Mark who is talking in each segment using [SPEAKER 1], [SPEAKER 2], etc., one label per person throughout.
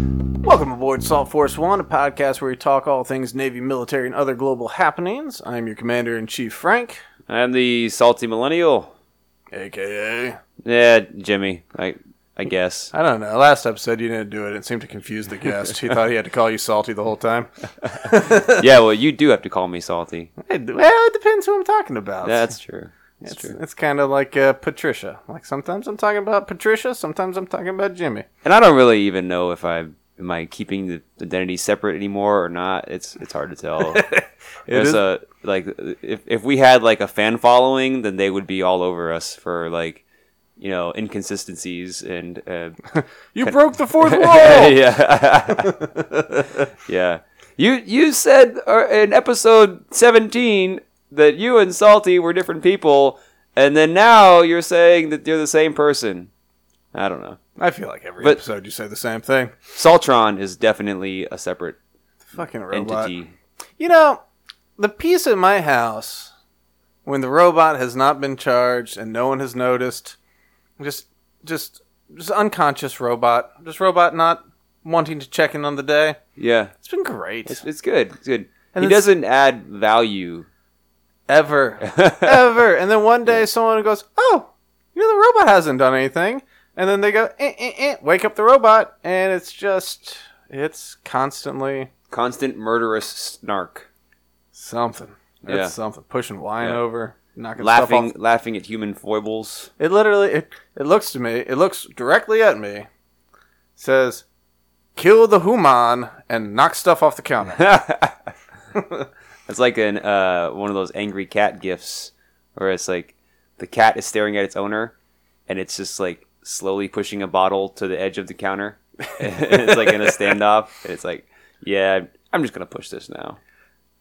[SPEAKER 1] Welcome aboard Salt Force One, a podcast where we talk all things Navy, military, and other global happenings. I'm your commander in chief, Frank,
[SPEAKER 2] I'm the salty millennial.
[SPEAKER 1] aka.
[SPEAKER 2] Yeah, Jimmy. I I guess.
[SPEAKER 1] I don't know. Last episode you didn't do it. It seemed to confuse the guest. he thought he had to call you salty the whole time.
[SPEAKER 2] Yeah, well, you do have to call me salty.
[SPEAKER 1] Hey, d- Well, it depends who I'm talking about.
[SPEAKER 2] That's true. That's
[SPEAKER 1] it's,
[SPEAKER 2] true.
[SPEAKER 1] it's kind of like uh, Patricia. Like sometimes I'm talking about Patricia, sometimes I'm talking about Jimmy.
[SPEAKER 2] And I don't really even know if I am I keeping the identity separate anymore or not. It's it's hard to tell. There's uh, a
[SPEAKER 1] is-
[SPEAKER 2] like if if we had like a fan following, then they would be all over us for like you know inconsistencies and uh,
[SPEAKER 1] You broke the fourth wall.
[SPEAKER 2] yeah yeah. You you said uh, in episode seventeen that you and Salty were different people, and then now you're saying that you're the same person. I don't know.
[SPEAKER 1] I feel like every
[SPEAKER 2] But-
[SPEAKER 1] episode you say the same thing.
[SPEAKER 2] Saltron is definitely a separate
[SPEAKER 1] Fucking robot.
[SPEAKER 2] entity.
[SPEAKER 1] You know, the peace at my house when the robot has not been charged and no one has noticed, just just just unconscious robot, just robot not wanting to check in on the day.
[SPEAKER 2] Yeah,
[SPEAKER 1] It's been great.
[SPEAKER 2] it's, it's good. It's good.
[SPEAKER 1] And
[SPEAKER 2] he
[SPEAKER 1] it's-
[SPEAKER 2] doesn't add value.
[SPEAKER 1] Ever. Ever. And then one day someone goes, "Oh, you know the robot hasn't done anything." And then they go, eh, eh, eh, "Wake up the robot." And it's just it's constantly
[SPEAKER 2] Constant murderous snark,
[SPEAKER 1] something. It's
[SPEAKER 2] Yeah.
[SPEAKER 1] something pushing wine
[SPEAKER 2] Yeah.
[SPEAKER 1] over, knocking stuff off
[SPEAKER 2] laughing laughing at human foibles.
[SPEAKER 1] It literally it, it looks to me, it looks directly at me. Says, "Kill the human and knock stuff off the counter."
[SPEAKER 2] It's like an uh, one of those angry cat gifs, where it's like the cat is staring at its owner, and it's just like slowly pushing a bottle to the edge of the counter. it's like in a standoff. And it's like, yeah, I'm just gonna push this now.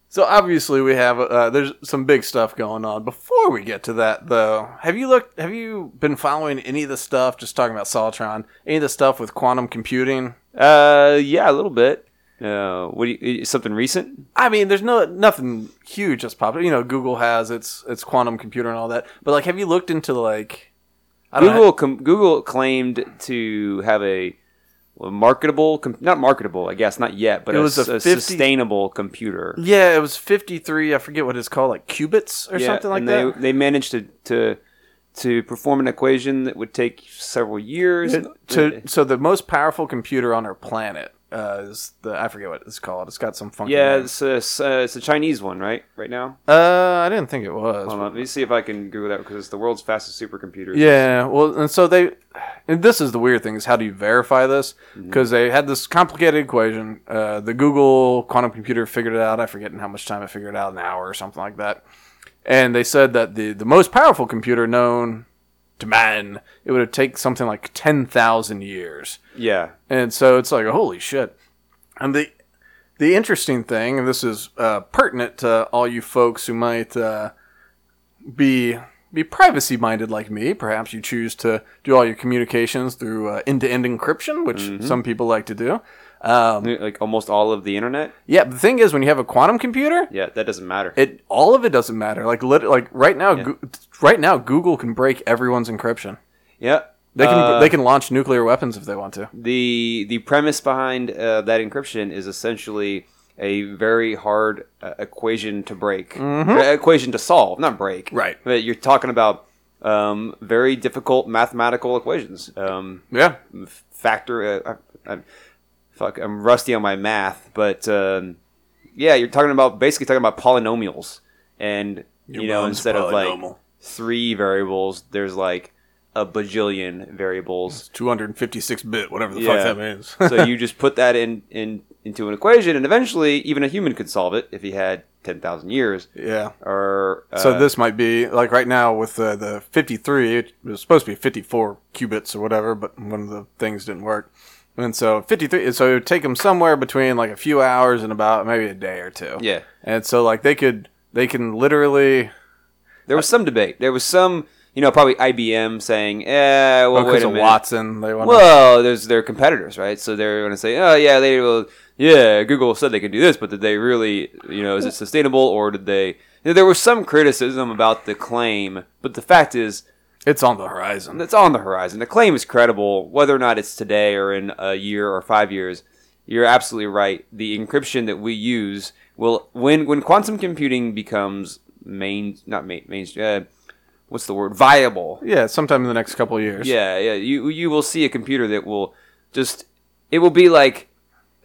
[SPEAKER 1] so obviously we have uh, there's some big stuff going on. Before we get to that though, have you looked have you been following any of the stuff just talking about Soltron, any of the stuff with quantum computing?
[SPEAKER 2] Uh, yeah, a little bit. Uh, what do you, something recent?
[SPEAKER 1] I mean, there's no nothing huge that's popped. You know, Google has its its quantum computer and all that. But like have you looked into like I don't know.
[SPEAKER 2] Google com- Google claimed to have a marketable, com- not marketable, I guess, not yet, but
[SPEAKER 1] It
[SPEAKER 2] a,
[SPEAKER 1] was
[SPEAKER 2] s-
[SPEAKER 1] a
[SPEAKER 2] a
[SPEAKER 1] 50
[SPEAKER 2] sustainable computer.
[SPEAKER 1] Yeah, it was 53, I forget what it's called, like qubits or
[SPEAKER 2] Yeah,
[SPEAKER 1] something like
[SPEAKER 2] and
[SPEAKER 1] that.
[SPEAKER 2] They, they managed to, to to perform an equation that would take several years.
[SPEAKER 1] to so the most powerful computer on our planet uh, is the I forget what it's called. It's got some funky.
[SPEAKER 2] yeah,
[SPEAKER 1] name.
[SPEAKER 2] it's a, it's a- it's a Chinese one, right? Right now,
[SPEAKER 1] Uh, I didn't think it was.
[SPEAKER 2] Hold on, let me see if I can Google that because it's the world's fastest supercomputer.
[SPEAKER 1] Yeah, well, and so they, and this is the weird thing is how do you verify this?
[SPEAKER 2] Mm-hmm.
[SPEAKER 1] Because they had this complicated equation. Uh, the Google quantum computer figured it out. I forget in how much time it figured it out, an hour or something like that. And they said that the the most powerful computer known to man, it would take something like ten thousand years.
[SPEAKER 2] yeah,
[SPEAKER 1] And so it's like, holy shit. And the the interesting thing, and this is uh, pertinent to all you folks who might uh, be be privacy minded like me. Perhaps you choose to do all your communications through uh, end-to-end encryption, which
[SPEAKER 2] Mm-hmm.
[SPEAKER 1] some people like to do. Um,
[SPEAKER 2] like almost all of the internet.
[SPEAKER 1] yeah, but the thing is, when you have a quantum computer,
[SPEAKER 2] Yeah, that doesn't matter.
[SPEAKER 1] it all of it doesn't matter. Like lit- like right now, Goo- right now, Google can break everyone's encryption.
[SPEAKER 2] yeah,
[SPEAKER 1] They can
[SPEAKER 2] Uh,
[SPEAKER 1] they can launch nuclear weapons if they want to.
[SPEAKER 2] the the premise behind uh, that encryption is essentially a very hard uh, equation to break, Uh, equation to solve, not break.
[SPEAKER 1] Mm-hmm. Right.
[SPEAKER 2] But you're talking about um, very difficult mathematical equations. Um,
[SPEAKER 1] Yeah,
[SPEAKER 2] f- factor. Uh, I, I, fuck, I'm rusty on my math, but um, yeah, you're talking about basically talking about polynomials, and you know
[SPEAKER 1] mom's
[SPEAKER 2] instead of like
[SPEAKER 1] polynomial.
[SPEAKER 2] three variables, there's like a bajillion variables.
[SPEAKER 1] 256 bit, whatever the
[SPEAKER 2] Yeah.
[SPEAKER 1] fuck that means.
[SPEAKER 2] so you just put that in, in into an equation, and eventually, even a human could solve it if he had ten thousand years.
[SPEAKER 1] yeah.
[SPEAKER 2] Or uh,
[SPEAKER 1] So this might be like right now with uh, the 53. It was supposed to be 54 qubits or whatever, but one of the things didn't work. And so 53. So it would take them somewhere between like a few hours and about maybe a day or two.
[SPEAKER 2] Yeah.
[SPEAKER 1] And so like they could they can literally
[SPEAKER 2] there was some debate. There was some, you know, probably IBM saying, "Eh, well, wait
[SPEAKER 1] because
[SPEAKER 2] a
[SPEAKER 1] Oh, of
[SPEAKER 2] minute."
[SPEAKER 1] Watson they want
[SPEAKER 2] Well, there's their competitors, right? So they're going to say, "Oh yeah, they will." Yeah, Google said they could do this, but did they really? You know, is it sustainable, or did they? There was some criticism about the claim, but the fact is,
[SPEAKER 1] it's on the horizon.
[SPEAKER 2] It's on the horizon. The claim is credible, whether or not it's today or in a year or five years. you're absolutely right. The encryption that we use will when when quantum computing becomes main not main mainstream. Uh, what's the word? Viable.
[SPEAKER 1] Yeah, sometime in the next couple of years.
[SPEAKER 2] Yeah, yeah. You you will see a computer that will just it will be like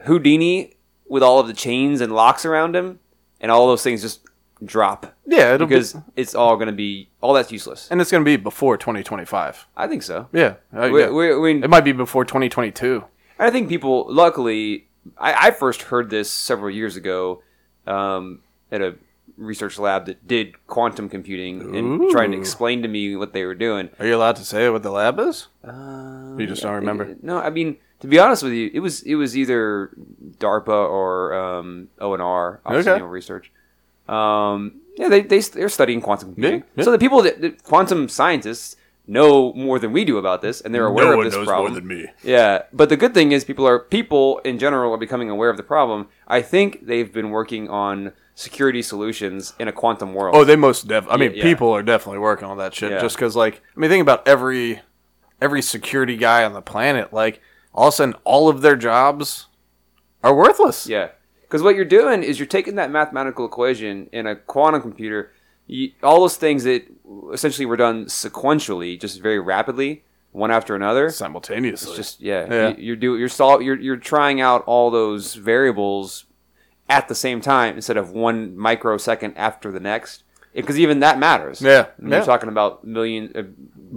[SPEAKER 2] Houdini with all of the chains and locks around him, and all those things just drop
[SPEAKER 1] Yeah, it'll
[SPEAKER 2] because
[SPEAKER 1] be,
[SPEAKER 2] it's all going to be all that's useless.
[SPEAKER 1] and it's going to be before 2025.
[SPEAKER 2] I think so.
[SPEAKER 1] Yeah, Uh,
[SPEAKER 2] We,
[SPEAKER 1] yeah.
[SPEAKER 2] we, we,
[SPEAKER 1] it might be before 2022.
[SPEAKER 2] I think people, luckily, I, I first heard this several years ago um, at a research lab that did quantum computing and trying to
[SPEAKER 1] Ooh.
[SPEAKER 2] explain to me what they were doing.
[SPEAKER 1] Are you allowed to say what the lab is?
[SPEAKER 2] Uh,
[SPEAKER 1] You just
[SPEAKER 2] yeah,
[SPEAKER 1] don't remember.
[SPEAKER 2] it- no, I mean to be honest with you, it was it was either DARPA or um, O and R,
[SPEAKER 1] Okay.
[SPEAKER 2] Naval Research. Um, yeah, they they they're studying quantum computing.
[SPEAKER 1] yeah.
[SPEAKER 2] So the people that the quantum scientists know more than we do about this, and they're aware of this problem.
[SPEAKER 1] me.
[SPEAKER 2] Yeah, but the good thing is people are people in general are becoming aware of the problem. I think they've been working on security solutions in a quantum world.
[SPEAKER 1] Oh, they most def. I mean,
[SPEAKER 2] yeah.
[SPEAKER 1] people are definitely working on that shit.
[SPEAKER 2] Yeah.
[SPEAKER 1] Just because, like, I mean, think about every every security guy on the planet. Like, all of a sudden, all of their jobs are worthless.
[SPEAKER 2] Yeah, because what you're doing is you're taking that mathematical equation in a quantum computer, you, all those things that essentially were done sequentially, just very rapidly, one after another.
[SPEAKER 1] simultaneously.
[SPEAKER 2] It's just yeah,
[SPEAKER 1] Yeah.
[SPEAKER 2] You, you're do you're sol- you're you're trying out all those variables at the same time instead of one microsecond after the next. Because even that matters.
[SPEAKER 1] Yeah.
[SPEAKER 2] I mean, you're
[SPEAKER 1] Yeah.
[SPEAKER 2] talking about million, uh,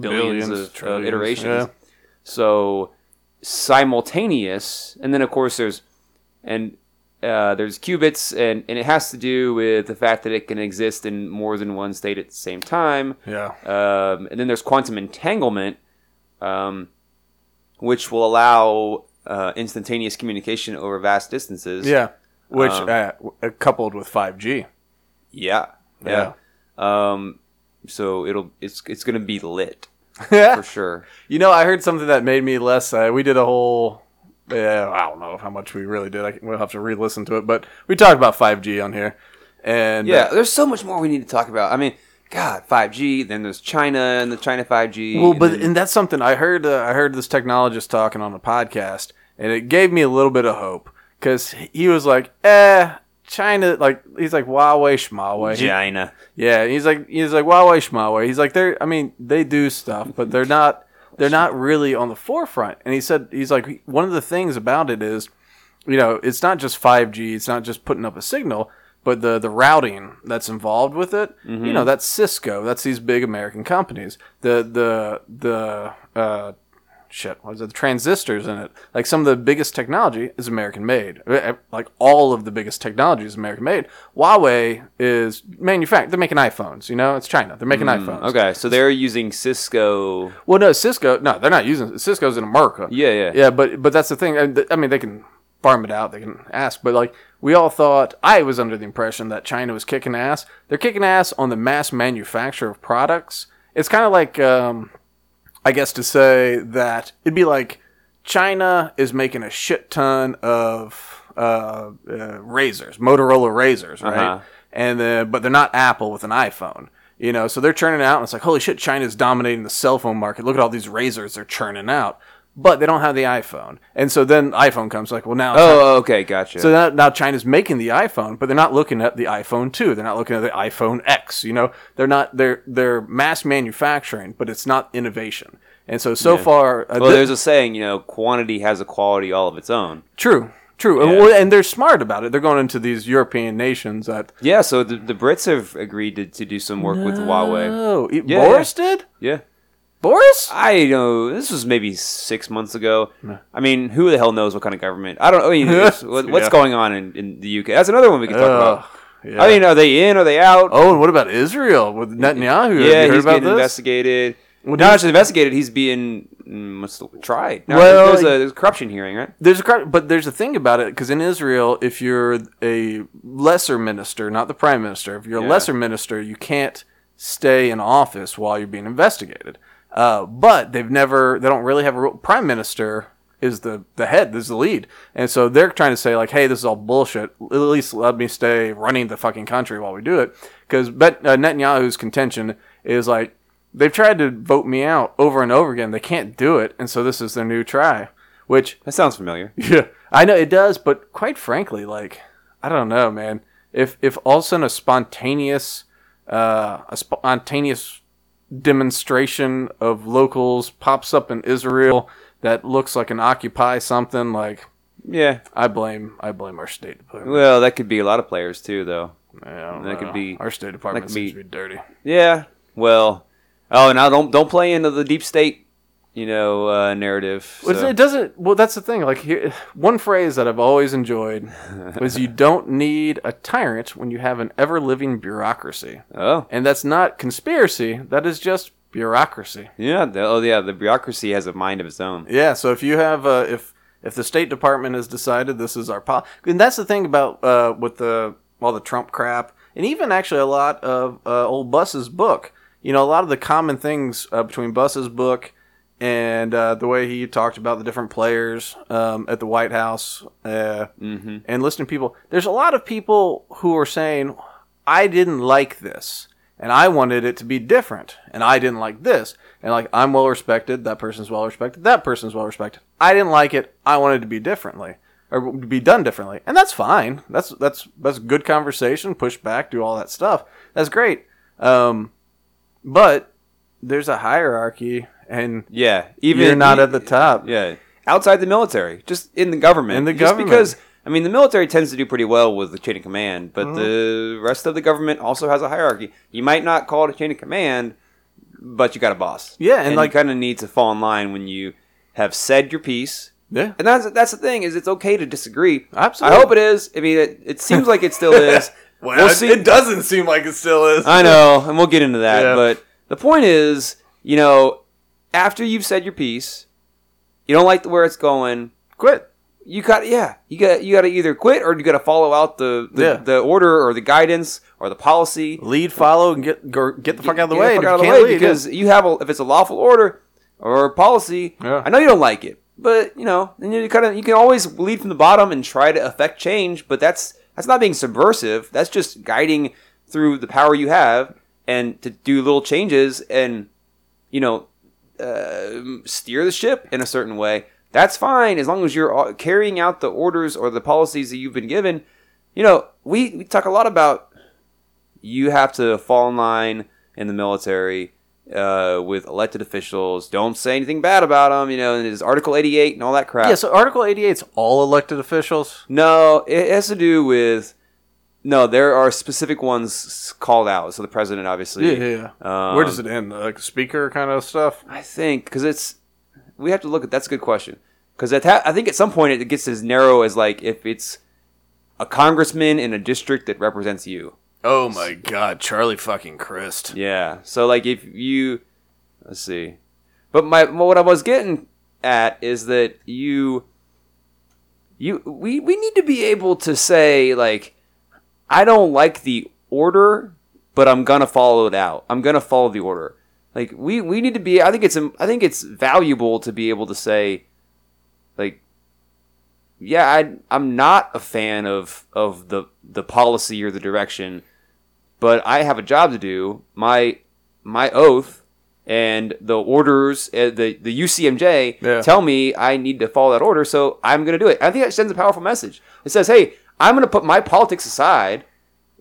[SPEAKER 2] billions,
[SPEAKER 1] Billions,
[SPEAKER 2] of, of
[SPEAKER 1] trillions,
[SPEAKER 2] iterations.
[SPEAKER 1] yeah.
[SPEAKER 2] So simultaneous, and then of course there's and uh, there's qubits, and and it has to do with the fact that it can exist in more than one state at the same time.
[SPEAKER 1] yeah.
[SPEAKER 2] Um, and then there's quantum entanglement, um, which will allow uh, instantaneous communication over vast distances.
[SPEAKER 1] Yeah. Which
[SPEAKER 2] Um,
[SPEAKER 1] uh, w- uh, coupled with 5G.
[SPEAKER 2] Yeah. Yeah. Um, so it'll it's it's gonna be lit for sure.
[SPEAKER 1] you know, I heard something that made me less. Uh, we did a whole. Yeah, I don't know how much we really did. I, can- we'll have to re-listen to it, but we talked about 5G on here, and uh,
[SPEAKER 2] Yeah. There's so much more we need to talk about. I mean, God, 5G. Then there's China and the China 5G.
[SPEAKER 1] Well,
[SPEAKER 2] and
[SPEAKER 1] but
[SPEAKER 2] then-
[SPEAKER 1] and that's something I heard. Uh, I heard this technologist talking on a podcast, and it gave me a little bit of hope because he was like, "Eh, China." Like he's like Huawei, Schmawei.
[SPEAKER 2] China.
[SPEAKER 1] Yeah, he's like he's like Huawei, Schmawei. He's like they're. I mean, they do stuff, but they're not. They're not really on the forefront. And he said he's like one of the things about it is, you know, it's not just five G. It's not just putting up a signal. But the, the routing that's involved with it, you know, that's Cisco. That's these big American companies. The the the uh, shit what is it the transistors in it like some of the biggest technology is american made Eh, like all of the biggest technology is american made huawei is manufactured they're making iphones you know it's china they're making iphones
[SPEAKER 2] Okay, so they're using Cisco.
[SPEAKER 1] well no cisco no they're not using cisco's in america
[SPEAKER 2] Yeah, yeah.
[SPEAKER 1] yeah but but that's the thing I, th- I mean they can farm it out they can ask but like we all thought i was under the impression that china was kicking ass they're kicking ass on the mass manufacture of products it's kind of like um I guess to say that it'd be like China is making a shit ton of uh, uh, razors, Motorola razors, right?
[SPEAKER 2] Uh-huh.
[SPEAKER 1] And then, but they're not Apple with an iPhone, you know. So they're churning out, and it's like, holy shit, China's dominating the cell phone market. Look at all these razors they're churning out, but they don't have the iPhone. And so then iPhone comes, like, well now.
[SPEAKER 2] Oh, okay, gotcha.
[SPEAKER 1] So now, now China's making the iPhone, but they're not looking at the iPhone 2. They're not looking at the iPhone X. You know, they're not they're they're mass manufacturing, but it's not innovation. And so so far, uh,
[SPEAKER 2] well,
[SPEAKER 1] thi-
[SPEAKER 2] there's a saying, you know, quantity has a quality all of its own.
[SPEAKER 1] true, true, and, well, and they're smart about it. They're going into these European nations that
[SPEAKER 2] Yeah, so the, the Brits have agreed to, to do some work with Huawei.
[SPEAKER 1] Oh, e-
[SPEAKER 2] Yeah,
[SPEAKER 1] Boris did
[SPEAKER 2] Yeah.
[SPEAKER 1] Boris?
[SPEAKER 2] I know this was maybe six months ago. I mean, who the hell knows what kind of government? I don't I mean, it's- what, what's
[SPEAKER 1] Yeah.
[SPEAKER 2] going on in, in the UK? That's another one we can talk
[SPEAKER 1] Ugh,
[SPEAKER 2] about.
[SPEAKER 1] yeah.
[SPEAKER 2] I mean, are they in? Are they out?
[SPEAKER 1] oh, and what about Israel with Netanyahu?
[SPEAKER 2] yeah,
[SPEAKER 1] Have you heard
[SPEAKER 2] he's
[SPEAKER 1] about
[SPEAKER 2] getting
[SPEAKER 1] this?
[SPEAKER 2] investigated.
[SPEAKER 1] Well,
[SPEAKER 2] not
[SPEAKER 1] did-
[SPEAKER 2] just investigated, he's being mm, what's the, tried. No,
[SPEAKER 1] Well,
[SPEAKER 2] there's, a, there's a corruption hearing, right?
[SPEAKER 1] There's a cri- but there's a thing about it because in Israel, if you're a lesser minister, not the prime minister, if you're
[SPEAKER 2] Yeah.
[SPEAKER 1] a lesser minister, you can't stay in office while you're being investigated. Uh, but they've never, they don't really have a real, prime minister is the the head, is the lead, and so they're trying to say like, hey, this is all bullshit. At least let me stay running the fucking country while we do it, because Bet- uh, Netanyahu's contention is like they've tried to vote me out over and over again. They can't do it, and so this is their new try. Which
[SPEAKER 2] That sounds familiar.
[SPEAKER 1] yeah, I know it does, but quite frankly, like I don't know, man. If if all of a sudden a spontaneous uh, a spontaneous demonstration of locals pops up in Israel that looks like an occupy something, like
[SPEAKER 2] Yeah.
[SPEAKER 1] I blame I blame our State Department.
[SPEAKER 2] Well, that could be a lot of players too, though.
[SPEAKER 1] I don't
[SPEAKER 2] that could
[SPEAKER 1] know.
[SPEAKER 2] be-
[SPEAKER 1] our State Department
[SPEAKER 2] could
[SPEAKER 1] seems
[SPEAKER 2] be-
[SPEAKER 1] to be dirty.
[SPEAKER 2] Yeah. Well. Oh, now don't don't play into the deep state, you know, uh, narrative.
[SPEAKER 1] Well,
[SPEAKER 2] so-
[SPEAKER 1] It doesn't. Well, that's the thing. Like here, one phrase that I've always enjoyed was, "You don't need a tyrant when you have an ever-living bureaucracy."
[SPEAKER 2] Oh,
[SPEAKER 1] And that's not conspiracy. That is just bureaucracy.
[SPEAKER 2] yeah. The, oh, yeah. The bureaucracy has a mind of its own.
[SPEAKER 1] Yeah. So if you have, uh, if if the State Department has decided this is our pol, and that's the thing about uh, with the all the Trump crap, and even actually a lot of uh, old Buss's book. You know, a lot of the common things uh, between Buss's book and uh, the way he talked about the different players um, at the White House uh,
[SPEAKER 2] Mm-hmm.
[SPEAKER 1] and listening to people. There's a lot of people who are saying, I didn't like this and I wanted it to be different and I didn't like this. And like, I'm well respected, that person's well respected, that person's well respected. I didn't like it, I wanted it to be differently or be done differently. And that's fine. That's, that's, that's good conversation, push back, do all that stuff. That's great. Um, but there's a hierarchy and
[SPEAKER 2] Yeah. Even
[SPEAKER 1] you're not at the top.
[SPEAKER 2] Yeah. Outside the military, just in the government.
[SPEAKER 1] In the
[SPEAKER 2] Just
[SPEAKER 1] government. Mm-hmm.
[SPEAKER 2] because I mean, the military tends to do pretty well with the chain of command, but the rest of the government also has a hierarchy. You might not call it a chain of command, but you got a boss.
[SPEAKER 1] Yeah, and like-
[SPEAKER 2] you kind of need to fall in line when you have said your piece.
[SPEAKER 1] Yeah.
[SPEAKER 2] And that's that's the thing is it's okay to disagree.
[SPEAKER 1] Absolutely.
[SPEAKER 2] I hope it is. I mean, it, it seems like it still is. We'll see.
[SPEAKER 1] doesn't seem like it still is.
[SPEAKER 2] I know, and we'll get into that.
[SPEAKER 1] Yeah.
[SPEAKER 2] But the point is, you know, after you've said your piece, you don't like where it's going.
[SPEAKER 1] Quit.
[SPEAKER 2] You got yeah, you got you got to either quit or you got to follow out the the,
[SPEAKER 1] Yeah.
[SPEAKER 2] the order or the guidance or the policy.
[SPEAKER 1] Lead, follow, and get gr- get the fuck out of the
[SPEAKER 2] Get
[SPEAKER 1] way.
[SPEAKER 2] fuck
[SPEAKER 1] and if
[SPEAKER 2] out of
[SPEAKER 1] you
[SPEAKER 2] the
[SPEAKER 1] can't
[SPEAKER 2] way
[SPEAKER 1] lead,
[SPEAKER 2] because you have a, if it's a lawful order or policy.
[SPEAKER 1] Yeah.
[SPEAKER 2] I know you don't like it, but you know, and you kind of you can always lead from the bottom and try to affect change. But that's that's not being subversive. That's just guiding through the power you have and to do little changes and you know uh, steer the ship in a certain way. That's fine as long as you're uh, carrying out the orders or the policies that you've been given. You know, we, we talk a lot about you have to fall in line in the military uh, with elected officials. Don't say anything bad about them. You know, and it's Article 88 and all that crap.
[SPEAKER 1] yeah. So Article 88's all elected officials.
[SPEAKER 2] No, it has to do with. No, there are specific ones s- called out. So the president, obviously. Um,
[SPEAKER 1] Where does it end? Like speaker kind of stuff.
[SPEAKER 2] I think because it's we have to look at that's a good question because ha- I think at some point it gets as narrow as like if it's a congressman in a district that represents you.
[SPEAKER 1] Oh my God, Charlie fucking Crist.
[SPEAKER 2] Yeah. So like if you let's see, but my what I was getting at is that you you we we need to be able to say like I don't like the order, but I'm gonna follow it out. I'm gonna follow the order. Like we we need to be. I think it's im- I think it's valuable to be able to say, like, yeah, I I'm not a fan of of the the policy or the direction, but I have a job to do. My my oath and the orders uh, the the UCMJ
[SPEAKER 1] Yeah.
[SPEAKER 2] tell me I need to follow that order, so I'm gonna do it. I think that sends a powerful message. It says, hey, I'm gonna put my politics aside,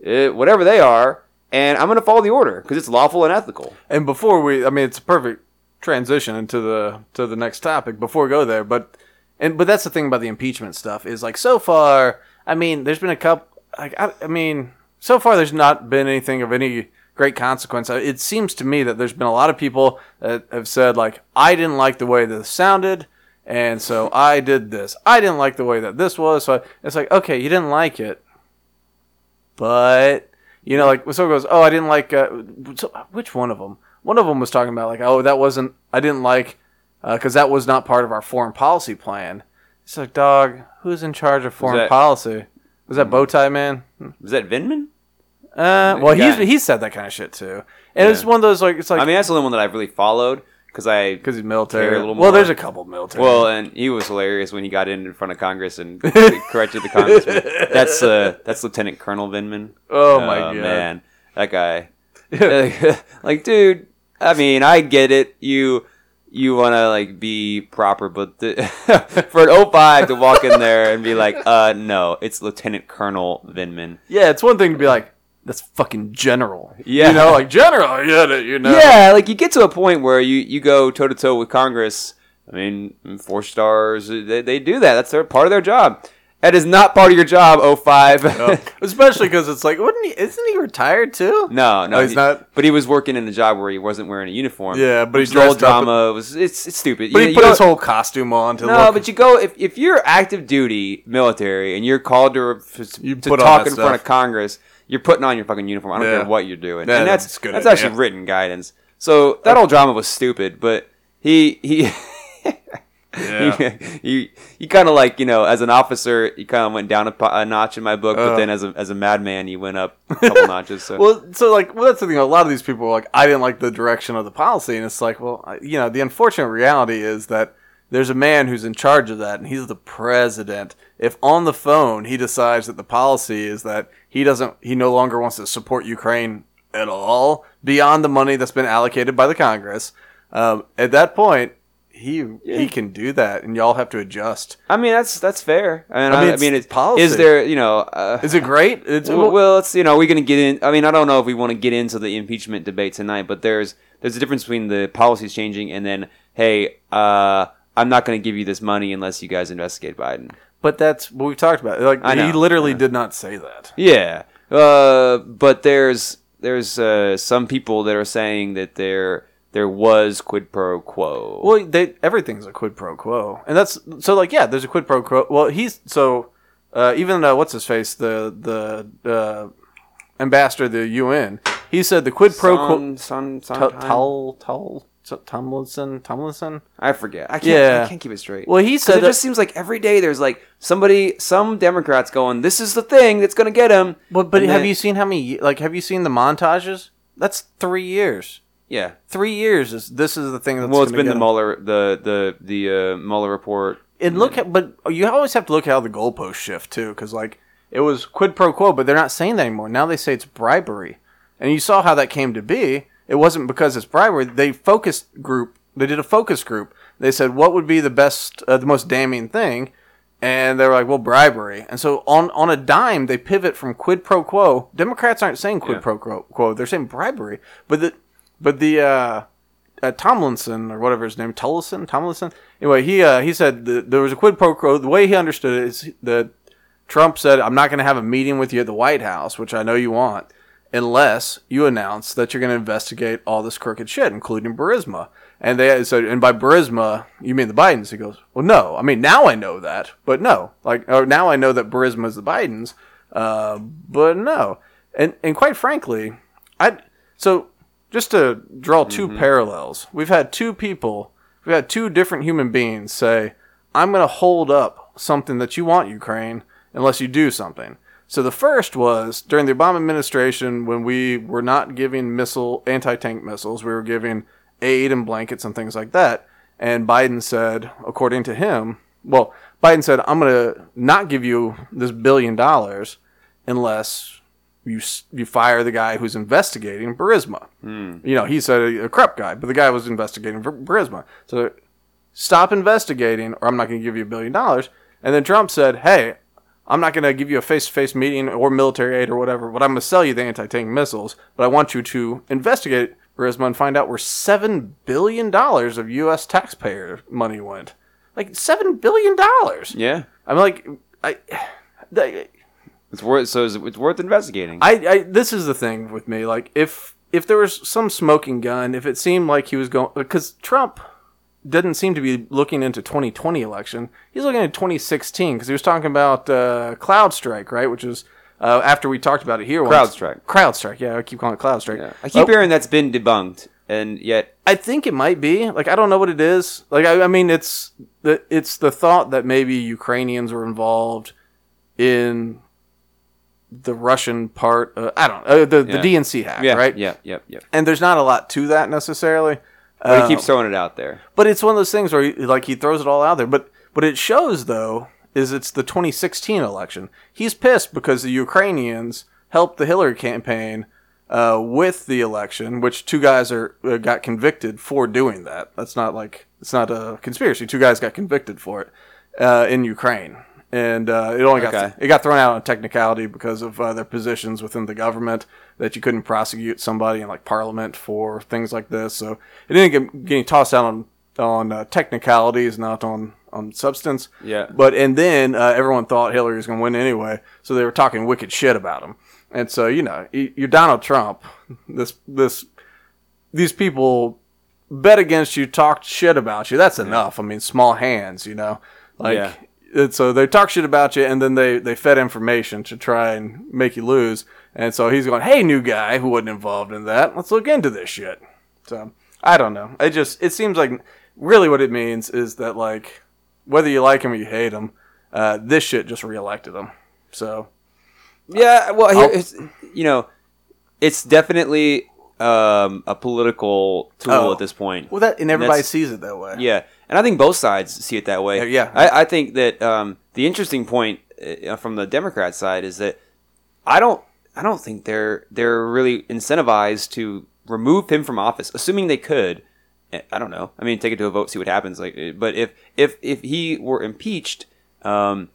[SPEAKER 2] uh, whatever they are. And I'm gonna follow the order because it's lawful and ethical.
[SPEAKER 1] And before we, I mean, it's a perfect transition into the to the next topic. Before we go there, but and but that's the thing about the impeachment stuff is like so far. I mean, there's been a couple. Like I, I mean, so far there's not been anything of any great consequence. Uh, It seems to me that there's been a lot of people that have said like I didn't like the way this sounded. And so I did this. I didn't like the way that this was. So I, it's like, okay, you didn't like it but you know, like when someone goes, "Oh, I didn't like," uh, so- which one of them? One of them was talking about like, "Oh, that wasn't," I didn't like because that was not part of our foreign policy plan. It's like, dog, who's in charge of foreign
[SPEAKER 2] that- Hmm.
[SPEAKER 1] policy? Was that bow tie man?
[SPEAKER 2] Was that Vinman?
[SPEAKER 1] Uh, well,
[SPEAKER 2] guy.
[SPEAKER 1] he's he said that kind of shit too, and it's one of those like it's like
[SPEAKER 2] I mean, that's the only one that I've really followed because I.
[SPEAKER 1] because he's military.
[SPEAKER 2] care a
[SPEAKER 1] well,
[SPEAKER 2] little
[SPEAKER 1] there's
[SPEAKER 2] more.
[SPEAKER 1] a couple military.
[SPEAKER 2] Well, and he was hilarious when he got in in front of Congress and corrected the congressman. That's uh, that's Lieutenant Colonel Vinman.
[SPEAKER 1] Oh, my God.
[SPEAKER 2] man, that guy. like, dude. I mean, I get it. You, you want to like be proper, but the, for an 05 to walk in there and be like, uh, no, it's Lieutenant Colonel Vinman.
[SPEAKER 1] Yeah, it's one thing to be like, that's fucking general.
[SPEAKER 2] Yeah.
[SPEAKER 1] You know, like general, I get it, you know.
[SPEAKER 2] Yeah, like you get to a point where you, you go toe to toe with Congress. I mean, four stars, uh, they, they do that. That's their part of their job. That is not part of your job, 05.
[SPEAKER 1] Oh, Especially because it's like, wouldn't he? Isn't he retired too?
[SPEAKER 2] No, no,
[SPEAKER 1] Oh, he's
[SPEAKER 2] he-
[SPEAKER 1] not?
[SPEAKER 2] But he was working in a job where he wasn't wearing a uniform.
[SPEAKER 1] Yeah, but he
[SPEAKER 2] It was all
[SPEAKER 1] dressed up-
[SPEAKER 2] drama. It was it's, it's stupid.
[SPEAKER 1] But
[SPEAKER 2] You-
[SPEAKER 1] he
[SPEAKER 2] you
[SPEAKER 1] put
[SPEAKER 2] don't-
[SPEAKER 1] his whole costume on to
[SPEAKER 2] no,
[SPEAKER 1] look.
[SPEAKER 2] but you go if, if you're active duty military and you're called to to,
[SPEAKER 1] You
[SPEAKER 2] to
[SPEAKER 1] put on
[SPEAKER 2] talk in
[SPEAKER 1] that
[SPEAKER 2] front
[SPEAKER 1] stuff.
[SPEAKER 2] of Congress, you're putting on your fucking uniform. I don't
[SPEAKER 1] Yeah.
[SPEAKER 2] care what you're doing,
[SPEAKER 1] Yeah,
[SPEAKER 2] and that's
[SPEAKER 1] that's a good
[SPEAKER 2] that's
[SPEAKER 1] idea.
[SPEAKER 2] actually written guidance. So that whole drama was stupid, but he he.
[SPEAKER 1] Yeah.
[SPEAKER 2] You, you, you kind of like you know as an officer you kind of went down a, po- a notch in my book but
[SPEAKER 1] Uh.
[SPEAKER 2] then as a, as a madman you went up a couple notches so
[SPEAKER 1] Well, so like, well, that's the thing. A lot of these people are like, I didn't like the direction of the policy, and it's like, well, I- you know, the unfortunate reality is that there's a man who's in charge of that, and he's the president. If on the phone he decides that the policy is that he doesn't, he no longer wants to support Ukraine at all beyond the money that's been allocated by the Congress. Um, at that point, he he can do that, and y'all have to adjust.
[SPEAKER 2] I mean that's that's fair. I mean,
[SPEAKER 1] I
[SPEAKER 2] I
[SPEAKER 1] mean,
[SPEAKER 2] I,
[SPEAKER 1] it's
[SPEAKER 2] mean it's
[SPEAKER 1] policy.
[SPEAKER 2] Is there you know? Uh,
[SPEAKER 1] Is it great? It's,
[SPEAKER 2] w- well, it's you know we're gonna get in. I mean I don't know if we want to get into the impeachment debate tonight, but there's there's a difference between the policies changing and then hey, uh, I'm not gonna give you this money unless you guys investigate Biden.
[SPEAKER 1] but that's what we've talked about. Like
[SPEAKER 2] I know,
[SPEAKER 1] he literally did not say that.
[SPEAKER 2] Yeah, uh, but there's there's uh, some people that are saying that there there was quid pro quo.
[SPEAKER 1] Well, they everything's a quid pro quo, and that's so like yeah, there's a quid pro quo. Well, he's so uh, even uh, what's his face the the uh, ambassador of the UN, he said the quid pro quo.
[SPEAKER 2] Son- son-
[SPEAKER 1] Tol
[SPEAKER 2] sometime-
[SPEAKER 1] Tol- Tol Tomlinson Tomlinson.
[SPEAKER 2] I forget. I can't.
[SPEAKER 1] Yeah.
[SPEAKER 2] I can't keep it straight.
[SPEAKER 1] Well, he
[SPEAKER 2] 'Cause
[SPEAKER 1] said
[SPEAKER 2] it
[SPEAKER 1] that-
[SPEAKER 2] just seems like every day there's like somebody, some Democrats going, "This is the thing that's going to get him."
[SPEAKER 1] But but
[SPEAKER 2] And
[SPEAKER 1] have
[SPEAKER 2] then-
[SPEAKER 1] you seen how many like have you seen the montages? That's three years.
[SPEAKER 2] Yeah.
[SPEAKER 1] Three years is this is the thing that's
[SPEAKER 2] Well, it's
[SPEAKER 1] gonna
[SPEAKER 2] been the
[SPEAKER 1] get 'em.
[SPEAKER 2] Mueller, the the the uh, Mueller report.
[SPEAKER 1] and look at but you always have to look at how the goalposts shift too because like it was quid pro quo but they're not saying that anymore now they say it's bribery and you saw how that came to be it wasn't because it's bribery they focused group they did a focus group they said what would be the best uh, the most damning thing and they were like well bribery and so on on a dime they pivot from quid pro quo democrats aren't saying quid
[SPEAKER 2] Yeah.
[SPEAKER 1] pro quo quo they're saying bribery but the but the uh uh, Tomlinson or whatever his name, Tollison, Tomlinson. Anyway, he uh, he said th there was a quid pro quo. The way he understood it is that Trump said, "I'm not going to have a meeting with you at the White House, which I know you want, unless you announce that you're going to investigate all this crooked shit, including Burisma." And they said, "And by Burisma, you mean the Bidens?" He goes, "Well, no. I mean now I know that, but no. Like or now I know that Burisma is the Bidens, uh, but no." And and quite frankly, I so just to draw 2 parallels, we've had two people, we've had two different human beings say, "I'm going to hold up something that you want, Ukraine, unless you do something." So the first was during the Obama administration when we were not giving missile anti-tank missiles, we were giving aid and blankets and things like that. And Biden said, according to him, well, Biden said, "I'm going to not give you this billion dollars unless you s- you fire the guy who's investigating Burisma. You know, he said a, a crap guy, but the guy was investigating Bur- Burisma. So stop investigating, or I'm not going to give you a billion dollars. And then Trump said, "Hey, I'm not going to give you a face-to-face meeting or military aid or whatever, but I'm going to sell you the anti-tank missiles. But I want you to investigate Burisma and find out where seven billion dollars of U.S. taxpayer money went. Like seven billion dollars.
[SPEAKER 2] Yeah,
[SPEAKER 1] I'm like, I." They,
[SPEAKER 2] it's worth. So it's, it's worth investigating.
[SPEAKER 1] I, I this is the thing with me. Like if if there was some smoking gun, if it seemed like he was going because Trump didn't seem to be looking into 2020 election. He's looking at 2016 because he was talking about uh, Cloud Strike, right? Which is uh, after we talked about it here. once-
[SPEAKER 2] CrowdStrike.
[SPEAKER 1] CrowdStrike. Yeah, I keep calling it Cloud Strike.
[SPEAKER 2] Yeah. I keep
[SPEAKER 1] Oh,
[SPEAKER 2] hearing that's been debunked, and yet
[SPEAKER 1] I think it might be. Like I don't know what it is. Like I, I mean, it's the it's the thought that maybe Ukrainians were involved in the Russian part. Of, I don't know uh, the
[SPEAKER 2] Yeah.
[SPEAKER 1] the DNC hack,
[SPEAKER 2] yeah,
[SPEAKER 1] right?
[SPEAKER 2] yeah, yeah, yeah.
[SPEAKER 1] And there's not a lot to that necessarily.
[SPEAKER 2] But
[SPEAKER 1] Uh,
[SPEAKER 2] he keeps throwing it out there.
[SPEAKER 1] but it's one of those things where he, like he throws it all out there. But what it shows though is it's the 2016 election. He's pissed because the Ukrainians helped the Hillary campaign uh, with the election, which two guys are uh, got convicted for doing that. That's not like it's not a conspiracy. Two guys got convicted for it uh, in Ukraine, and uh, it only got
[SPEAKER 2] Okay.
[SPEAKER 1] it got thrown out on technicality because of uh, their positions within the government that you couldn't prosecute somebody in like parliament for things like this. So it didn't get getting tossed out on on uh, technicalities, not on on substance.
[SPEAKER 2] Yeah.
[SPEAKER 1] But and then uh, everyone thought Hillary was going to win anyway, so they were talking wicked shit about him. And so you know, y- you're Donald Trump. This this these people bet against you, talk shit about you. That's enough. I mean, small hands, you know. Like
[SPEAKER 2] Yeah.
[SPEAKER 1] and so they talk shit about you and then they they fed information to try and make you lose. And so he's going, "Hey, new guy who wasn't involved in that. Let's look into this shit." So, I don't know. It just it seems like really what it means is that like whether you like him or you hate him, uh, this shit just reelected him. So,
[SPEAKER 2] Yeah, well,
[SPEAKER 1] I'll-
[SPEAKER 2] here, it's, you know, it's definitely um, a political tool
[SPEAKER 1] Oh.
[SPEAKER 2] at this point.
[SPEAKER 1] well, that and everybody
[SPEAKER 2] that's-
[SPEAKER 1] sees it that way.
[SPEAKER 2] Yeah, and I think both sides see it that way.
[SPEAKER 1] yeah.
[SPEAKER 2] I, I think that um, the interesting point uh, from the Democrat side is that I don't, I don't think they're they're really incentivized to remove him from office, assuming they could. Eh, I don't know. I mean, take it to a vote, see what happens. Like, eh, but if if if he were impeached, um,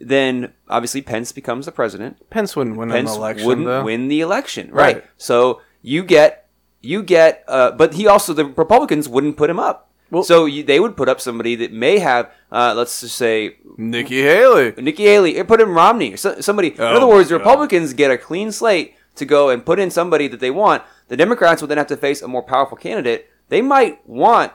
[SPEAKER 2] then obviously Pence becomes the president.
[SPEAKER 1] Pence wouldn't win
[SPEAKER 2] Pence
[SPEAKER 1] an election
[SPEAKER 2] wouldn't
[SPEAKER 1] though.
[SPEAKER 2] win the election, right?
[SPEAKER 1] Right.
[SPEAKER 2] So you get you get, uh, but he also the Republicans wouldn't put him up.
[SPEAKER 1] Well-
[SPEAKER 2] so you, they would put up somebody that may have, uh, let's just say,
[SPEAKER 1] Nikki Haley.
[SPEAKER 2] Nikki Haley, or put in Romney, or so, somebody. in other words, the
[SPEAKER 1] Oh God.
[SPEAKER 2] Republicans get a clean slate to go and put in somebody that they want. The Democrats would then have to face a more powerful candidate. They might want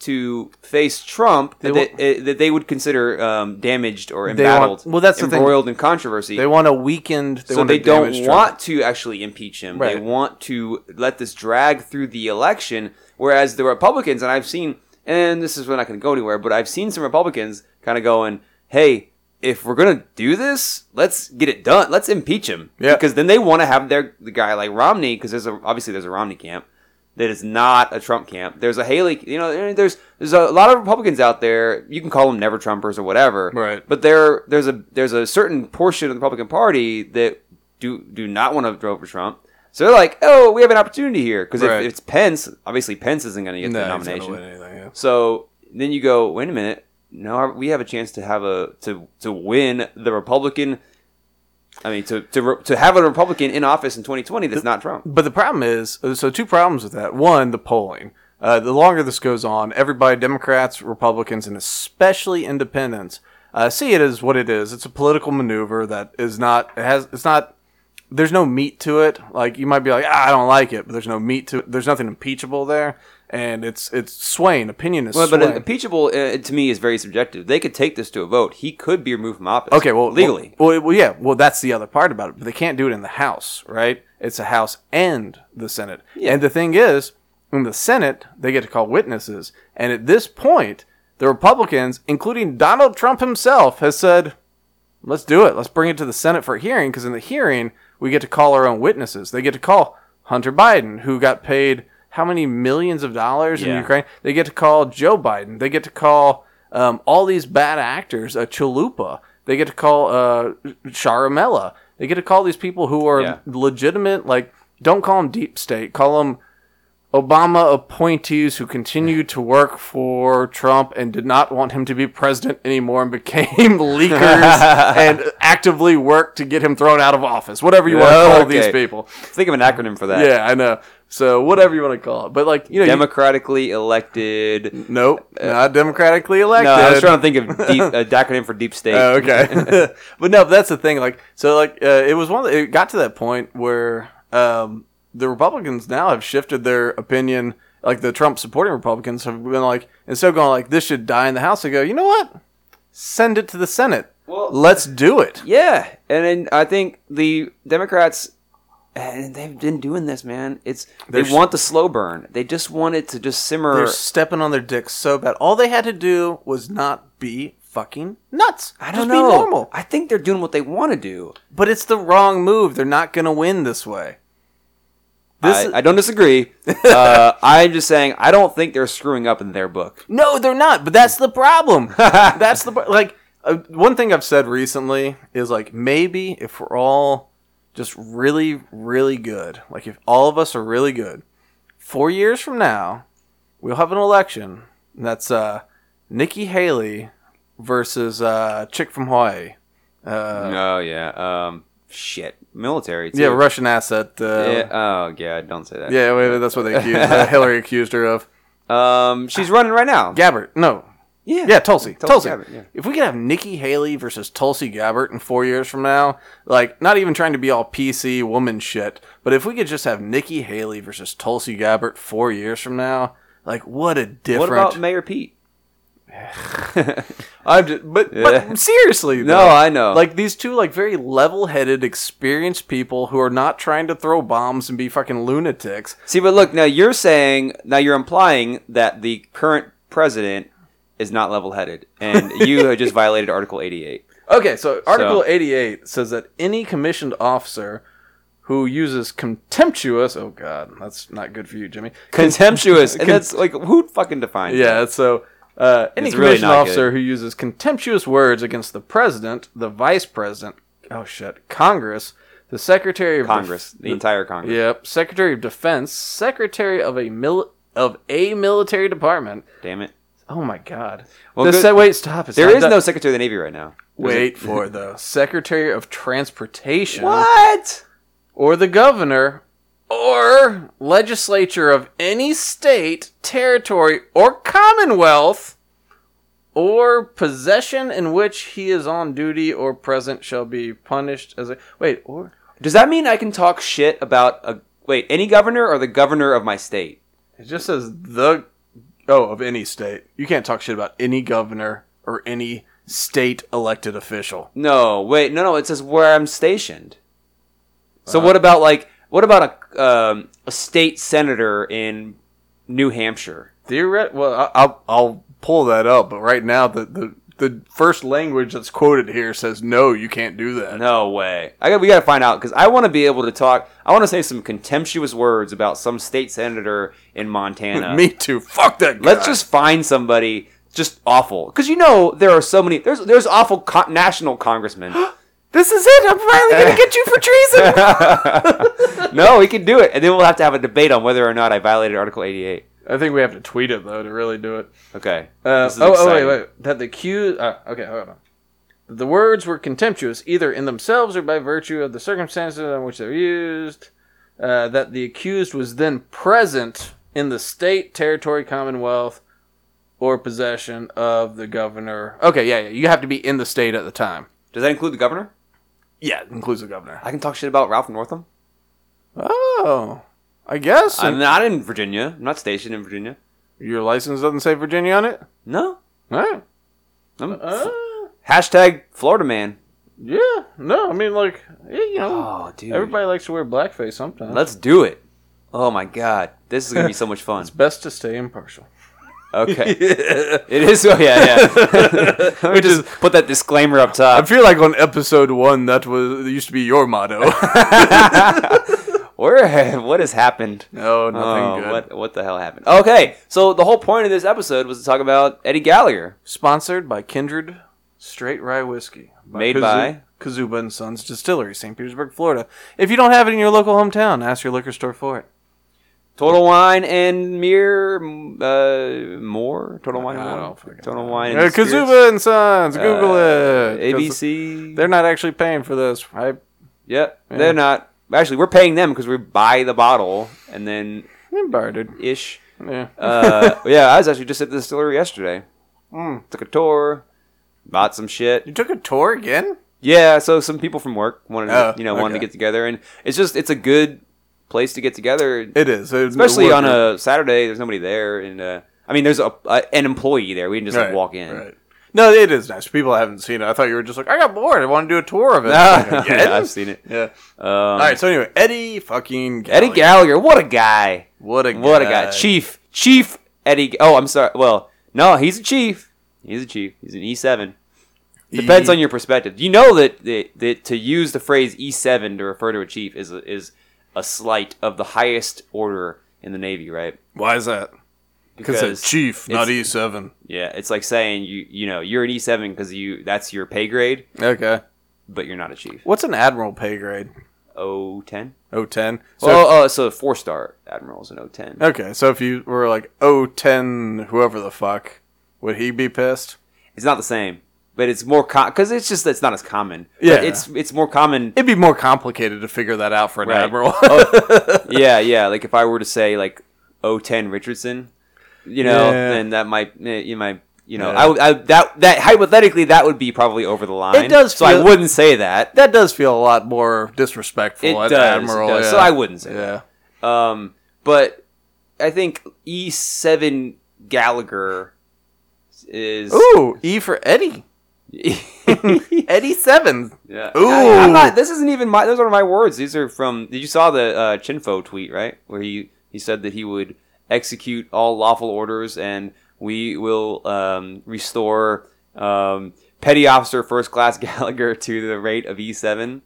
[SPEAKER 2] to face Trump that,
[SPEAKER 1] wa-
[SPEAKER 2] they, uh, that they would consider um, damaged or
[SPEAKER 1] They want-
[SPEAKER 2] embattled,
[SPEAKER 1] well, that's the thing.
[SPEAKER 2] embroiled in controversy
[SPEAKER 1] They want a weakened. They
[SPEAKER 2] so
[SPEAKER 1] want a
[SPEAKER 2] they don't
[SPEAKER 1] damaged Trump.
[SPEAKER 2] want to actually impeach him. They
[SPEAKER 1] Right.
[SPEAKER 2] want to let this drag through the election. Whereas the Republicans, and I've seen, and this is we're not going to go anywhere, but I've seen some Republicans kind of going, "Hey, if we're going to do this, let's get it done. Let's impeach him."
[SPEAKER 1] Yeah.
[SPEAKER 2] Because then they want to have their the guy like Romney, because there's a, obviously there's a Romney camp that is not a Trump camp. There's a Haley, you know, there's there's a lot of Republicans out there. You can call them never Trumpers or whatever.
[SPEAKER 1] Right.
[SPEAKER 2] But there there's a there's a certain portion of the Republican Party that do do not want to vote for Trump. So they're like, "Oh, we have an opportunity here because
[SPEAKER 1] Right.
[SPEAKER 2] if, it's Pence, obviously Pence isn't going to get
[SPEAKER 1] No,
[SPEAKER 2] the
[SPEAKER 1] he's not gonna
[SPEAKER 2] nomination."
[SPEAKER 1] win anything, yeah.
[SPEAKER 2] So then you go, "Wait a minute. No, we have a chance to have a to to win the Republican I mean, to, to, re- to have a Republican in office in 2020 that's not Trump.
[SPEAKER 1] But the problem is, uh, so two problems with that. One, the polling. Uh, the longer this goes on, everybody, Democrats, Republicans, and especially independents, uh, see it as what it is. It's a political maneuver that is not it has it's not. There's no meat to it. Like you might be like, ah, I don't like it, but there's no meat to it. There's nothing impeachable there, and it's it's swaying. Opinion is
[SPEAKER 2] But, but
[SPEAKER 1] swaying.
[SPEAKER 2] impeachable uh, to me is very subjective. They could take this to a vote. He could be removed from office.
[SPEAKER 1] Okay, well,
[SPEAKER 2] legally.
[SPEAKER 1] Well, well, well, yeah, well, that's the other part about it. But they can't do it in the House, right? It's a House and the Senate. And the thing is, in the Senate, they get to call witnesses. And at this point, the Republicans, including Donald Trump himself, has said, let's do it. Let's bring it to the Senate for a hearing because in the hearing, we get to call our own witnesses. They get to call Hunter Biden, who got paid how many millions of dollars in
[SPEAKER 2] Yeah.
[SPEAKER 1] Ukraine? They get to call Joe Biden. They get to call um, all these bad actors, uh, Chalupa. They get to call uh, Sharamella. They get to call these people who are
[SPEAKER 2] Yeah.
[SPEAKER 1] legitimate. Like, don't call them deep state. Call them Obama appointees who continued to work for Trump and did not want him to be president anymore and became leakers and actively worked to get him thrown out of office. Whatever you want to call
[SPEAKER 2] Okay.
[SPEAKER 1] these people.
[SPEAKER 2] Think of an acronym for that.
[SPEAKER 1] Yeah, I know. So whatever you want to call it, but like you know, you,
[SPEAKER 2] Democratically elected. No,
[SPEAKER 1] nope, not democratically elected.
[SPEAKER 2] Uh, I was trying to think of deep, an acronym for deep state.
[SPEAKER 1] Oh, okay. but no, but that's the thing. Like, so like uh, it was one. Of the, it got to that point where um, the Republicans now have shifted their opinion. Like the Trump supporting Republicans have been like, instead of going like this should die in the House, they go, you know what? Send it to the Senate.
[SPEAKER 2] Well-
[SPEAKER 1] Let's do it.
[SPEAKER 2] Yeah, and then I think the Democrats, and they've been doing this, man. It's they
[SPEAKER 1] They're s-
[SPEAKER 2] want the slow burn. They just want it to just simmer.
[SPEAKER 1] They're stepping on their dicks so bad. All they had to do was not be fucking nuts.
[SPEAKER 2] I don't
[SPEAKER 1] Just
[SPEAKER 2] know.
[SPEAKER 1] Be normal.
[SPEAKER 2] I think they're doing what they want to do.
[SPEAKER 1] But it's the wrong move. They're not gonna win this way. This
[SPEAKER 2] I,
[SPEAKER 1] is-
[SPEAKER 2] I don't disagree. uh, I'm just saying I don't think they're screwing up in their book.
[SPEAKER 1] No, they're not. But that's the problem. that's the pro- like uh, one thing I've said recently is like maybe if we're all just really, really good, like if all of us are really good, four years from now, we'll have an election. And that's uh, Nikki Haley versus uh, chick from Hawaii. Uh,
[SPEAKER 2] oh yeah. Um, shit. Military. Too.
[SPEAKER 1] yeah, Russian asset. Uh,
[SPEAKER 2] Yeah, Oh god, don't say that.
[SPEAKER 1] yeah, well, that's what they accused, uh, Hillary accused her of.
[SPEAKER 2] Um, she's running right now.
[SPEAKER 1] Gabbert, no.
[SPEAKER 2] Yeah.
[SPEAKER 1] Yeah, Tulsi. Tulsi.
[SPEAKER 2] Tulsi Gabbard, yeah.
[SPEAKER 1] If we could have Nikki Haley versus Tulsi Gabbard in four years from now, like, not even trying to be all PC woman shit, but if we could just have Nikki Haley versus Tulsi Gabbard four years from now, like, what a
[SPEAKER 2] What
[SPEAKER 1] different.
[SPEAKER 2] about Mayor Pete?
[SPEAKER 1] I'm just, but,
[SPEAKER 2] Yeah.
[SPEAKER 1] but seriously,
[SPEAKER 2] No,
[SPEAKER 1] though.
[SPEAKER 2] I know.
[SPEAKER 1] Like these two, like very level-headed, experienced people who are not trying to throw bombs and be fucking lunatics.
[SPEAKER 2] See, but look, now you're saying, now you're implying that the current president is not level-headed, and you have just violated Article 88.
[SPEAKER 1] Okay, so Article 88 says that any commissioned officer who uses contemptuous, oh god, that's not good for you, Jimmy.
[SPEAKER 2] Contemptuous, and
[SPEAKER 1] Con-
[SPEAKER 2] that's like who fucking defined? that?
[SPEAKER 1] Yeah, so uh, any
[SPEAKER 2] It's really
[SPEAKER 1] commissioned
[SPEAKER 2] not
[SPEAKER 1] officer who uses contemptuous words against the president, the vice president, oh shit, Congress, the secretary of Def-
[SPEAKER 2] Congress, the entire Congress.
[SPEAKER 1] Yep. Secretary of Defense, Secretary of a mil of a military department.
[SPEAKER 2] Damn it!
[SPEAKER 1] Oh my God.
[SPEAKER 2] Well,
[SPEAKER 1] the
[SPEAKER 2] good-
[SPEAKER 1] se- wait, stop. It's
[SPEAKER 2] There
[SPEAKER 1] not
[SPEAKER 2] is
[SPEAKER 1] done.
[SPEAKER 2] no Secretary of the Navy right now.
[SPEAKER 1] wait for the Secretary of Transportation
[SPEAKER 2] What?
[SPEAKER 1] or the Governor or legislature of any state, territory, or commonwealth or possession in which he is on duty or present shall be punished as a wait or
[SPEAKER 2] Does that mean I can talk shit about a wait any governor or the governor of my state?
[SPEAKER 1] It just says the oh of any state. You can't talk shit about any governor or any state elected official.
[SPEAKER 2] No, wait, no, no. It says where I'm stationed. So what about like what about a um, a state senator in New Hampshire?
[SPEAKER 1] Theoret well, I- I'll I'll pull that up, but right now the the the first language that's quoted here says no, you can't do that.
[SPEAKER 2] No way. I got we got to find out because I want to be able to talk. I want to say some contemptuous words about some state senator in Montana.
[SPEAKER 1] Me too. Fuck that. Guy.
[SPEAKER 2] Let's just find somebody just awful because you know there are so many. There's there's awful co- national congressmen.
[SPEAKER 1] This is it. I'm finally gonna get you for treason.
[SPEAKER 2] no, we can do it, and then we'll have to have a debate on whether or not I violated Article 88.
[SPEAKER 1] I think we have to tweet it though to really do it.
[SPEAKER 2] Okay.
[SPEAKER 1] Uh,
[SPEAKER 2] This is
[SPEAKER 1] oh, oh, wait,
[SPEAKER 2] exciting.
[SPEAKER 1] wait. That the cue. Uh, okay, hold on. The words were contemptuous, either in themselves or by virtue of the circumstances on which they were used. Uh, that the accused was then present in the state, territory, commonwealth, or possession of the governor. Okay, yeah, yeah. You have to be in the state at the time.
[SPEAKER 2] Does that include the governor?
[SPEAKER 1] Yeah, it includes the governor.
[SPEAKER 2] I can talk shit about Ralph Northam.
[SPEAKER 1] Oh, I guess.
[SPEAKER 2] I'm not in Virginia. I'm not stationed in Virginia.
[SPEAKER 1] Your license doesn't say Virginia on it.
[SPEAKER 2] No.
[SPEAKER 1] All right.
[SPEAKER 2] I'm
[SPEAKER 1] Uh,
[SPEAKER 2] hashtag Florida man.
[SPEAKER 1] yeah. No, I mean like yeah, you know.
[SPEAKER 2] Oh, dude.
[SPEAKER 1] Everybody likes to wear blackface sometimes.
[SPEAKER 2] Let's do it. Oh my god, this is gonna be so much fun.
[SPEAKER 1] Best to stay impartial.
[SPEAKER 2] Okay, it is. Oh yeah, yeah. Let me just put that disclaimer up
[SPEAKER 1] I
[SPEAKER 2] top.
[SPEAKER 1] feel like on episode one that was that used to be your motto.
[SPEAKER 2] Where what has happened?
[SPEAKER 1] no, nothing
[SPEAKER 2] Oh,
[SPEAKER 1] good.
[SPEAKER 2] what what the hell happened? Okay, so the whole point of this episode was to talk about Eddie Gallagher.
[SPEAKER 1] Sponsored by Kindred Straight Rye Whiskey, by
[SPEAKER 2] Made by-
[SPEAKER 1] Kazuba and Sons Distillery, St. Petersburg, Florida. If you don't have it in your local hometown, ask your liquor store for it.
[SPEAKER 2] Total Wine and Mere uh, More Total Wine. and
[SPEAKER 1] I
[SPEAKER 2] More?
[SPEAKER 1] don't fucking
[SPEAKER 2] Total
[SPEAKER 1] know.
[SPEAKER 2] Wine.
[SPEAKER 1] Uh,
[SPEAKER 2] and Spirits?
[SPEAKER 1] Kazuba and Sons,
[SPEAKER 2] Uh,
[SPEAKER 1] Google it. 'cause
[SPEAKER 2] ABC.
[SPEAKER 1] They're not actually paying for this. I,
[SPEAKER 2] Yep,
[SPEAKER 1] Yeah.
[SPEAKER 2] they're not. Actually, we're paying them because we buy the bottle and then
[SPEAKER 1] i bartered.
[SPEAKER 2] ish.
[SPEAKER 1] Yeah.
[SPEAKER 2] Uh, yeah, I was actually just at the distillery yesterday.
[SPEAKER 1] Mm.
[SPEAKER 2] Took a tour, bought some shit.
[SPEAKER 1] You took a tour again?
[SPEAKER 2] Yeah, so some people from work wanted, to,
[SPEAKER 1] Oh,
[SPEAKER 2] you know, wanted to
[SPEAKER 1] okay.
[SPEAKER 2] get together, and it's just it's a good place to get together,
[SPEAKER 1] It is. It's
[SPEAKER 2] especially on
[SPEAKER 1] worker-
[SPEAKER 2] a Saturday. There's nobody there, and uh, I mean, there's a, a an employee there. We didn't just like,
[SPEAKER 1] Right,
[SPEAKER 2] walk in.
[SPEAKER 1] Right. No, it is nice. People haven't seen it. I thought you were just like, I got bored. I want to do a tour of it.
[SPEAKER 2] No,
[SPEAKER 1] Like,
[SPEAKER 2] yeah,
[SPEAKER 1] again?
[SPEAKER 2] I've seen it.
[SPEAKER 1] yeah.
[SPEAKER 2] Um,
[SPEAKER 1] All right. So anyway, Eddie fucking
[SPEAKER 2] Eddie Gallagher, what a guy!
[SPEAKER 1] What a
[SPEAKER 2] What a guy! Chief, Chief Eddie. Oh, I'm sorry. Well, no, he's a chief. He's a chief. He's an E seven. Depends on your perspective. You know that, that, that to use the phrase E7 to refer to a chief is a, is a slight of the highest order in the Navy, right?
[SPEAKER 1] Why is that? Because it's chief, not E seven.
[SPEAKER 2] yeah, it's like saying you you know you're an E E7 because you that's your pay grade,
[SPEAKER 1] Okay.
[SPEAKER 2] but you're not a chief.
[SPEAKER 1] What's an admiral pay grade?
[SPEAKER 2] O10.
[SPEAKER 1] Oh ten.
[SPEAKER 2] So,
[SPEAKER 1] So
[SPEAKER 2] oh, oh, so four star admiral's an O10.
[SPEAKER 1] okay, so if you were like oh ten, whoever the fuck, would he be pissed?
[SPEAKER 2] It's not the same, but it's more common because it's just it's not as common. But
[SPEAKER 1] Yeah.
[SPEAKER 2] it's it's more common.
[SPEAKER 1] It'd be more complicated to figure that out for an
[SPEAKER 2] Right.
[SPEAKER 1] admiral.
[SPEAKER 2] Oh, yeah, yeah. Like if I were to say like O10 Richardson, you know,
[SPEAKER 1] Yeah.
[SPEAKER 2] then that might eh, you might you know
[SPEAKER 1] Yeah.
[SPEAKER 2] I would- I, that that hypothetically that would be probably over the line.
[SPEAKER 1] It does
[SPEAKER 2] So I
[SPEAKER 1] feel-
[SPEAKER 2] wouldn't say that.
[SPEAKER 1] that does feel a lot more disrespectful
[SPEAKER 2] It
[SPEAKER 1] as
[SPEAKER 2] does,
[SPEAKER 1] admiral.
[SPEAKER 2] it does.
[SPEAKER 1] Yeah.
[SPEAKER 2] So I wouldn't say
[SPEAKER 1] Yeah.
[SPEAKER 2] that. Um, but I think E7 Gallagher is.
[SPEAKER 1] Ooh, E for Eddie.
[SPEAKER 2] yeah.
[SPEAKER 1] Eddie Seven.
[SPEAKER 2] I, am
[SPEAKER 1] Ooh.
[SPEAKER 2] not, this isn't even my. Those are my words. These are from. Did you saw the uh, Chinfo tweet right where he he said that he would execute all lawful orders and we will um, restore um, petty officer first class Gallagher to the rate of E seven,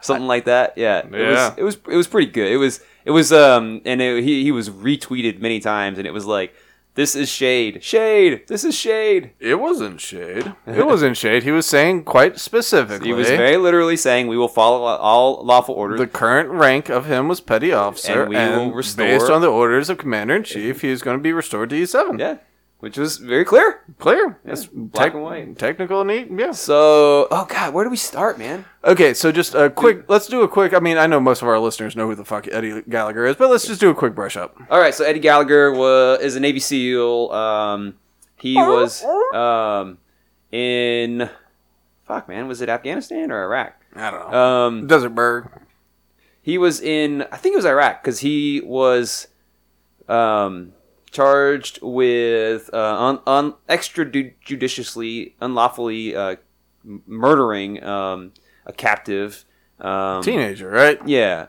[SPEAKER 2] something like that. Yeah,
[SPEAKER 1] Yeah.
[SPEAKER 2] It was it was it was pretty good. It was it was um and it, he he was retweeted many times and it was like this is shade shade this is shade.
[SPEAKER 1] It wasn't shade. It wasn't shade. He was saying quite specifically.
[SPEAKER 2] He was very literally saying we will follow all lawful orders.
[SPEAKER 1] the current rank of him was petty officer,
[SPEAKER 2] And
[SPEAKER 1] and,
[SPEAKER 2] we will restore-
[SPEAKER 1] based on the orders of commander in chief, he is going to be restored to E seven.
[SPEAKER 2] Yeah, which was very clear.
[SPEAKER 1] clear. That's
[SPEAKER 2] black and white.
[SPEAKER 1] Technical neat. Yeah.
[SPEAKER 2] So, oh god, where do we start, man?
[SPEAKER 1] Okay, so just a quick. Let's do a quick. I mean, I know most of our listeners know who the fuck Eddie Gallagher is, but let's just do a quick brush up.
[SPEAKER 2] All right, so Eddie Gallagher was is a Navy SEAL. Um, he was um, in fuck man, was it Afghanistan or Iraq?
[SPEAKER 1] I don't know.
[SPEAKER 2] Um,
[SPEAKER 1] Desert Bird.
[SPEAKER 2] he was in I think it was Iraq because he was um, charged with uh, un, un, extrajudiciously, unlawfully uh, m- murdering um, a captive. Um,
[SPEAKER 1] Teenager, right?
[SPEAKER 2] Yeah.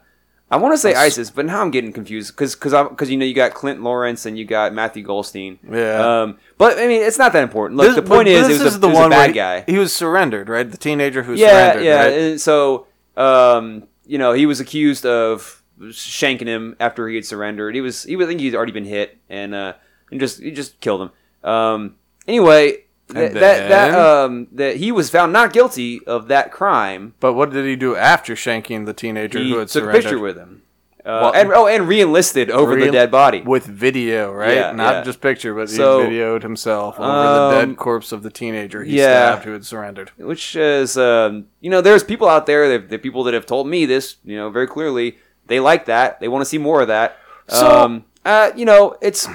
[SPEAKER 2] I want to say
[SPEAKER 1] That's-
[SPEAKER 2] ISIS, but now I'm getting confused because because because you know you got Clint Lawrence and you got Matthew Goldstein.
[SPEAKER 1] Yeah.
[SPEAKER 2] Um, but I mean, it's not that important. Look, the
[SPEAKER 1] but
[SPEAKER 2] point is,
[SPEAKER 1] this
[SPEAKER 2] it was a, it was a
[SPEAKER 1] where
[SPEAKER 2] bad
[SPEAKER 1] he-
[SPEAKER 2] guy.
[SPEAKER 1] He was surrendered, right? The teenager who
[SPEAKER 2] Yeah,
[SPEAKER 1] surrendered.
[SPEAKER 2] yeah.
[SPEAKER 1] right?
[SPEAKER 2] and So um, you know, he was accused of shanking him after he had surrendered. He was he was I think he'd already been hit and uh, and just he just killed him. Um, anyway, th-
[SPEAKER 1] And
[SPEAKER 2] that that
[SPEAKER 1] then?
[SPEAKER 2] um, that he was found not guilty of that crime.
[SPEAKER 1] But what did he do after shanking the teenager
[SPEAKER 2] he
[SPEAKER 1] who had
[SPEAKER 2] took
[SPEAKER 1] surrendered?
[SPEAKER 2] a picture with him. Uh,
[SPEAKER 1] Well-
[SPEAKER 2] and oh, and re-enlisted over the
[SPEAKER 1] Re-
[SPEAKER 2] dead body.
[SPEAKER 1] with video, right?
[SPEAKER 2] Yeah,
[SPEAKER 1] Not
[SPEAKER 2] yeah.
[SPEAKER 1] just picture, but
[SPEAKER 2] So-
[SPEAKER 1] he videoed himself over the
[SPEAKER 2] Um,
[SPEAKER 1] dead corpse of the teenager he
[SPEAKER 2] yeah.
[SPEAKER 1] stabbed who had surrendered.
[SPEAKER 2] which is um, you know there's people out there that the people that have told me this you know very clearly they like that they want to see more of that
[SPEAKER 1] So-
[SPEAKER 2] um, uh, you know it's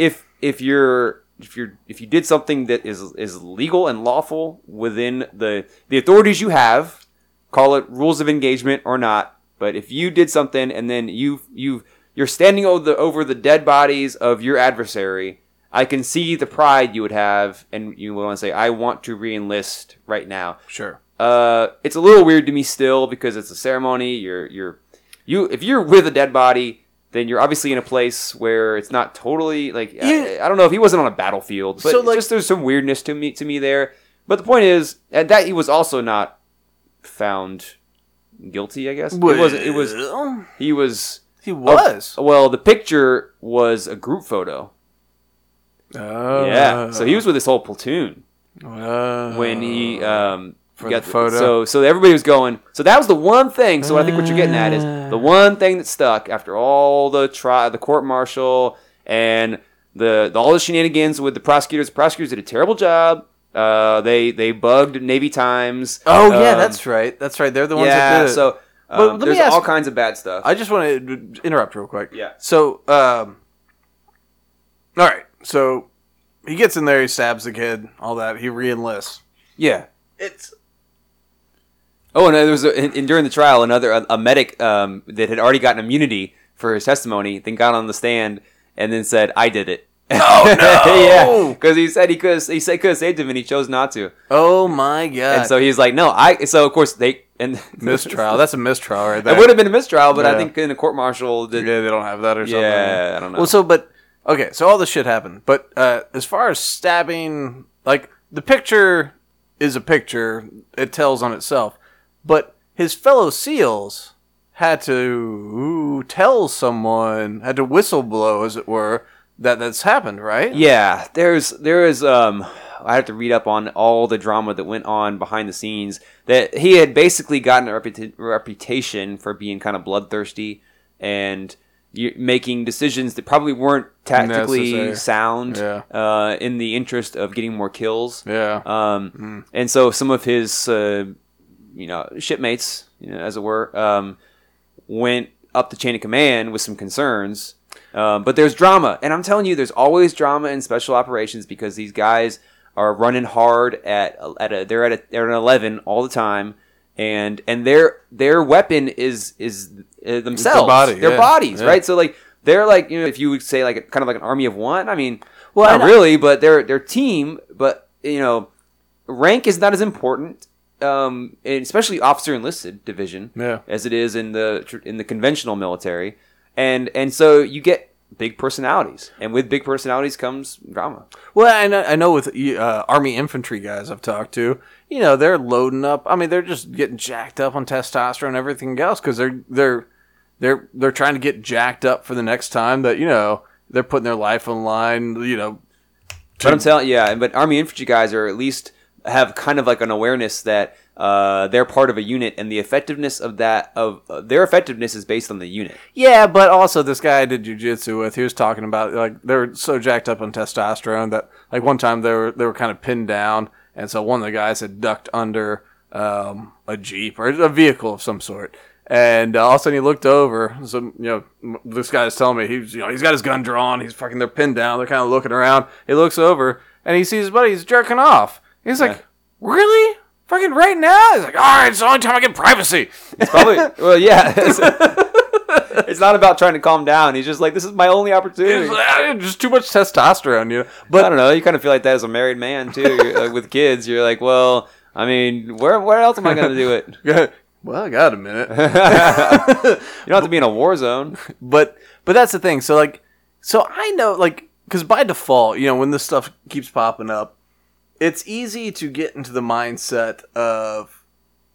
[SPEAKER 2] if if you're if you're if you did something that is is legal and lawful within the the authorities you have call it rules of engagement or not but if you did something and then you you you're standing over the over the dead bodies of your adversary I can see the pride you would have, and you would want to say, "I want to reenlist right now."
[SPEAKER 1] Sure.
[SPEAKER 2] Uh, it's a little weird to me still because it's a ceremony. You're you're you if you're with a dead body, then you're obviously in a place where it's not totally like I,
[SPEAKER 1] Yeah.
[SPEAKER 2] I don't know if he wasn't on a battlefield, but
[SPEAKER 1] So,
[SPEAKER 2] it's
[SPEAKER 1] like-
[SPEAKER 2] just there's some weirdness to me to me there. But the point is and that he was also not found guilty. I guess it was it was
[SPEAKER 1] Well,
[SPEAKER 2] he was
[SPEAKER 1] he was.
[SPEAKER 2] well the picture was a group photo.
[SPEAKER 1] Oh.
[SPEAKER 2] Yeah. So he was with this whole platoon
[SPEAKER 1] Oh.
[SPEAKER 2] when he um
[SPEAKER 1] For the photo.
[SPEAKER 2] So so everybody was going. So that was the one thing. So I think what you're getting at is
[SPEAKER 1] Ah.
[SPEAKER 2] the one thing that stuck after all the trial, the court martial, and the, the all the shenanigans with the prosecutors. The prosecutors did a terrible job. Uh, they they bugged Navy Times.
[SPEAKER 1] Oh yeah,
[SPEAKER 2] Um,
[SPEAKER 1] that's right. That's right. They're the ones that
[SPEAKER 2] yeah.
[SPEAKER 1] did it.
[SPEAKER 2] So um,
[SPEAKER 1] But let me
[SPEAKER 2] there's
[SPEAKER 1] ask-
[SPEAKER 2] all kinds of bad stuff.
[SPEAKER 1] I just want to interrupt real quick.
[SPEAKER 2] Yeah.
[SPEAKER 1] So, um, all right. So he gets in there, he stabs the kid, all that. He reenlists.
[SPEAKER 2] yeah.
[SPEAKER 1] It's
[SPEAKER 2] Oh, and there was a, and, and during the trial, another a, a medic um, that had already gotten immunity for his testimony, then got on the stand and then said, "I did it." Oh
[SPEAKER 1] no!
[SPEAKER 2] yeah, because he said he could he said could have saved him and he chose not to,
[SPEAKER 1] oh my god.
[SPEAKER 2] and so he's like, "No, I." So of course they and
[SPEAKER 1] mistrial. That's a mistrial right there.
[SPEAKER 2] It would have been a mistrial, but I
[SPEAKER 1] Yeah.
[SPEAKER 2] think in a court martial, the-
[SPEAKER 1] yeah, they don't have that or something.
[SPEAKER 2] Yeah, I don't know.
[SPEAKER 1] Well, so but okay, so all this shit happened, but uh, as far as stabbing, like the picture is a picture; it tells on itself. But his fellow SEALs had to tell someone, had to whistleblow, as it were, that that's happened, right?
[SPEAKER 2] yeah, there's there is um I had to read up on all the drama that went on behind the scenes. That he had basically gotten a reputa- reputation for being kind of bloodthirsty and y- making decisions that probably weren't tactically
[SPEAKER 1] Necessary.
[SPEAKER 2] sound
[SPEAKER 1] Yeah.
[SPEAKER 2] uh, in the interest of getting more kills.
[SPEAKER 1] Yeah.
[SPEAKER 2] Um,
[SPEAKER 1] Mm.
[SPEAKER 2] And so some of his, uh, you know, shipmates, you know, as it were, um, went up the chain of command with some concerns. Um, but there's drama, and I'm telling you, there's always drama in special operations because these guys are running hard at at a they're at a, they're an 11 all the time, and and their their weapon is is uh, themselves,
[SPEAKER 1] body,
[SPEAKER 2] their
[SPEAKER 1] yeah,
[SPEAKER 2] bodies,
[SPEAKER 1] yeah.
[SPEAKER 2] right? So like they're like you know if you would say like kind of like an army of one, I mean,
[SPEAKER 3] Well,
[SPEAKER 2] well,
[SPEAKER 3] and
[SPEAKER 2] not
[SPEAKER 3] I-
[SPEAKER 2] really, but their their team, but you know, rank is not as important, um, and especially officer enlisted division,
[SPEAKER 1] Yeah.
[SPEAKER 2] as it is in the tr- in the conventional military, and and so you get big personalities, and with big personalities comes drama.
[SPEAKER 1] Well, and I I know with uh, army infantry guys I've talked to, you know, they're loading up. I mean, they're just getting jacked up on testosterone and everything else because they're they're they're they're trying to get jacked up for the next time that you know they're putting their life on the line. You know,
[SPEAKER 2] But I'm telling, yeah, but army infantry guys are at least have kind of like an awareness that uh, they're part of a unit, and the effectiveness of that of uh, their effectiveness is based on the unit.
[SPEAKER 1] Yeah, but also this guy I did jujitsu with, he was talking about like they were so jacked up on testosterone that like one time they were they were kind of pinned down, and so one of the guys had ducked under um, a jeep or a vehicle of some sort, and uh, all of a sudden he looked over. So you know m- this guy is telling me he's you know he's got his gun drawn, he's fucking they're pinned down, they're kind of looking around. He looks over and he sees his buddy, he's jerking off. He's like, really? Fucking right now? He's like, all right, it's the only time I get privacy.
[SPEAKER 2] It's probably well, yeah. It's, it's not about trying to calm down. He's just like, this is my only opportunity.
[SPEAKER 1] It's, uh, just too much testosterone, you know. But
[SPEAKER 2] I don't know. You kind of feel like that as a married man too, You're, like, with kids. You're like, well, I mean, where where else am I going to do it? You
[SPEAKER 1] Yeah. well, I got a minute.
[SPEAKER 2] don't have to be in a war zone.
[SPEAKER 1] but but that's the thing. So like so I know like cuz by default, you know, when this stuff keeps popping up, it's easy to get into the mindset of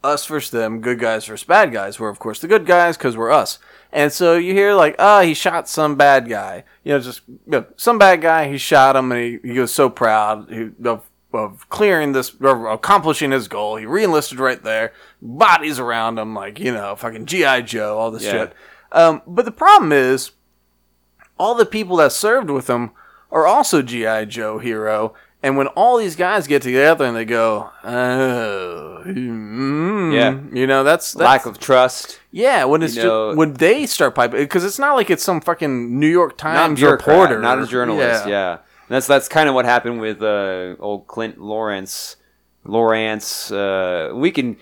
[SPEAKER 1] us versus them, good guys versus bad guys. We're of course the good guys because we're us. And so you hear like, ah, he shot some bad guy. You know, just you know, some bad guy. He shot him, and he, he was so proud he- of of clearing this, of accomplishing his goal. He reenlisted right there. Bodies around him, like you know, fucking GI Joe, all this
[SPEAKER 2] Yeah.
[SPEAKER 1] shit. Um, but the problem is, all the people that served with him are also GI Joe hero. And when all these guys get together and they go, oh, mm,
[SPEAKER 2] Yeah.
[SPEAKER 1] you know, that's, that's
[SPEAKER 2] Lack of trust.
[SPEAKER 1] yeah. When it's
[SPEAKER 2] you know-
[SPEAKER 1] just, when they start piping, because it's not like it's some fucking New York
[SPEAKER 2] Not a
[SPEAKER 1] Times
[SPEAKER 2] bureaucrat,
[SPEAKER 1] reporter,
[SPEAKER 2] not a journalist. Yeah. And that's that's kind of what happened with uh, old Clint Lawrence. Lawrence. Uh, we can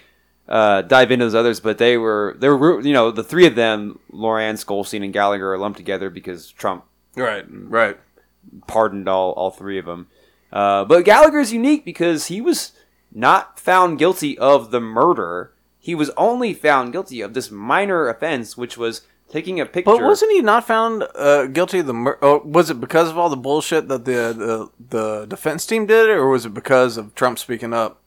[SPEAKER 2] uh, dive into those others, but they were they were you know the three of them, Lawrence, Goldstein, and Gallagher, are lumped together because Trump
[SPEAKER 1] right, right.
[SPEAKER 2] pardoned all, all three of them. Uh, but Gallagher's unique because he was not found guilty of the murder. He was only found guilty of this minor offense, which was taking a picture.
[SPEAKER 1] But wasn't he not found uh, guilty of the murder? Or was it because of all the bullshit that the, the the defense team did, or was it because of Trump speaking up?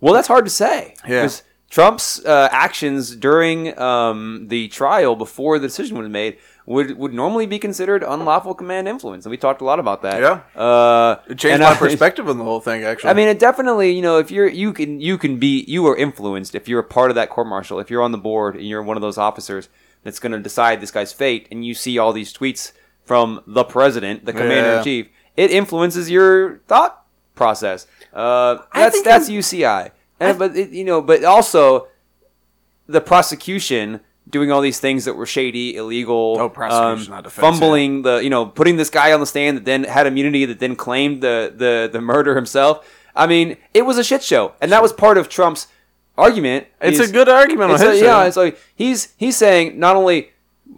[SPEAKER 2] Well, that's hard to say.
[SPEAKER 1] Yeah.
[SPEAKER 2] Because Trump's uh, actions during um, the trial before the decision was made would, would normally be considered unlawful command influence. And we talked a lot about that.
[SPEAKER 1] Yeah.
[SPEAKER 2] Uh,
[SPEAKER 1] It changed
[SPEAKER 2] and
[SPEAKER 1] my
[SPEAKER 2] I-
[SPEAKER 1] perspective on the whole thing. Actually,
[SPEAKER 2] I mean, it definitely. You know, if you're you can you can be you are influenced if you're a part of that court martial. If you're on the board and you're one of those officers that's going to decide this guy's fate, and you see all these tweets from the president, the commander in
[SPEAKER 1] Yeah.
[SPEAKER 2] chief, it influences your thought process. Uh, that's
[SPEAKER 3] think
[SPEAKER 2] that's UCI, and, but it, you know, but also the prosecution doing all these things that were shady, illegal, um,
[SPEAKER 1] Oh, prosecution, not defense,
[SPEAKER 2] fumbling the you know putting this guy on the stand that then had immunity that then claimed the the the murder himself. I mean, it was a shit show, and that was part of Trump's argument.
[SPEAKER 1] it's
[SPEAKER 2] He's-
[SPEAKER 1] a good argument.
[SPEAKER 2] it's
[SPEAKER 1] on
[SPEAKER 2] a-
[SPEAKER 1] his
[SPEAKER 2] yeah,
[SPEAKER 1] end,
[SPEAKER 2] it's like he's he's saying not only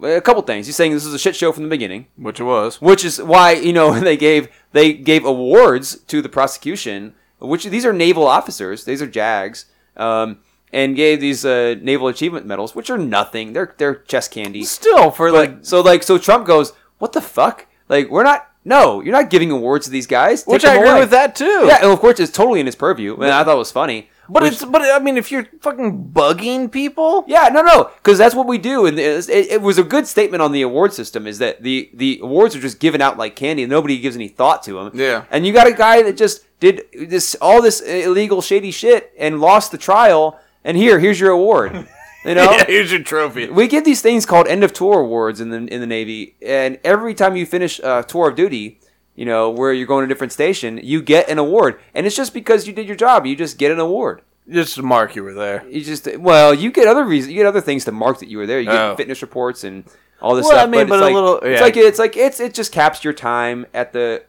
[SPEAKER 2] a couple things. He's saying this is a shit show from the beginning,
[SPEAKER 1] which it was.
[SPEAKER 2] which is why you know they gave they gave awards to the prosecution. Which these are naval officers; these are JAGs, um, and gave these uh, naval achievement medals, which are nothing. They're they're chest candy.
[SPEAKER 1] Still, for like
[SPEAKER 2] Like so, like so, Trump goes, "What the fuck? Like we're not. No, you're not giving awards to these guys. Take
[SPEAKER 1] Which I
[SPEAKER 2] them
[SPEAKER 1] agree
[SPEAKER 2] away."
[SPEAKER 1] with that too.
[SPEAKER 2] Yeah, and of course it's totally in his purview, and I thought it was funny.
[SPEAKER 1] But
[SPEAKER 2] Which-
[SPEAKER 1] it's but I mean, if you're fucking bugging people,
[SPEAKER 2] Yeah, no, no, because that's what we do, and it, it, it was a good statement on the award system. Is that the the awards are just given out like candy, and nobody gives any thought to them.
[SPEAKER 1] Yeah.
[SPEAKER 2] and you got a guy that just did this all this illegal shady shit and lost the trial, and here, here's your award. You know,
[SPEAKER 1] here's your trophy.
[SPEAKER 2] we get these things called end of tour awards in the in the Navy, and every time you finish a tour of duty, you know where you're going to a different station, you get an award, and it's just because you did your job, you just get an award.
[SPEAKER 1] Just to mark you were there.
[SPEAKER 2] You just well, you get other reasons, you get other things to mark that you were there. You get
[SPEAKER 1] Oh.
[SPEAKER 2] fitness reports and all this
[SPEAKER 1] Well,
[SPEAKER 2] stuff.
[SPEAKER 1] I mean,
[SPEAKER 2] but,
[SPEAKER 1] but
[SPEAKER 2] it's
[SPEAKER 1] a
[SPEAKER 2] like,
[SPEAKER 1] little-
[SPEAKER 2] it's
[SPEAKER 1] yeah.
[SPEAKER 2] like it's like it's it just caps your time at the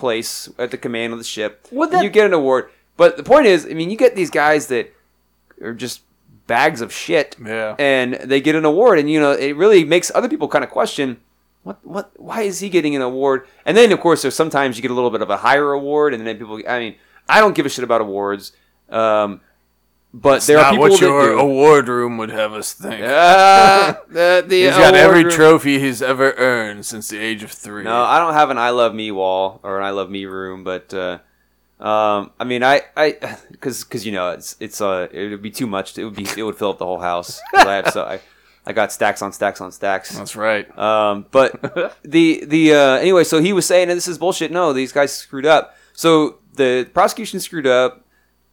[SPEAKER 2] place at the command of the ship.
[SPEAKER 1] Would
[SPEAKER 2] and
[SPEAKER 1] that-
[SPEAKER 2] you get an award, but the point is, I mean, you get these guys that are just bags of shit,
[SPEAKER 1] Yeah.
[SPEAKER 2] and they get an award, and you know, it really makes other people kind of question. What, what why is he getting an award and then of course there's sometimes you get a little bit of a higher award and then people i mean i don't give a shit about awards um, but there are
[SPEAKER 1] Not
[SPEAKER 2] people
[SPEAKER 1] what
[SPEAKER 2] that
[SPEAKER 1] your
[SPEAKER 2] do.
[SPEAKER 1] award room would have us think.
[SPEAKER 2] Uh, the, the
[SPEAKER 1] He's got
[SPEAKER 2] award
[SPEAKER 1] every
[SPEAKER 2] room-
[SPEAKER 1] trophy he's ever earned since the age of three.
[SPEAKER 2] No, I don't have an I love me wall or an I love me room, but uh, um, I mean, I, I, cause, cause you know, it's, it's, uh, it would be too much. It would be, it would fill up the whole house. 'Cause I have so, I, I got stacks on stacks on stacks.
[SPEAKER 1] That's right.
[SPEAKER 2] Um, but the the uh, anyway, so he was saying, "This is bullshit." No, these guys screwed up. So the prosecution screwed up.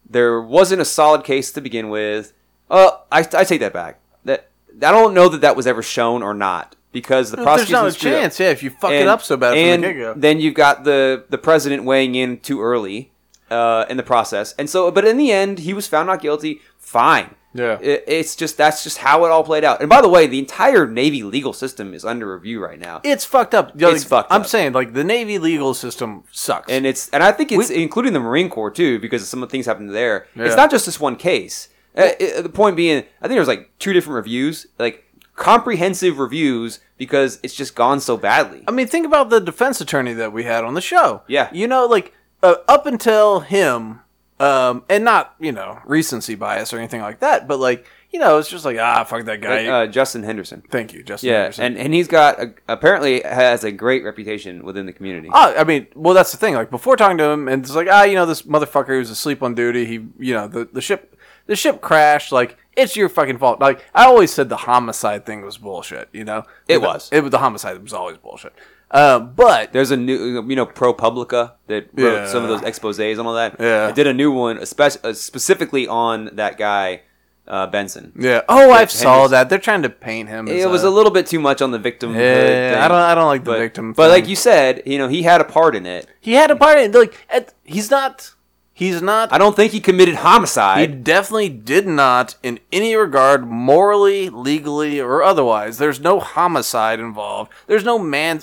[SPEAKER 2] There wasn't a solid case to begin with. Uh, I, I take that back. That I don't know that that was ever shown or not because the
[SPEAKER 1] There's
[SPEAKER 2] prosecution
[SPEAKER 1] not a
[SPEAKER 2] screwed up.
[SPEAKER 1] chance, yeah, if you fuck it
[SPEAKER 2] And-
[SPEAKER 1] up so bad from
[SPEAKER 2] and
[SPEAKER 1] the get go.
[SPEAKER 2] Then you've got the the president weighing in too early uh, in the process, and so but in the end, he was found not guilty. Fine.
[SPEAKER 1] Yeah.
[SPEAKER 2] It- it's just that's just how it all played out. And by the way, the entire Navy legal system is under review right now,
[SPEAKER 1] It's fucked up.
[SPEAKER 2] It's fucked
[SPEAKER 1] I'm
[SPEAKER 2] up.
[SPEAKER 1] saying, like, the Navy legal system sucks.
[SPEAKER 2] and it's and I think it's including the Marine Corps too because some of the things happened there. It's
[SPEAKER 1] Yeah.
[SPEAKER 2] not just this one case. Uh, it- the point being, I think there was like two different reviews, like comprehensive reviews because it's just gone so badly.
[SPEAKER 1] I mean, think about the defense attorney that we had on the show.
[SPEAKER 2] Yeah.
[SPEAKER 1] You know, like uh, up until him, um, and not you know recency bias or anything like that, but like you know, it's just like ah, fuck that guy.
[SPEAKER 2] Uh, Justin Henderson.
[SPEAKER 1] Thank you, Justin.
[SPEAKER 2] Yeah,
[SPEAKER 1] Anderson.
[SPEAKER 2] and and he's got a, apparently has a great reputation within the community.
[SPEAKER 1] Oh, I mean, well, that's the thing. Like before talking to him, and it's like, ah, you know, this motherfucker who's asleep on duty. He, you know, the, the ship, the ship crashed. Like it's your fucking fault. Like I always said, the homicide thing was bullshit. You know,
[SPEAKER 2] It was.
[SPEAKER 1] It was the homicide was always bullshit. Uh, but
[SPEAKER 2] There's a new, you know, ProPublica that wrote
[SPEAKER 1] Yeah.
[SPEAKER 2] some of those exposés and all that.
[SPEAKER 1] Yeah.
[SPEAKER 2] I did a new one, especially uh, specifically on that guy uh, Benson.
[SPEAKER 1] yeah, oh, I saw
[SPEAKER 2] Henderson.
[SPEAKER 1] that. They're trying to paint him. as
[SPEAKER 2] It was a little bit too much on the victim.
[SPEAKER 1] Yeah, I don't. I don't like the
[SPEAKER 2] but,
[SPEAKER 1] victim.
[SPEAKER 2] But
[SPEAKER 1] thing.
[SPEAKER 2] like you said, you know, he had a part in it.
[SPEAKER 1] he had a part in like at, he's not. He's not.
[SPEAKER 2] I don't think he committed
[SPEAKER 1] he
[SPEAKER 2] homicide.
[SPEAKER 1] definitely did not, in any regard, morally, legally, or otherwise. There's no homicide involved. There's no man.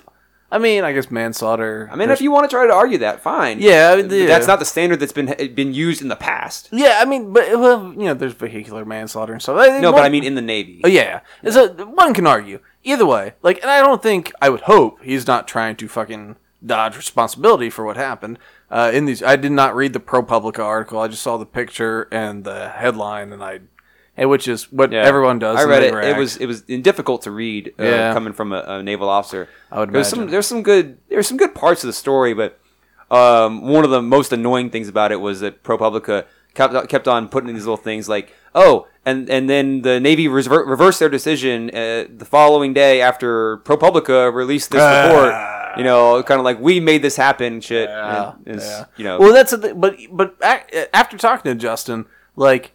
[SPEAKER 1] I mean, I guess manslaughter.
[SPEAKER 2] I mean, if you want to try to argue that, fine.
[SPEAKER 1] Yeah, I mean,
[SPEAKER 2] But
[SPEAKER 1] yeah.
[SPEAKER 2] that's not the standard that's been been used in the past.
[SPEAKER 1] yeah, I mean, but well, you know, there's vehicular manslaughter and stuff. I,
[SPEAKER 2] No, but I mean in the Navy.
[SPEAKER 1] Oh, yeah. And So one can argue either way. Like, and I don't think I would hope he's not trying to fucking dodge responsibility for what happened. Uh, in these, I did not read the ProPublica article. I just saw the picture and the headline, and I, and which is what
[SPEAKER 2] Yeah.
[SPEAKER 1] everyone does.
[SPEAKER 2] I
[SPEAKER 1] and
[SPEAKER 2] read
[SPEAKER 1] they
[SPEAKER 2] it. It
[SPEAKER 1] react.
[SPEAKER 2] was it was difficult to read uh,
[SPEAKER 1] Yeah.
[SPEAKER 2] coming from a, a naval officer.
[SPEAKER 1] I would
[SPEAKER 2] there's some
[SPEAKER 1] imagine.
[SPEAKER 2] there's some good there's some good parts of the story, but um, one of the most annoying things about it was that ProPublica kept kept on putting in these little things like oh and and then the Navy rever- reversed their decision uh, the following day after ProPublica released this
[SPEAKER 1] Ah.
[SPEAKER 2] report. You know, kind of like we made this happen, shit.
[SPEAKER 1] Yeah,
[SPEAKER 2] and it's,
[SPEAKER 1] yeah.
[SPEAKER 2] You know,
[SPEAKER 1] Well, that's the thing, but but a- after talking to Justin, like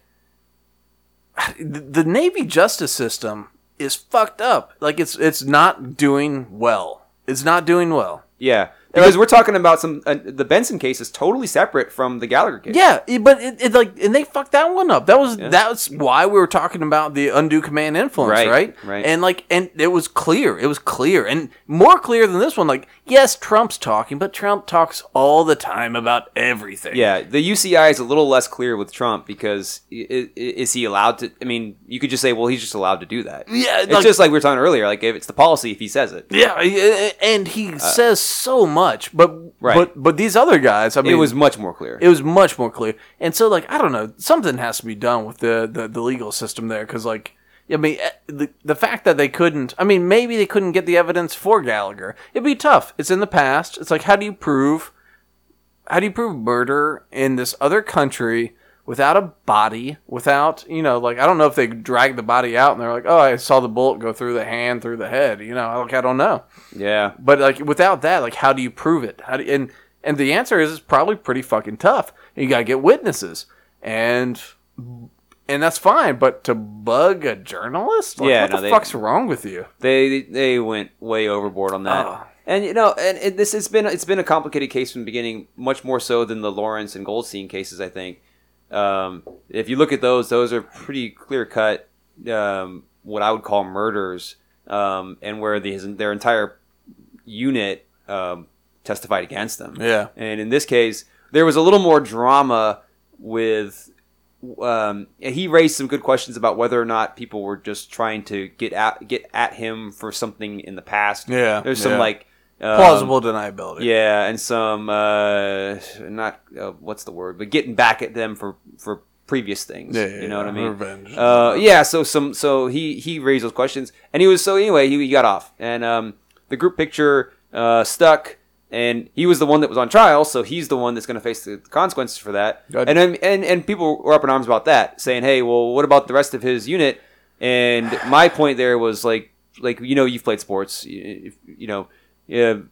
[SPEAKER 1] the the Navy justice system is fucked up. Like it's it's not doing well. It's not doing well.
[SPEAKER 2] yeah. Because we're talking about some uh, the Benson case is totally separate from the Gallagher case.
[SPEAKER 1] Yeah, it- but it, it like and they fucked that one up. That was that's why we were talking about the undue command influence,
[SPEAKER 2] Right,
[SPEAKER 1] right?
[SPEAKER 2] right.
[SPEAKER 1] And like and it was clear. It was clear and more clear than this one. Like yes, Trump's talking, but Trump talks all the time about everything.
[SPEAKER 2] Yeah, the UCI is a little less clear with Trump because i- i- is he allowed to? I mean, you could just say, well, he's just allowed to do that.
[SPEAKER 1] Yeah,
[SPEAKER 2] it's
[SPEAKER 1] like-
[SPEAKER 2] just like we were talking earlier. Like, if it's the policy, if he says it,
[SPEAKER 1] Yeah, a- a- and he says so much, but
[SPEAKER 2] Uh, Right.
[SPEAKER 1] but but these other guys, I mean,
[SPEAKER 2] it was much more clear.
[SPEAKER 1] it was much more clear. And so, like, I don't know, something has to be done with the the, the legal system there, because like. I mean, eh, the, the fact that they couldn't, I mean, maybe they couldn't get the evidence for Gallagher. It'd be tough. It's in the past. It's like, how do you prove, how do you prove murder in this other country without a body, without you know, like I don't know if they dragged the body out and they're like, oh, I saw the bullet go through the hand, through the head. You know, like I don't know.
[SPEAKER 2] Yeah.
[SPEAKER 1] But like without that, like how do you prove it? How do and and the answer is it's probably pretty fucking tough. You gotta get witnesses, and and that's fine. But to bug a journalist, like,
[SPEAKER 2] Yeah,
[SPEAKER 1] what
[SPEAKER 2] no,
[SPEAKER 1] the
[SPEAKER 2] they-
[SPEAKER 1] fuck's wrong with you?
[SPEAKER 2] They they went way overboard on that.
[SPEAKER 1] Oh.
[SPEAKER 2] And you know, and it, this it's been it's been a complicated case from the beginning, much more so than the Lawrence and Goldstein cases. I think um, if you look at those, those are pretty clear cut. Um, what I would call murders, um, and where the, his, their entire unit um, testified against them.
[SPEAKER 1] Yeah.
[SPEAKER 2] And in this case, there was a little more drama with. Um, and he raised some good questions about whether or not people were just trying to get at get at him for something in the past.
[SPEAKER 1] Yeah,
[SPEAKER 2] there's some
[SPEAKER 1] yeah.
[SPEAKER 2] like um,
[SPEAKER 1] Plausible deniability.
[SPEAKER 2] Yeah, and some uh, not uh, what's the word, but getting back at them for for previous things.
[SPEAKER 1] Yeah, yeah,
[SPEAKER 2] you know what I
[SPEAKER 1] yeah,
[SPEAKER 2] mean.
[SPEAKER 1] revenge.
[SPEAKER 2] Uh, yeah. So some so he he raised those questions, and he was so anyway he, he got off, and um, the group picture uh, stuck. And he was the one that was on trial, so he's the one that's going to face the consequences for that.
[SPEAKER 1] Good.
[SPEAKER 2] And I'm- and and people were up in arms about that, saying, "Hey, well, what about the rest of his unit?" And my point there was like, like you know, you've played sports, you, you know, yeah,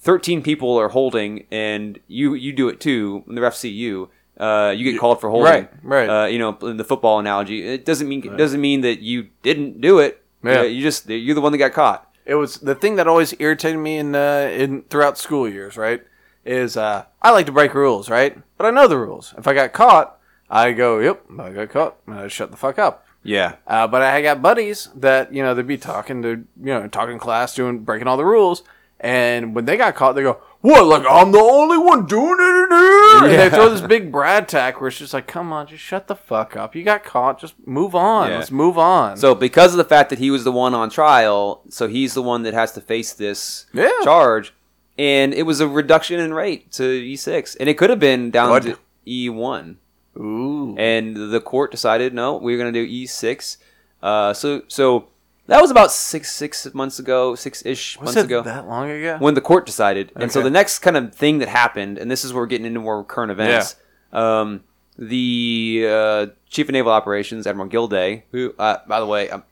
[SPEAKER 2] 13 people are holding and you you do it too and the refs see you uh, you get called for holding
[SPEAKER 1] right, right.
[SPEAKER 2] uh, you know in the football analogy it doesn't mean it doesn't mean that you didn't do it
[SPEAKER 1] Yeah.
[SPEAKER 2] Uh, you just you're the one that got caught
[SPEAKER 1] it was the thing that always irritated me in uh, in throughout school years, right? Is uh, I like to break rules, right? But I know the rules. If I got caught, I go, "Yep, I got caught," and I shut the fuck up.
[SPEAKER 2] yeah
[SPEAKER 1] Uh, but I got buddies that you know they'd be talking to you know talking class, doing breaking all the rules, and when they got caught, they go, "What? Like I'm the only one doing it in here?" And they throw this big Brad tack where it's just like, "Come on, just shut the fuck up. You got caught. Just move on.
[SPEAKER 2] Yeah.
[SPEAKER 1] Let's move on."
[SPEAKER 2] so because of the fact that he was the one on trial so he's the one that has to face this
[SPEAKER 1] Yeah.
[SPEAKER 2] charge and it was a reduction in rate to e6 and it could have been down
[SPEAKER 1] Good.
[SPEAKER 2] to e1
[SPEAKER 1] ooh,
[SPEAKER 2] and the court decided no, we are going to do E6. Uh, so so that was about six six months ago, six ish
[SPEAKER 1] was
[SPEAKER 2] months
[SPEAKER 1] it
[SPEAKER 2] ago
[SPEAKER 1] that long ago?
[SPEAKER 2] when the court decided. And so
[SPEAKER 1] Okay.
[SPEAKER 2] the next kind of thing that happened, and this is where we're getting into more current events. Um, the uh, chief of naval operations, Admiral Gilday, who uh, by the way, i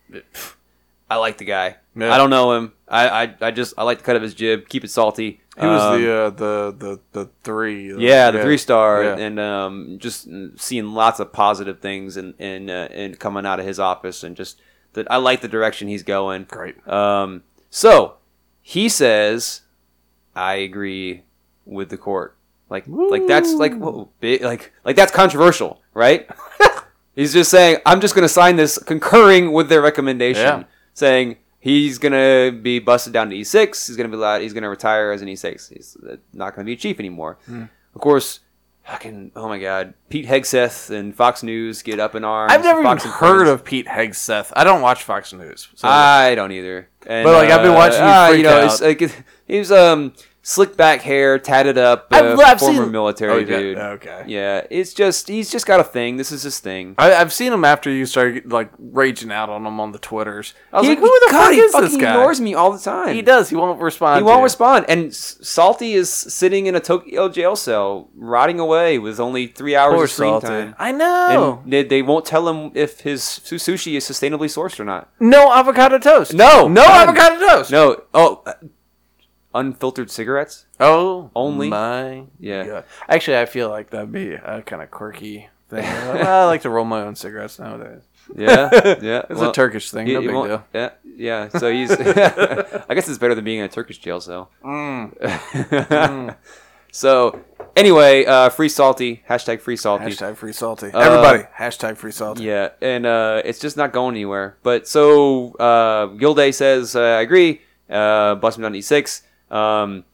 [SPEAKER 2] I like the guy.
[SPEAKER 1] Yeah.
[SPEAKER 2] I don't know him. I, I I just I like the cut of his jib. Keep it salty.
[SPEAKER 1] He was
[SPEAKER 2] Um,
[SPEAKER 1] the, uh, the the the three.
[SPEAKER 2] yeah, the three star,
[SPEAKER 1] Yeah.
[SPEAKER 2] and um, just seeing lots of positive things and and uh, and coming out of his office, and just that I like the direction he's going.
[SPEAKER 1] Great.
[SPEAKER 2] Um, so he says, I agree with the court. Like like that's like whoa, bi- like like that's controversial, right? he's just saying I'm just gonna sign this, concurring with their recommendation,
[SPEAKER 1] Yeah.
[SPEAKER 2] saying. He's gonna be busted down to E six. He's gonna be allowed. He's gonna retire as an E six. He's uh, not gonna be chief anymore. Of course, fucking oh my god, Pete Hegseth and Fox News get up in arms.
[SPEAKER 1] I've never
[SPEAKER 2] Fox
[SPEAKER 1] even
[SPEAKER 2] and
[SPEAKER 1] heard
[SPEAKER 2] Friends. Ah,
[SPEAKER 1] of Pete Hegseth. I don't watch Fox News. So
[SPEAKER 2] I don't either. And, uh, ah,
[SPEAKER 1] But, like, I've been watching you freak
[SPEAKER 2] know,
[SPEAKER 1] out.
[SPEAKER 2] it's like it- he's um slick back hair, tatted up, uh,
[SPEAKER 1] I've- I've
[SPEAKER 2] former
[SPEAKER 1] seen-
[SPEAKER 2] military
[SPEAKER 1] Oh, you got-
[SPEAKER 2] dude.
[SPEAKER 1] okay.
[SPEAKER 2] Yeah, it's just he's just got a thing. This is his thing.
[SPEAKER 1] I, I've seen him after you started like raging out on him on the twitters. I was
[SPEAKER 2] He-
[SPEAKER 1] like, who the
[SPEAKER 2] God,
[SPEAKER 1] fuck
[SPEAKER 2] he
[SPEAKER 1] is this
[SPEAKER 2] fucking
[SPEAKER 1] guy?
[SPEAKER 2] ignores me all the time.
[SPEAKER 1] He does. He won't
[SPEAKER 2] He
[SPEAKER 1] respond.
[SPEAKER 2] won't respond. And S- Salty is sitting in a Tokyo jail cell, rotting away with only three hours
[SPEAKER 1] Poor
[SPEAKER 2] of screen
[SPEAKER 1] Salty.
[SPEAKER 2] time.
[SPEAKER 1] I know.
[SPEAKER 2] And they, they won't tell him if his su- sushi is sustainably sourced or not.
[SPEAKER 1] no avocado toast.
[SPEAKER 2] No,
[SPEAKER 1] No
[SPEAKER 2] none.
[SPEAKER 1] avocado toast.
[SPEAKER 2] No. Oh, uh, unfiltered cigarettes.
[SPEAKER 1] Oh,
[SPEAKER 2] Only-
[SPEAKER 1] my.
[SPEAKER 2] Yeah.
[SPEAKER 1] God. Actually, I feel like that'd be a kind of quirky thing. I like to roll my own cigarettes nowadays.
[SPEAKER 2] Yeah, yeah.
[SPEAKER 1] It's a Turkish thing.
[SPEAKER 2] you-
[SPEAKER 1] No
[SPEAKER 2] you
[SPEAKER 1] big
[SPEAKER 2] won't-
[SPEAKER 1] deal.
[SPEAKER 2] Yeah, yeah. So he's. I guess it's better than being in a Turkish jail cell.
[SPEAKER 1] Mm, Hmm.
[SPEAKER 2] so, anyway, uh, free salty hashtag free salty.
[SPEAKER 1] Hashtag free salty. Everybody. Hashtag free salty.
[SPEAKER 2] Yeah, and uh, it's just not going anywhere. But so uh, Gilday says, uh, I agree. Uh, bust him down to E6. Um,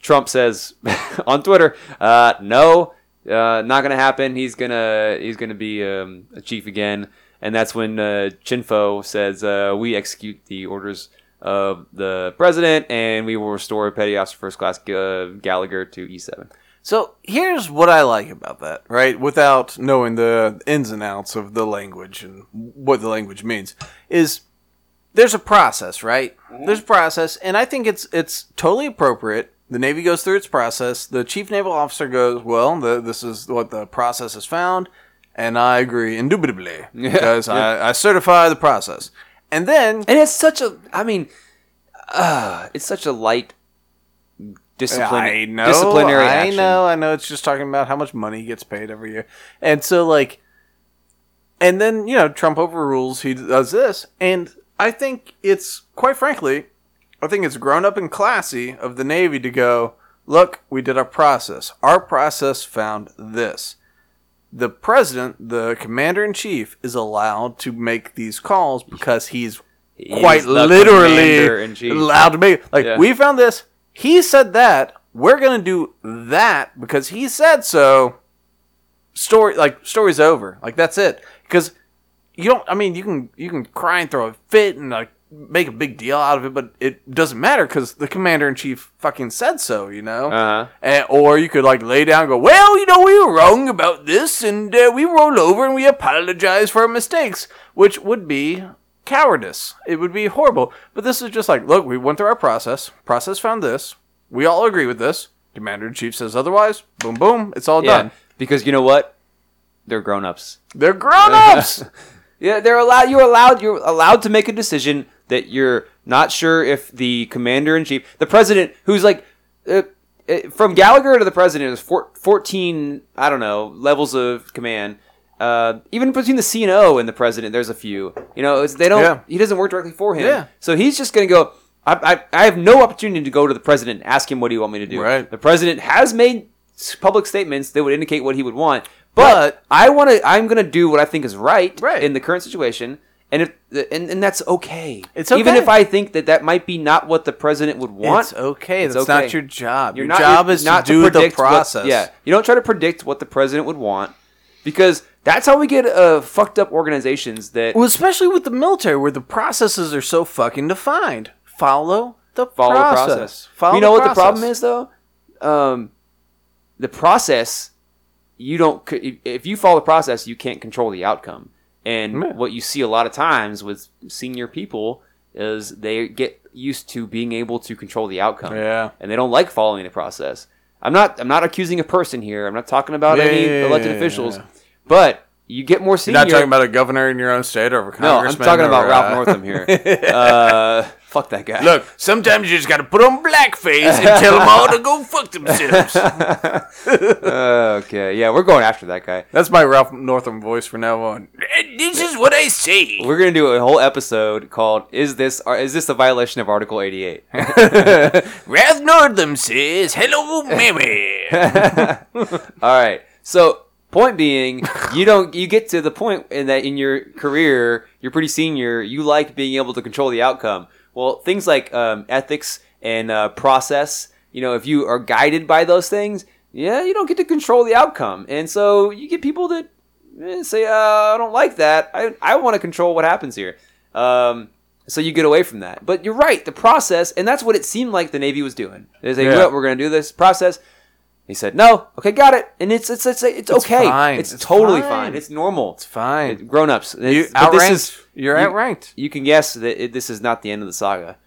[SPEAKER 2] Trump says on Twitter, uh, no, uh, not gonna happen. He's gonna he's gonna be um, a chief again. And that's when uh, Chinfo says, uh, we execute the orders of the president, and we will restore Petty Officer First Class uh, Gallagher to E7.
[SPEAKER 1] So here's what I like about that, right? Without knowing the ins and outs of the language and what the language means, is there's a process, right? There's a process, and I think it's it's totally appropriate. The Navy goes through its process. The chief naval officer goes, "Well, the, this is what the process has found. And I agree indubitably
[SPEAKER 2] Yeah.
[SPEAKER 1] because I, I certify the process. And then
[SPEAKER 2] And it's such a, I mean, uh, it's such a light discipline,
[SPEAKER 1] I know,
[SPEAKER 2] disciplinary
[SPEAKER 1] I
[SPEAKER 2] action.
[SPEAKER 1] know, I know. It's just talking about how much money gets paid every year, and so like, and then you know Trump overrules. He does this, and I think it's quite frankly, I think it's grown up and classy of the Navy to go. Look, we did our process. Our process found this. The president, the commander in chief, is allowed to make these calls because he's
[SPEAKER 2] He's
[SPEAKER 1] quite
[SPEAKER 2] the
[SPEAKER 1] literally
[SPEAKER 2] commander-in-chief.
[SPEAKER 1] allowed to make like
[SPEAKER 2] Yeah.
[SPEAKER 1] we found this he said that we're gonna do that because he said so story like story's over like that's it because you don't i mean you can you can cry and throw a fit and like make a big deal out of it but it doesn't matter because the commander-in-chief fucking said so you know
[SPEAKER 2] Uh-huh.
[SPEAKER 1] and, or you could like lay down and go well you know we were wrong about this and uh, we rolled over and we apologize for our mistakes which would be cowardice it would be horrible but this is just like look we went through our process process found this we all agree with this commander-in-chief says otherwise boom boom it's all
[SPEAKER 2] Yeah,
[SPEAKER 1] done
[SPEAKER 2] because you know what? They're grown ups.
[SPEAKER 1] they're grown-ups
[SPEAKER 2] Yeah, they're allowed. You're allowed. You're allowed to make a decision that you're not sure if the commander in chief, the president, who's like, uh, uh, from Gallagher to the president is four, fourteen. I don't know levels of command. Uh, even between the C and O and the president, there's a few. You know, it's, they don't.
[SPEAKER 1] Yeah.
[SPEAKER 2] He doesn't work directly for him.
[SPEAKER 1] Yeah.
[SPEAKER 2] So he's just gonna go. I, I, I have no opportunity to go to the president and ask him what do you want me to do.
[SPEAKER 1] Right.
[SPEAKER 2] The president has made s- public statements that would indicate what he would want, but I want to. I'm going to do what I think is right,
[SPEAKER 1] Right.
[SPEAKER 2] in the current situation, and if and, and that's okay.
[SPEAKER 1] It's
[SPEAKER 2] even
[SPEAKER 1] okay.
[SPEAKER 2] if I think that that might be not what the president would want.
[SPEAKER 1] It's okay.
[SPEAKER 2] It's
[SPEAKER 1] That's
[SPEAKER 2] okay.
[SPEAKER 1] not your job.
[SPEAKER 2] You're
[SPEAKER 1] your
[SPEAKER 2] not-
[SPEAKER 1] job
[SPEAKER 2] you're
[SPEAKER 1] is
[SPEAKER 2] not
[SPEAKER 1] to do the
[SPEAKER 2] predict what-
[SPEAKER 1] process.
[SPEAKER 2] yeah, you don't try to predict what the president would want because that's how we get uh, fucked up organizations that
[SPEAKER 1] Well, especially with the military, where the processes are so fucking defined. Follow the
[SPEAKER 2] follow the
[SPEAKER 1] process.
[SPEAKER 2] process.
[SPEAKER 1] Follow
[SPEAKER 2] you know what the
[SPEAKER 1] process.
[SPEAKER 2] problem is though? Um, the process you don't c- if- if you follow the process, you can't control the outcome. And
[SPEAKER 1] Yeah.
[SPEAKER 2] what you see a lot of times with senior people is they get used to being able to control the outcome.
[SPEAKER 1] Yeah.
[SPEAKER 2] And they don't like following the process. I'm not I'm not accusing a person here. I'm not talking about
[SPEAKER 1] Yeah,
[SPEAKER 2] any
[SPEAKER 1] yeah, yeah,
[SPEAKER 2] elected
[SPEAKER 1] yeah,
[SPEAKER 2] officials.
[SPEAKER 1] yeah.
[SPEAKER 2] But you get more senior
[SPEAKER 1] You're not talking about a governor in your own state or a
[SPEAKER 2] No, I'm
[SPEAKER 1] congressman.
[SPEAKER 2] talking about
[SPEAKER 1] or,
[SPEAKER 2] Ralph
[SPEAKER 1] uh,
[SPEAKER 2] Northam here. uh, fuck that guy.
[SPEAKER 1] Look, sometimes you just got to put on blackface and tell them all to go fuck themselves.
[SPEAKER 2] okay. Yeah, we're going after that guy.
[SPEAKER 1] That's my Ralph Northam voice from now on. This is what I say.
[SPEAKER 2] We're gonna do a whole episode called "Is this or is this a violation of Article 88?"
[SPEAKER 1] Ralph Northam says, "Hello, Mimi."
[SPEAKER 2] All right. So point being, you don't you get to the point in that in your career, you're pretty senior. You like being able to control the outcome. Well, things like um, ethics and uh, process. You know, if you are guided by those things, yeah, you don't get to control the outcome, and so you get people that eh, say, uh, "I don't like that. I I want to control what happens here." Um, so you get away from that. But you're right, the process, and that's what it seemed like the Navy was doing. They say,
[SPEAKER 1] Yeah.
[SPEAKER 2] "Look, we're going to do this process." He said, "No, okay, got it." And it's it's it's, it's okay.
[SPEAKER 1] fine.
[SPEAKER 2] It's,
[SPEAKER 1] It's
[SPEAKER 2] totally fine.
[SPEAKER 1] fine.
[SPEAKER 2] It's normal. It's
[SPEAKER 1] Fine.
[SPEAKER 2] Grown ups.
[SPEAKER 1] You outranked. You're outranked.
[SPEAKER 2] You can guess that it, this is not the end of the saga.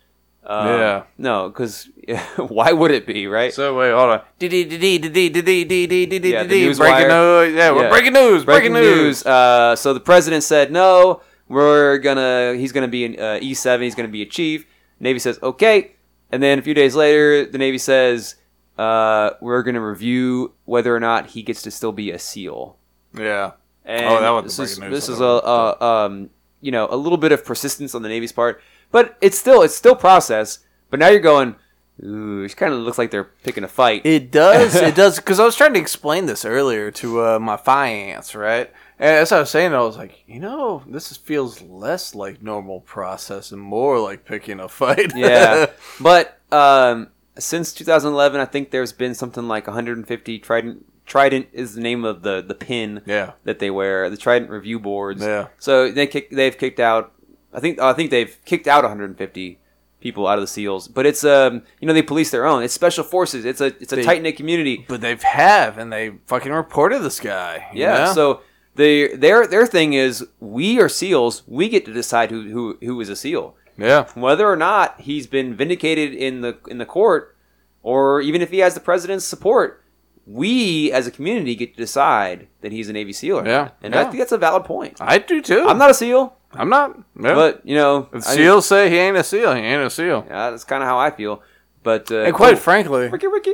[SPEAKER 2] Um,
[SPEAKER 1] Yeah.
[SPEAKER 2] No, because why would it be, right?
[SPEAKER 1] So wait, hold on. Yeah,
[SPEAKER 2] the news wire.
[SPEAKER 1] breaking news. Yeah,
[SPEAKER 2] Yeah.
[SPEAKER 1] we're breaking news. Breaking news.
[SPEAKER 2] Uh, so the president said no. We're gonna. He's gonna be an uh, E seven. He's gonna be a chief. Navy says okay. And then a few days later, the Navy says uh, we're gonna review whether or not he gets to still be a SEAL.
[SPEAKER 1] Yeah.
[SPEAKER 2] And
[SPEAKER 1] Oh, that wasn't
[SPEAKER 2] this is,
[SPEAKER 1] breaking news.
[SPEAKER 2] This is a,
[SPEAKER 1] I don't
[SPEAKER 2] a um, you know a little bit of persistence on the Navy's part, but it's still it's still process. But now you're going. Ooh, it kind of looks like they're picking a fight.
[SPEAKER 1] It does. it does. Because I was trying to explain this earlier to uh, my finance, right? And as I was saying, I was like, you know, this is- feels less like normal process and more like picking a fight.
[SPEAKER 2] yeah. But um, since 2011, I think there's been something like 150 Trident. Trident is the name of the the pin
[SPEAKER 1] Yeah.
[SPEAKER 2] that they wear. The Trident review boards.
[SPEAKER 1] Yeah.
[SPEAKER 2] So they kick, they've kicked out. I think I think they've kicked out 150 people out of the SEALs. But it's um you know they police their own. It's special forces. It's a it's a
[SPEAKER 1] They-
[SPEAKER 2] tight knit community.
[SPEAKER 1] but they've have and they fucking reported this guy. you
[SPEAKER 2] Yeah.
[SPEAKER 1] know?
[SPEAKER 2] So. They, their their thing is we are seals. We get to decide who who, who is a seal.
[SPEAKER 1] yeah,
[SPEAKER 2] whether or not he's been vindicated in the in the court or even if he has the president's support we as a community get to decide that he's a Navy SEAL.
[SPEAKER 1] Yeah,
[SPEAKER 2] and I
[SPEAKER 1] yeah.
[SPEAKER 2] think that's a valid point.
[SPEAKER 1] I do too.
[SPEAKER 2] I'm not a SEAL,
[SPEAKER 1] I'm not. yeah.
[SPEAKER 2] but you know,
[SPEAKER 1] if
[SPEAKER 2] I-
[SPEAKER 1] seals say he ain't a seal, he ain't a seal.
[SPEAKER 2] yeah, that's kind of how I feel. But uh,
[SPEAKER 1] And quite
[SPEAKER 2] cool.
[SPEAKER 1] frankly,
[SPEAKER 2] Ricky, Ricky.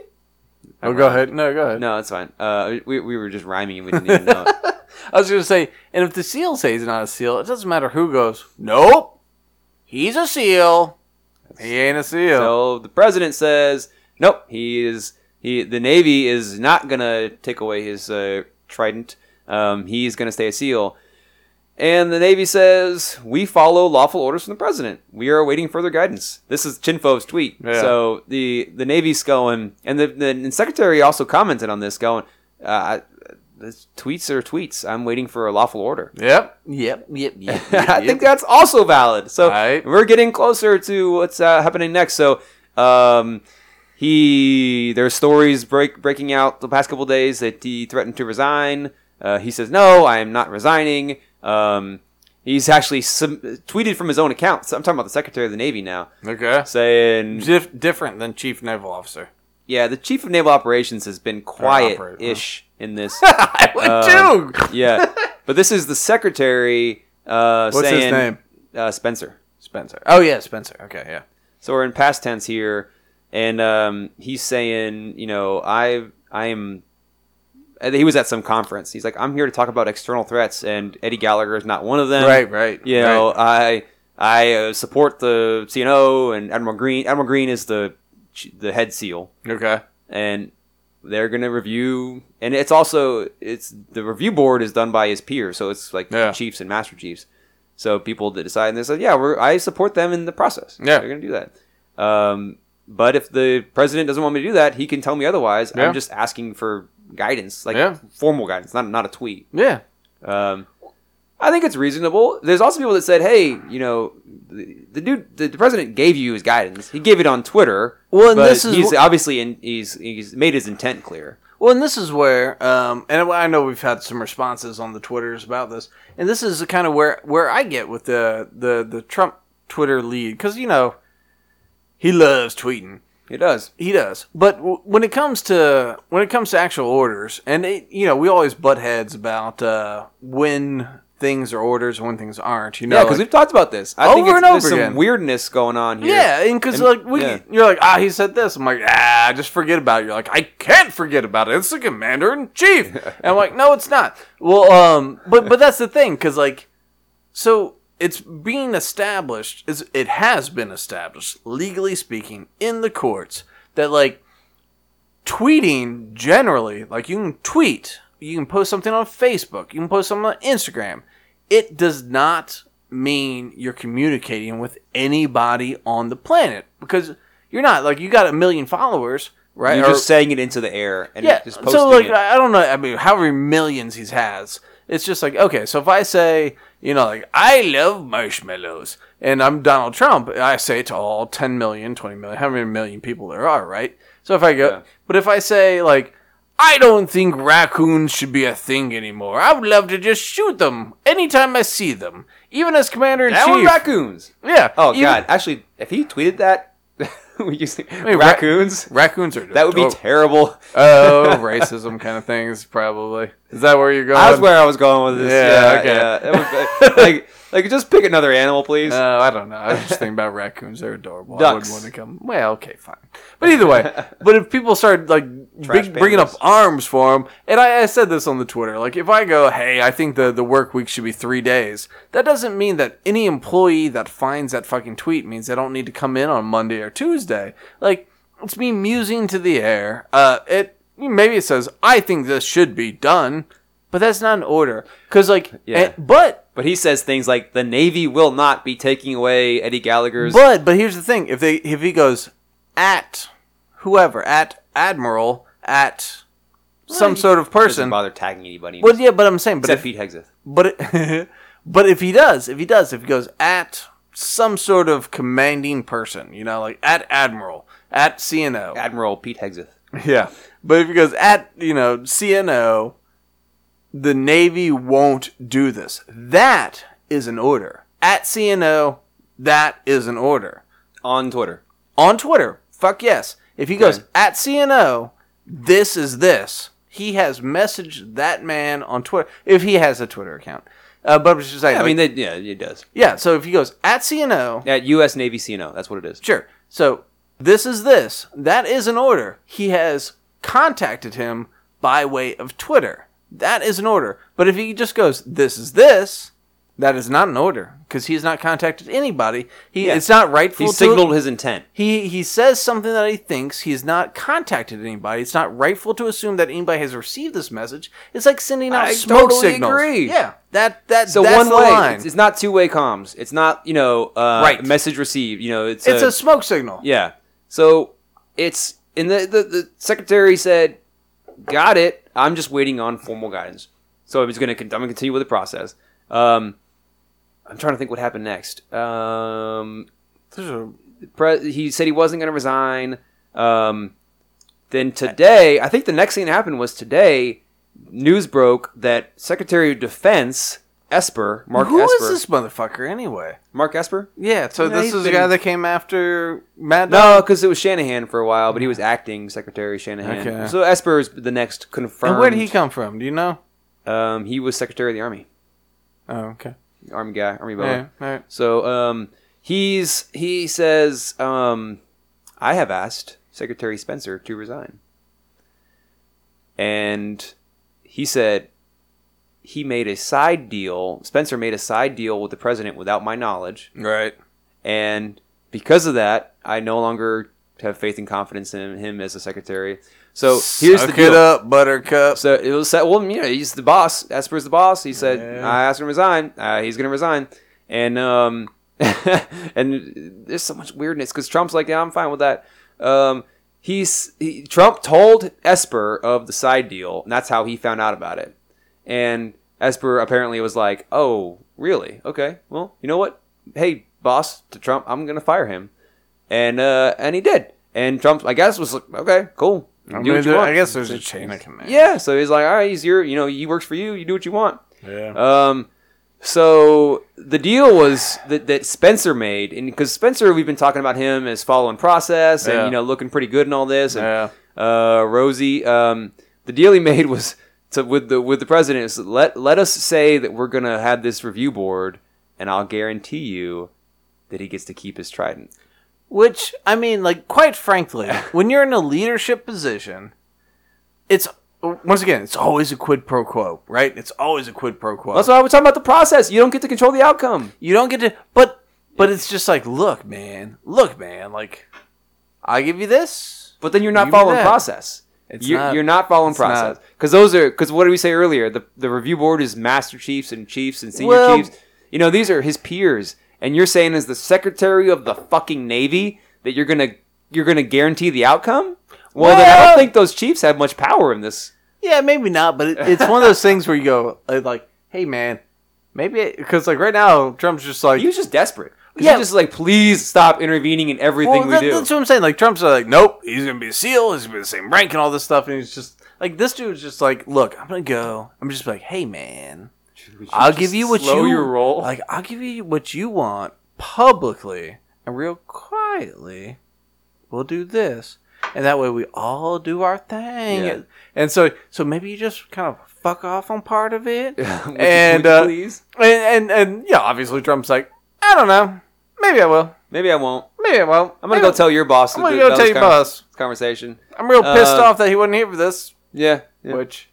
[SPEAKER 1] oh, go ahead. No, go ahead.
[SPEAKER 2] No, it's fine. Uh, we, we were just rhyming and we didn't even know. it.
[SPEAKER 1] I was gonna say, and if the seal says he's not a seal, it doesn't matter who goes. Nope, he's a seal. He ain't a seal.
[SPEAKER 2] so the president says, nope, he is he. The Navy is not gonna take away his uh, trident. Um, he's gonna stay a SEAL. And the Navy says we follow lawful orders from the president. We are awaiting further guidance. This is Chinfo's tweet.
[SPEAKER 1] Yeah.
[SPEAKER 2] So the the Navy's going, and the, the and secretary also commented on this, going, uh, I- this, "Tweets are tweets. I'm waiting for a lawful order."
[SPEAKER 1] Yep. Yep. Yep. Yep.
[SPEAKER 2] I think that's also valid. So
[SPEAKER 1] Right.
[SPEAKER 2] we're getting closer to what's uh, happening next. So um, he, there's stories break, breaking out the past couple days that he threatened to resign. Uh, he says, "No, I am not resigning." Um, he's actually sub- tweeted from his own account. So I'm talking about the Secretary of the Navy now,
[SPEAKER 1] okay.
[SPEAKER 2] saying,
[SPEAKER 1] Dif- different than chief naval officer.
[SPEAKER 2] "Yeah, the Chief of Naval Operations has been
[SPEAKER 1] operator, huh?
[SPEAKER 2] quiet-ish in this."
[SPEAKER 1] I would
[SPEAKER 2] Um,
[SPEAKER 1] too.
[SPEAKER 2] yeah, but this is the Secretary uh,
[SPEAKER 1] What's his
[SPEAKER 2] saying,
[SPEAKER 1] name?
[SPEAKER 2] Uh, Spencer.
[SPEAKER 1] Spencer. Oh yeah, Spencer. Okay. Yeah.
[SPEAKER 2] So we're in past tense here, and um, he's saying, you know, I I am. and He was at some conference. He's like, I'm here to talk about external threats, and Eddie Gallagher is not one of them.
[SPEAKER 1] right. Right.
[SPEAKER 2] You
[SPEAKER 1] right.
[SPEAKER 2] know, I I uh, support the CNO and Admiral Green. Admiral Green is the the head SEAL
[SPEAKER 1] Okay.
[SPEAKER 2] and they're gonna review and it's also it's the review board is done by his peers so it's like
[SPEAKER 1] Yeah.
[SPEAKER 2] chiefs and master chiefs so people that decide and they say yeah we're, i support them in the process
[SPEAKER 1] Yeah.
[SPEAKER 2] they're gonna do that um, but if the president doesn't want me to do that he can tell me otherwise
[SPEAKER 1] Yeah.
[SPEAKER 2] i'm just asking for guidance like
[SPEAKER 1] Yeah.
[SPEAKER 2] formal guidance not, not a tweet
[SPEAKER 1] Yeah.
[SPEAKER 2] um, I think it's reasonable. There's also people that said, "Hey, you know, the, the dude, the, the president gave you his guidance. He gave it on Twitter.
[SPEAKER 1] Well, and
[SPEAKER 2] but
[SPEAKER 1] this is
[SPEAKER 2] he's
[SPEAKER 1] wh-
[SPEAKER 2] obviously in, he's he's made his intent clear.
[SPEAKER 1] Well, and this is where, um, and I know we've had some responses on the twitters about this, and this is the kind of where where I get with the the the Trump Twitter lead because you know he loves tweeting.
[SPEAKER 2] He does.
[SPEAKER 1] He does, but w- when it comes to when it comes to actual orders, and it, you know, we always butt heads about uh, when things are orders and when things aren't. You know,
[SPEAKER 2] Yeah, because
[SPEAKER 1] like-
[SPEAKER 2] we've talked about this. I think
[SPEAKER 1] Over
[SPEAKER 2] it's,
[SPEAKER 1] and over
[SPEAKER 2] there's
[SPEAKER 1] again.
[SPEAKER 2] some weirdness going on here.
[SPEAKER 1] yeah, and because
[SPEAKER 2] And-
[SPEAKER 1] like we,
[SPEAKER 2] yeah.
[SPEAKER 1] you're like, ah, he said this. I'm like, ah, just forget about it. You're like, I can't forget about it. It's the commander in chief. and I'm like, no, it's not. Well, um, but but that's the thing, because like, so it's being established. Is it has been established legally speaking in the courts that like tweeting generally, like you can tweet, you can post something on Facebook, you can post something on Instagram. It does not mean you're communicating with anybody on the planet because you're not. Like you got a million followers, right?
[SPEAKER 2] you're
[SPEAKER 1] Or-
[SPEAKER 2] just saying it into the air and
[SPEAKER 1] yeah.
[SPEAKER 2] just posting
[SPEAKER 1] So like uh,
[SPEAKER 2] it.
[SPEAKER 1] I I don't know. I mean, however many millions he has, it's just like okay. So if I say you know like I love marshmallows and I'm Donald Trump, I say it to all 10 million, 20 million, how many million people there are, right? So if I go,
[SPEAKER 2] Yeah.
[SPEAKER 1] but if I say like. I don't think raccoons should be a thing anymore. I would love to just shoot them anytime I see them, even as commander in
[SPEAKER 2] That one
[SPEAKER 1] chief.
[SPEAKER 2] raccoons.
[SPEAKER 1] yeah.
[SPEAKER 2] Oh
[SPEAKER 1] even-
[SPEAKER 2] god, actually, if he tweeted that, we used to-
[SPEAKER 1] ra-
[SPEAKER 2] raccoons.
[SPEAKER 1] raccoons are
[SPEAKER 2] that would be
[SPEAKER 1] dope.
[SPEAKER 2] terrible.
[SPEAKER 1] oh racism kind of things probably. Is that where you're going?
[SPEAKER 2] That's where I was going with this.
[SPEAKER 1] Um, Yeah,
[SPEAKER 2] Yeah,
[SPEAKER 1] okay.
[SPEAKER 2] yeah. It was, like, like, just pick another animal, please.
[SPEAKER 1] Oh, I don't know. I was just thinking about raccoons. They're adorable. I
[SPEAKER 2] Ducks.
[SPEAKER 1] wouldn't want to come. Well, okay, fine. But either way, but if people start like
[SPEAKER 2] Trash
[SPEAKER 1] big, bringing up
[SPEAKER 2] pandas.
[SPEAKER 1] arms for them, and I, I said this on the Twitter, like if I go, hey, I think the the work week should be three days, that doesn't mean that any employee that finds that fucking tweet means they don't need to come in on Monday or Tuesday. Like it's me musing to the air. Uh, it maybe it says I think this should be done, but that's not an order because like,
[SPEAKER 2] Yeah.
[SPEAKER 1] eh, but
[SPEAKER 2] but he says things like the Navy will not be taking away Eddie Gallagher's.
[SPEAKER 1] But but here's the thing: if they if he goes at whoever at admiral at some sort of
[SPEAKER 2] doesn't
[SPEAKER 1] person,
[SPEAKER 2] bother tagging anybody.
[SPEAKER 1] well, yeah, but I'm saying, but
[SPEAKER 2] except
[SPEAKER 1] if,
[SPEAKER 2] Pete Hegseth.
[SPEAKER 1] but it, but if he does, if he does, if he goes at some sort of commanding person, you know, like at admiral, at CNO,
[SPEAKER 2] Admiral Pete Hegseth.
[SPEAKER 1] yeah. But if he goes at, you know, CNO, the Navy won't do this. That is an order. At CNO, that is an order
[SPEAKER 2] On Twitter.
[SPEAKER 1] on Twitter. Fuck yes. If he goes at CNO, this is this. He has messaged that man on Twitter if he has a Twitter account. Uh, but it's just like,
[SPEAKER 2] I mean, they, yeah, it does.
[SPEAKER 1] yeah. So if he goes at CNO,
[SPEAKER 2] At U.S. Navy CNO, that's what it is.
[SPEAKER 1] Sure. So this is this. That is an order. He has contacted him by way of Twitter. That is an order. But if he just goes, this is this, that is not an order because he's not contacted anybody. He
[SPEAKER 2] Yeah.
[SPEAKER 1] it's not rightful.
[SPEAKER 2] He
[SPEAKER 1] to-
[SPEAKER 2] signaled his intent.
[SPEAKER 1] He he says something that he thinks he's not contacted anybody. It's not rightful to assume that anybody has received this message. It's like sending out
[SPEAKER 2] I
[SPEAKER 1] smoke
[SPEAKER 2] totally
[SPEAKER 1] signals.
[SPEAKER 2] agree.
[SPEAKER 1] Yeah. That that
[SPEAKER 2] So
[SPEAKER 1] that's
[SPEAKER 2] one
[SPEAKER 1] the
[SPEAKER 2] way,
[SPEAKER 1] line.
[SPEAKER 2] It's, it's not two way comms. It's not you know uh,
[SPEAKER 1] Right.
[SPEAKER 2] message received. You know, it's
[SPEAKER 1] it's
[SPEAKER 2] a,
[SPEAKER 1] a smoke signal.
[SPEAKER 2] yeah. So it's and the, the the secretary said, "Got it. I'm just waiting on formal guidance." So I'm just gonna con- I'm gonna continue with the process. Um, I'm trying to think what happened next. Um,
[SPEAKER 1] There's a
[SPEAKER 2] pre- he said he wasn't going to resign. Um, then today, I think the next thing that happened was today, news broke that Secretary of Defense Esper, Mark
[SPEAKER 1] Who is
[SPEAKER 2] Esper,
[SPEAKER 1] this motherfucker anyway?
[SPEAKER 2] Mark Esper.
[SPEAKER 1] Yeah, so
[SPEAKER 2] Yeah,
[SPEAKER 1] this
[SPEAKER 2] he's
[SPEAKER 1] is the
[SPEAKER 2] been-
[SPEAKER 1] guy that came after Mad Dog.
[SPEAKER 2] No, because it was Shanahan for a while, but he was acting Secretary Shanahan.
[SPEAKER 1] Okay.
[SPEAKER 2] So Esper is the next confirmed.
[SPEAKER 1] and where did he come from? Do you know?
[SPEAKER 2] Um, he was Secretary of the Army,
[SPEAKER 1] Oh, okay.
[SPEAKER 2] Army guy, Army
[SPEAKER 1] Yeah,
[SPEAKER 2] boy.
[SPEAKER 1] all right.
[SPEAKER 2] So um, he's he says um, I have asked Secretary Spencer to resign, and he said he made a side deal. Spencer made a side deal with the president without my knowledge,
[SPEAKER 1] Right.
[SPEAKER 2] and because of that, I no longer have faith and confidence in him as a secretary. So here's
[SPEAKER 1] Suck
[SPEAKER 2] the deal.
[SPEAKER 1] it up, Buttercup.
[SPEAKER 2] So it was said, well, you know, he's the boss. Esper's the boss. He said,
[SPEAKER 1] Yeah.
[SPEAKER 2] I asked him to resign. Uh, he's going to resign. And um, and there's so much weirdness because Trump's like, yeah, I'm fine with that. Um, he's he, Trump told Esper of the side deal, and that's how he found out about it. And Esper apparently was like, oh, really? Okay. Well, you know what? Hey, boss, to Trump, I'm going to fire him. And uh, and he did. And Trump, I guess, was like, okay, cool.
[SPEAKER 1] I,
[SPEAKER 2] Do
[SPEAKER 1] mean,
[SPEAKER 2] what you
[SPEAKER 1] there-
[SPEAKER 2] want."
[SPEAKER 1] I guess there's a chain of command.
[SPEAKER 2] Yeah, so he's like, all right, he's your, you know, he works for you. You do what you want.
[SPEAKER 1] Yeah.
[SPEAKER 2] Um, so the deal was that, that Spencer made, and because Spencer, we've been talking about him as following process and
[SPEAKER 1] Yeah.
[SPEAKER 2] you know looking pretty good and all this, and
[SPEAKER 1] Yeah.
[SPEAKER 2] uh, Rosie. Um, the deal he made was to with the with the president is let let us say that we're gonna have this review board, and I'll guarantee you that he gets to keep his trident.
[SPEAKER 1] Which I mean, like, quite frankly, when you're in a leadership position, it's once again, it's always a quid pro quo, right? It's always a quid pro quo.
[SPEAKER 2] That's why we're talking about the process. You don't get to control the outcome.
[SPEAKER 1] You don't get to, but but it's just like, look, man, look, man, like, I give you this.
[SPEAKER 2] But then you're
[SPEAKER 1] You
[SPEAKER 2] not
[SPEAKER 1] do
[SPEAKER 2] following
[SPEAKER 1] that.
[SPEAKER 2] process.
[SPEAKER 1] It's
[SPEAKER 2] you're,
[SPEAKER 1] not-
[SPEAKER 2] you're not following
[SPEAKER 1] it's not.
[SPEAKER 2] process because those are because what did we say earlier? The the review board is master chiefs and chiefs and senior
[SPEAKER 1] Well-
[SPEAKER 2] chiefs. You know these are his peers, and you're saying as the secretary of the fucking navy that you're gonna you're gonna guarantee the outcome. Well, then I
[SPEAKER 1] Well-
[SPEAKER 2] don't think those chiefs have much power in this.
[SPEAKER 1] Yeah, maybe not, but it, it's one of those things where you go uh, like, "Hey, man, maybe because like right now Trump's just like,
[SPEAKER 2] He was just desperate. Yeah,
[SPEAKER 1] Yeah.
[SPEAKER 2] just like please stop intervening in everything
[SPEAKER 1] well,
[SPEAKER 2] we
[SPEAKER 1] that-
[SPEAKER 2] do.
[SPEAKER 1] that's what I'm saying. Like Trump's like, nope, he's gonna be a SEAL, he's gonna be the same rank and all this stuff, and he's just like, this dude's just like, look, I'm gonna go. I'm just like, hey, man, I'll give you what
[SPEAKER 2] slow
[SPEAKER 1] you
[SPEAKER 2] your roll.
[SPEAKER 1] Like, I'll give you what you want publicly and real quietly. We'll do this, and that way we all do our thing.
[SPEAKER 2] Yeah.
[SPEAKER 1] And so, so maybe you just kind of fuck off on part of it,
[SPEAKER 2] Would you-
[SPEAKER 1] and
[SPEAKER 2] would you
[SPEAKER 1] uh,
[SPEAKER 2] please,
[SPEAKER 1] and and and yeah, obviously Trump's like, I don't know, maybe I will,
[SPEAKER 2] maybe I won't.
[SPEAKER 1] maybe I won't.
[SPEAKER 2] I'm gonna
[SPEAKER 1] Maybe-
[SPEAKER 2] go tell your boss.
[SPEAKER 1] I'm
[SPEAKER 2] that
[SPEAKER 1] gonna
[SPEAKER 2] th-
[SPEAKER 1] go
[SPEAKER 2] that
[SPEAKER 1] tell
[SPEAKER 2] was
[SPEAKER 1] your
[SPEAKER 2] conver-
[SPEAKER 1] boss.
[SPEAKER 2] conversation.
[SPEAKER 1] I'm real pissed
[SPEAKER 2] Uh,
[SPEAKER 1] off that he wasn't here for this.
[SPEAKER 2] Yeah, yeah.
[SPEAKER 1] Which,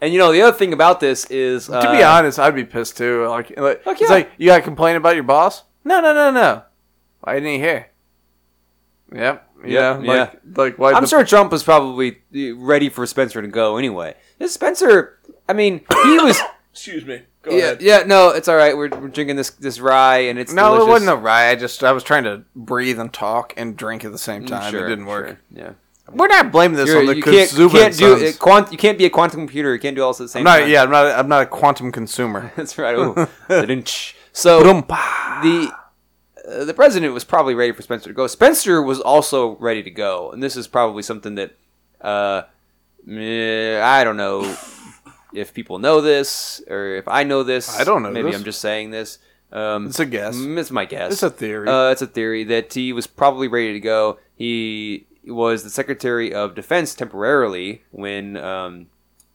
[SPEAKER 2] And you know the other thing about this is
[SPEAKER 1] to be honest, I'd be pissed too. Like, like
[SPEAKER 2] uh, Fuck
[SPEAKER 1] it's
[SPEAKER 2] yeah.
[SPEAKER 1] like you got to complain about your boss. No, no, no, no. Why didn't he hear? Yep. Yeah.
[SPEAKER 2] Yep,
[SPEAKER 1] Like, like why?
[SPEAKER 2] I'm
[SPEAKER 1] the-
[SPEAKER 2] sure Trump was probably uh, ready for Spencer to go anyway. This Spencer, I mean, he was.
[SPEAKER 1] Excuse me. Go
[SPEAKER 2] yeah, yeah, no, it's all right. We're, we're drinking this this rye, and it's
[SPEAKER 1] No,
[SPEAKER 2] delicious.
[SPEAKER 1] it wasn't a rye. I just I was trying to breathe and talk and drink at the same time.
[SPEAKER 2] Mm, Sure,
[SPEAKER 1] it didn't work.
[SPEAKER 2] sure, Yeah,
[SPEAKER 1] We're not blaming this
[SPEAKER 2] You're-
[SPEAKER 1] on the
[SPEAKER 2] you can't, you
[SPEAKER 1] Zubin
[SPEAKER 2] can't do
[SPEAKER 1] sons.
[SPEAKER 2] it, quant, You can't be a quantum computer. You can't do all this at the same
[SPEAKER 1] I'm not.
[SPEAKER 2] time.
[SPEAKER 1] Yeah, I'm not. I'm not a quantum consumer.
[SPEAKER 2] that's right. Ooh. Da-dun-tsh. so the uh, the president was probably ready for Spencer to go. Spencer was also ready to go, and this is probably something that uh, meh, I don't know if people know this or if I know this.
[SPEAKER 1] I don't know
[SPEAKER 2] Maybe
[SPEAKER 1] this.
[SPEAKER 2] I'm just saying this. Um,
[SPEAKER 1] It's a guess.
[SPEAKER 2] mm, It's my guess.
[SPEAKER 1] It's a theory.
[SPEAKER 2] Uh, it's a theory that he was probably ready to go. He was the Secretary of Defense temporarily when um,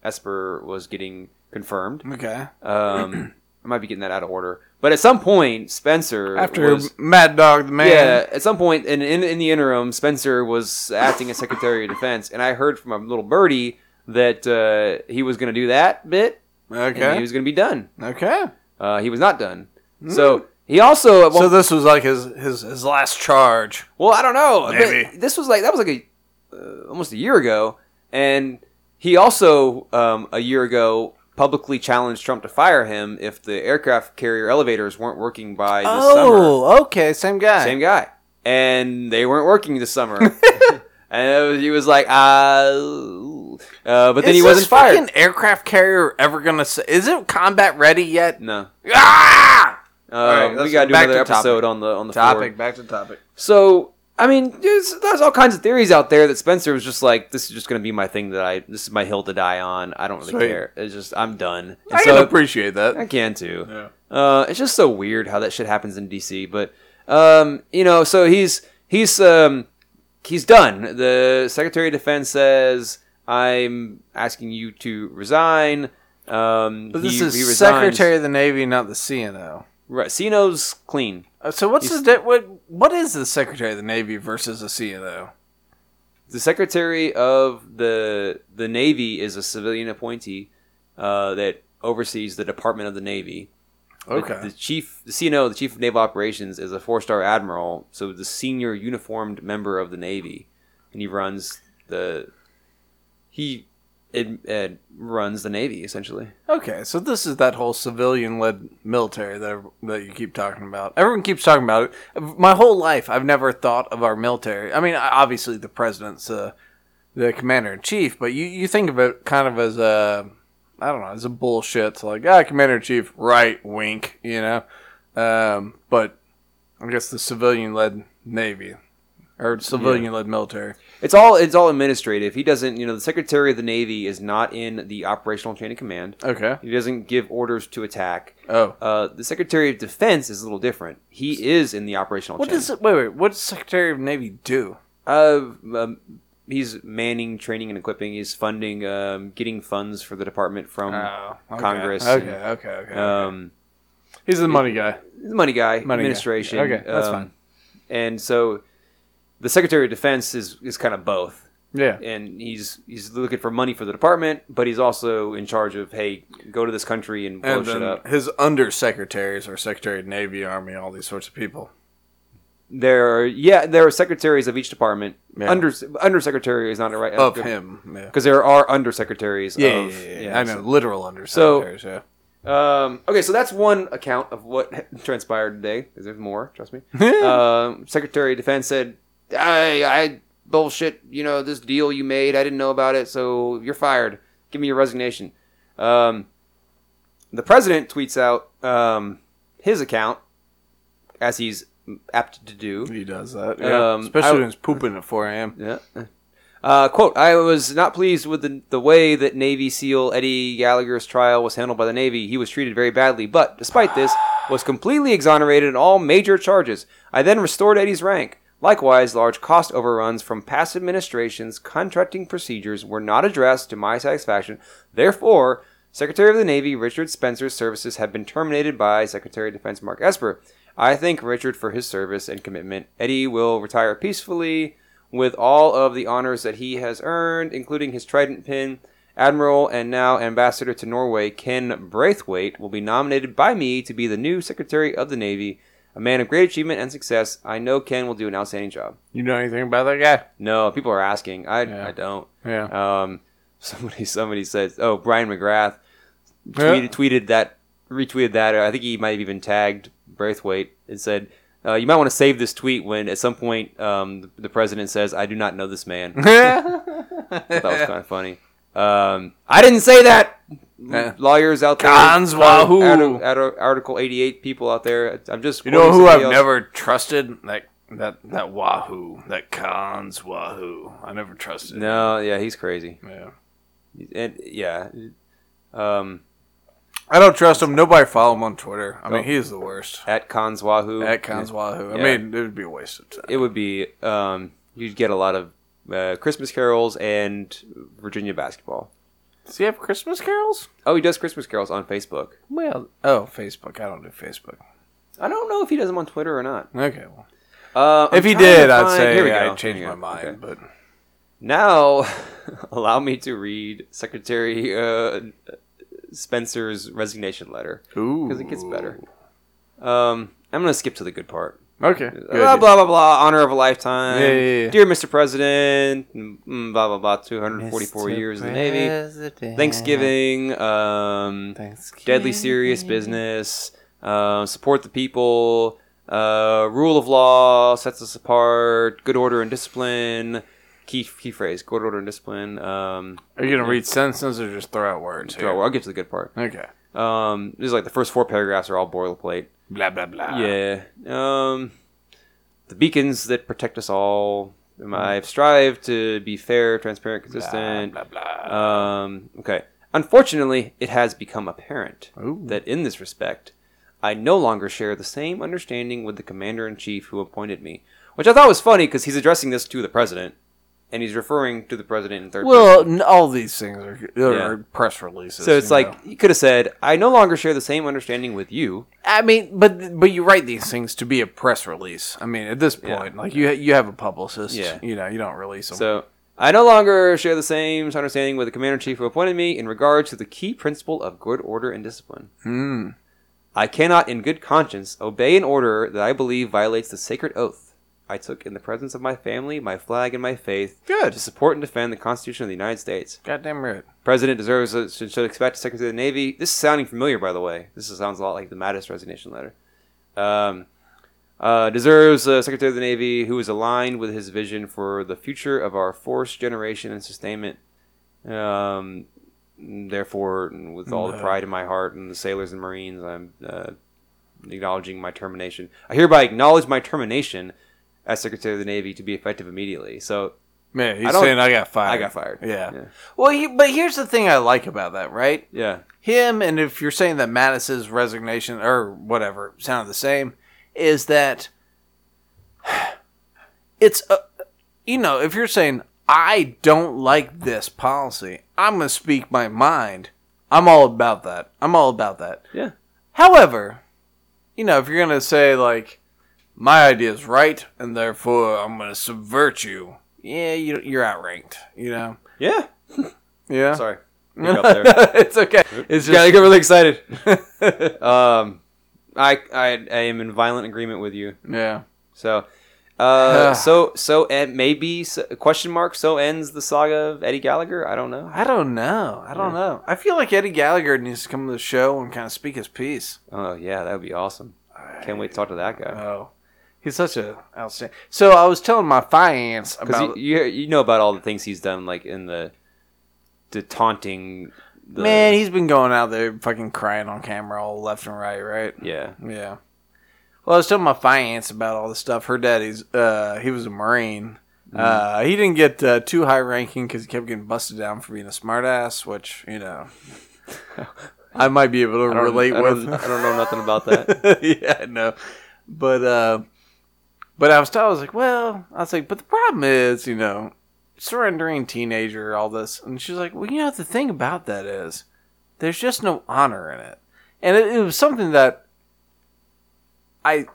[SPEAKER 2] Esper was getting confirmed.
[SPEAKER 1] Okay.
[SPEAKER 2] Um, I might be getting that out of order, but at some point, Spencer
[SPEAKER 1] After
[SPEAKER 2] was-
[SPEAKER 1] Mad Dog the Man.
[SPEAKER 2] yeah, at some point in, in in the interim, Spencer was acting as Secretary of Defense, and I heard from a little birdie that uh, he was going to do that bit, and
[SPEAKER 1] Okay.
[SPEAKER 2] he was going to be done.
[SPEAKER 1] okay.
[SPEAKER 2] Uh, he was not done, so he also at one
[SPEAKER 1] So this was like his his, his last charge.
[SPEAKER 2] Well, I don't know. but
[SPEAKER 1] Maybe.
[SPEAKER 2] this was like that was like a uh, almost a year ago, and he also um, a year ago publicly challenged Trump to fire him if the aircraft carrier elevators weren't working by the
[SPEAKER 1] Oh,
[SPEAKER 2] summer.
[SPEAKER 1] okay, same guy.
[SPEAKER 2] Same guy, and they weren't working this summer. and it was- he was like, uh, uh, but then he wasn't fired.
[SPEAKER 1] Fucking aircraft carrier ever gonna? Say, is it combat ready yet?
[SPEAKER 2] No,
[SPEAKER 1] Ah!
[SPEAKER 2] um,
[SPEAKER 1] right,
[SPEAKER 2] we
[SPEAKER 1] let's
[SPEAKER 2] gotta do
[SPEAKER 1] go back
[SPEAKER 2] another
[SPEAKER 1] to topic.
[SPEAKER 2] episode on the on the Ford.
[SPEAKER 1] Topic. Back to topic.
[SPEAKER 2] So I mean, there's, there's all kinds of theories out there that Spencer was just like, this is just going to be my thing that I, this is my hill to die on. I don't really
[SPEAKER 1] Sweet.
[SPEAKER 2] care. It's just I'm done. And
[SPEAKER 1] I
[SPEAKER 2] so
[SPEAKER 1] can appreciate
[SPEAKER 2] I
[SPEAKER 1] that.
[SPEAKER 2] can too.
[SPEAKER 1] Yeah.
[SPEAKER 2] Uh, it's just so weird how that shit happens in DC. But um, you know, so he's he's um, he's done. The Secretary of Defense says, I'm asking you to resign. Um,
[SPEAKER 1] But this
[SPEAKER 2] he-
[SPEAKER 1] is
[SPEAKER 2] he resigns.
[SPEAKER 1] Secretary of the Navy, not the CNO.
[SPEAKER 2] Right, Sino's clean.
[SPEAKER 1] Uh, so what's the di- what? What is the Secretary of the Navy versus a CNO?
[SPEAKER 2] the secretary of the the navy is a civilian appointee uh, that oversees the department of the navy The- the, chief the cno the chief of naval operations is a four-star admiral so the senior uniformed member of the navy and he runs the he it, it runs the navy essentially
[SPEAKER 1] Okay, so this is that whole civilian-led military that that you keep talking about. Everyone keeps talking about it. My whole life, I've never thought of our military. I mean, I- obviously the president's uh, the commander in chief, but you, you think of it kind of as a I don't know, as a bullshit. It's like ah, commander in chief, right? Wink, you know. Um, but I guess the civilian-led navy or civilian-led military.
[SPEAKER 2] it's all it's all administrative he doesn't you know the secretary of the navy is not in the operational chain of command
[SPEAKER 1] Okay.
[SPEAKER 2] he doesn't give orders to attack
[SPEAKER 1] Oh,
[SPEAKER 2] Uh, the Secretary of Defense is a little different. He is in the operational
[SPEAKER 1] what
[SPEAKER 2] chain.
[SPEAKER 1] does wait wait? What does Secretary of Navy do?
[SPEAKER 2] Uh, um, he's manning, training, and equipping. He's funding, um, getting funds for the department from
[SPEAKER 1] okay.
[SPEAKER 2] Congress.
[SPEAKER 1] Okay, okay, Oh, okay.
[SPEAKER 2] um,
[SPEAKER 1] He's the money guy.
[SPEAKER 2] the money guy,
[SPEAKER 1] guy.
[SPEAKER 2] administration.
[SPEAKER 1] Okay, that's
[SPEAKER 2] um,
[SPEAKER 1] fine.
[SPEAKER 2] And so, the Secretary of Defense is is kind of both,
[SPEAKER 1] Yeah.
[SPEAKER 2] and he's he's looking for money for the department, but he's also in charge of hey, go to this country and blow
[SPEAKER 1] And
[SPEAKER 2] shit
[SPEAKER 1] then
[SPEAKER 2] up.
[SPEAKER 1] his undersecretaries are Secretary of Navy, Army, all these sorts of people.
[SPEAKER 2] There, are, yeah, there are secretaries of each department.
[SPEAKER 1] Yeah.
[SPEAKER 2] Under undersecretary is not a right
[SPEAKER 1] Of him. Yeah.
[SPEAKER 2] because there are undersecretaries.
[SPEAKER 1] Yeah,
[SPEAKER 2] of,
[SPEAKER 1] yeah, yeah, yeah. I know,
[SPEAKER 2] so-
[SPEAKER 1] literal undersecretaries, yeah.
[SPEAKER 2] Um, okay, so that's one account of what transpired today. 'cause There's more, trust me. um, Secretary of Defense said, I, "I bullshit. You know this deal you made. I didn't know about it. So you're fired. Give me your resignation." Um, the president tweets out um, his account, as he's apt to do.
[SPEAKER 1] He does that. Yeah.
[SPEAKER 2] Um,
[SPEAKER 1] Especially
[SPEAKER 2] I-
[SPEAKER 1] when he's pooping at 4 a.m.
[SPEAKER 2] Yeah. Uh, quote, I was not pleased with the, the way that Navy SEAL Eddie Gallagher's trial was handled by the Navy. He was treated very badly, but despite this, was completely exonerated on all major charges. I then restored Eddie's rank. Likewise, large cost overruns from past administrations' contracting procedures were not addressed to my satisfaction. Therefore, Secretary of the Navy Richard Spencer's services have been terminated by Secretary of Defense Mark Esper. I thank Richard for his service and commitment. Eddie will retire peacefully with all of the honors that he has earned, including his Trident pin. Admiral and now Ambassador to Norway Ken Braithwaite will be nominated by me to be the new Secretary of the Navy. A man of great achievement and success. I know Ken will do an outstanding job.
[SPEAKER 1] You know anything about that guy?
[SPEAKER 2] No, people are asking. I,
[SPEAKER 1] Yeah.
[SPEAKER 2] I don't.
[SPEAKER 1] Yeah.
[SPEAKER 2] Um, somebody somebody says, oh, Brian McGrath
[SPEAKER 1] Yeah.
[SPEAKER 2] tweeted, tweeted that, retweeted that. Or I think he might have even tagged Braithwaite and said, uh, you might want to save this tweet when at some point um, the, the president says, I do not know this man. Thought that was kind of funny. Um, I didn't say that.
[SPEAKER 1] Yeah.
[SPEAKER 2] Lawyers out there,
[SPEAKER 1] Cons wahoo.
[SPEAKER 2] Arti- arti- Article eighty-eight people out there. I'm just
[SPEAKER 1] you know who I've
[SPEAKER 2] somebody else.
[SPEAKER 1] never trusted? That, that, that Wahoo. That Khan's Wahoo. I never trusted him.
[SPEAKER 2] No, yeah, he's crazy.
[SPEAKER 1] Yeah.
[SPEAKER 2] And yeah, um,
[SPEAKER 1] I don't trust him. Nobody follow him on Twitter. I mean,
[SPEAKER 2] Don't.
[SPEAKER 1] he's the worst.
[SPEAKER 2] at cons wahoo.
[SPEAKER 1] At Khan's Wahoo. I
[SPEAKER 2] Yeah.
[SPEAKER 1] mean, it would be a waste of time.
[SPEAKER 2] it would be um, you'd get a lot of uh, Christmas carols and Virginia basketball.
[SPEAKER 1] Does he have Christmas carols?
[SPEAKER 2] Oh, he does Christmas carols on Facebook.
[SPEAKER 1] Well, oh, Facebook. I don't do Facebook.
[SPEAKER 2] I don't know if he does them on Twitter or not.
[SPEAKER 1] Okay. Well,
[SPEAKER 2] Uh, I'm
[SPEAKER 1] if he
[SPEAKER 2] trying to
[SPEAKER 1] did, I'd
[SPEAKER 2] find-
[SPEAKER 1] say
[SPEAKER 2] Here we go.
[SPEAKER 1] I'd change
[SPEAKER 2] Here
[SPEAKER 1] my
[SPEAKER 2] we go.
[SPEAKER 1] mind.
[SPEAKER 2] Okay.
[SPEAKER 1] But
[SPEAKER 2] Now, allow me to read Secretary uh, Spencer's resignation letter
[SPEAKER 1] ooh,
[SPEAKER 2] because it gets better. Um, I'm gonna skip to the good part.
[SPEAKER 1] Okay.
[SPEAKER 2] Blah blah blah blah. Honor of a lifetime.
[SPEAKER 1] Yeah, yeah, yeah.
[SPEAKER 2] Dear Mr. President. mm, Blah blah blah. 244 years in the Navy. Thanksgiving. Um, deadly serious business. Uh, support the people. Uh, rule of law sets us apart. Good order and discipline. Key key phrase. Good order and discipline. Um,
[SPEAKER 1] Are you gonna read sentences or just throw out words? here?
[SPEAKER 2] I'll get to the good part.
[SPEAKER 1] Okay.
[SPEAKER 2] Um, this is like the first four paragraphs are all boilerplate.
[SPEAKER 1] Blah blah blah.
[SPEAKER 2] Yeah. Um, the beacons that protect us all. Um, I've strived to be fair, transparent, consistent.
[SPEAKER 1] Blah blah.
[SPEAKER 2] Um, okay. Unfortunately, it has become apparent
[SPEAKER 1] Ooh.
[SPEAKER 2] that in this respect, I no longer share the same understanding with the commander in chief who appointed me, which I thought was funny because he's addressing this to the president, and he's referring to the president in third person.
[SPEAKER 1] Well, n- all these things are,
[SPEAKER 2] Yeah.
[SPEAKER 1] are press releases.
[SPEAKER 2] So it's
[SPEAKER 1] you
[SPEAKER 2] like
[SPEAKER 1] know.
[SPEAKER 2] he could have said, "I no longer share the same understanding with you."
[SPEAKER 1] I mean, but but you write these things to be a press release. I mean, at this point, like you ha- you have a publicist.
[SPEAKER 2] Yeah.
[SPEAKER 1] You know, you don't release them.
[SPEAKER 2] So I no longer share the same understanding with the commander in chief who appointed me in regard to the key principle of good order and discipline.
[SPEAKER 1] Hmm.
[SPEAKER 2] I cannot, in good conscience, obey an order that I believe violates the sacred oath I took in the presence of my family, my flag, and my faith
[SPEAKER 1] Good.
[SPEAKER 2] to support and defend the Constitution of the United States.
[SPEAKER 1] Goddamn right.
[SPEAKER 2] President deserves should, should expect Secretary of the Navy. This is sounding familiar, by the way. This is- sounds a lot like the Mattis resignation letter. Um, uh, deserves uh, Secretary of the Navy who is aligned with his vision for the future of our force generation and sustainment. Um, therefore, with all the
[SPEAKER 1] No.
[SPEAKER 2] pride in my heart and the sailors and Marines, I'm uh, acknowledging my termination. I hereby acknowledge my termination as Secretary of the Navy to be effective immediately. So
[SPEAKER 1] Man, he's
[SPEAKER 2] I don't-
[SPEAKER 1] saying I got fired.
[SPEAKER 2] I got fired.
[SPEAKER 1] Yeah.
[SPEAKER 2] Yeah.
[SPEAKER 1] Well, he, but here's the thing I like about that, right?
[SPEAKER 2] yeah.
[SPEAKER 1] Him and if you're saying that Mattis's resignation or whatever sounded the same, is that it's a, you know if you're saying I don't like this policy, I'm gonna speak my mind. I'm all about that. I'm all about that.
[SPEAKER 2] Yeah.
[SPEAKER 1] However, you know, if you're gonna say like, my idea is right, and therefore I'm gonna subvert you, yeah, you, you're outranked. You know,
[SPEAKER 2] Yeah.
[SPEAKER 1] yeah.
[SPEAKER 2] Sorry. Pick up there.
[SPEAKER 1] it's okay. It's
[SPEAKER 2] Yeah,
[SPEAKER 1] just
[SPEAKER 2] I get really excited. um, I, I I am in violent agreement with you.
[SPEAKER 1] yeah.
[SPEAKER 2] So, uh, so so and maybe so, question mark. So ends the saga of Eddie Gallagher. I don't know.
[SPEAKER 1] I don't know. I don't know. I feel like Eddie Gallagher needs to come to the show and kind of speak his piece.
[SPEAKER 2] Oh yeah, that would be awesome. Can't wait to talk to that guy.
[SPEAKER 1] Oh, he's such a outstanding. So I was telling my finance
[SPEAKER 2] Because
[SPEAKER 1] about
[SPEAKER 2] you, you you know about all the things he's done, like in the the taunting. The,
[SPEAKER 1] man. He's been going out there fucking crying on camera all left and right, right?
[SPEAKER 2] yeah.
[SPEAKER 1] Yeah. Well, I was telling my finance about all this stuff. Her daddy's uh, he was a marine. Uh, he didn't get uh, too high ranking because he kept getting busted down for being a smartass, which you know. I might be able to
[SPEAKER 2] I don't-
[SPEAKER 1] relate
[SPEAKER 2] I don't-
[SPEAKER 1] with.
[SPEAKER 2] I don't know nothing about that.
[SPEAKER 1] yeah, I know. But uh, but I was, I was like, well, I was like, but the problem is, you know, surrendering teenager, all this, and she's like, well, you know, the thing about that is, there's just no honor in it, and it, it was something that I,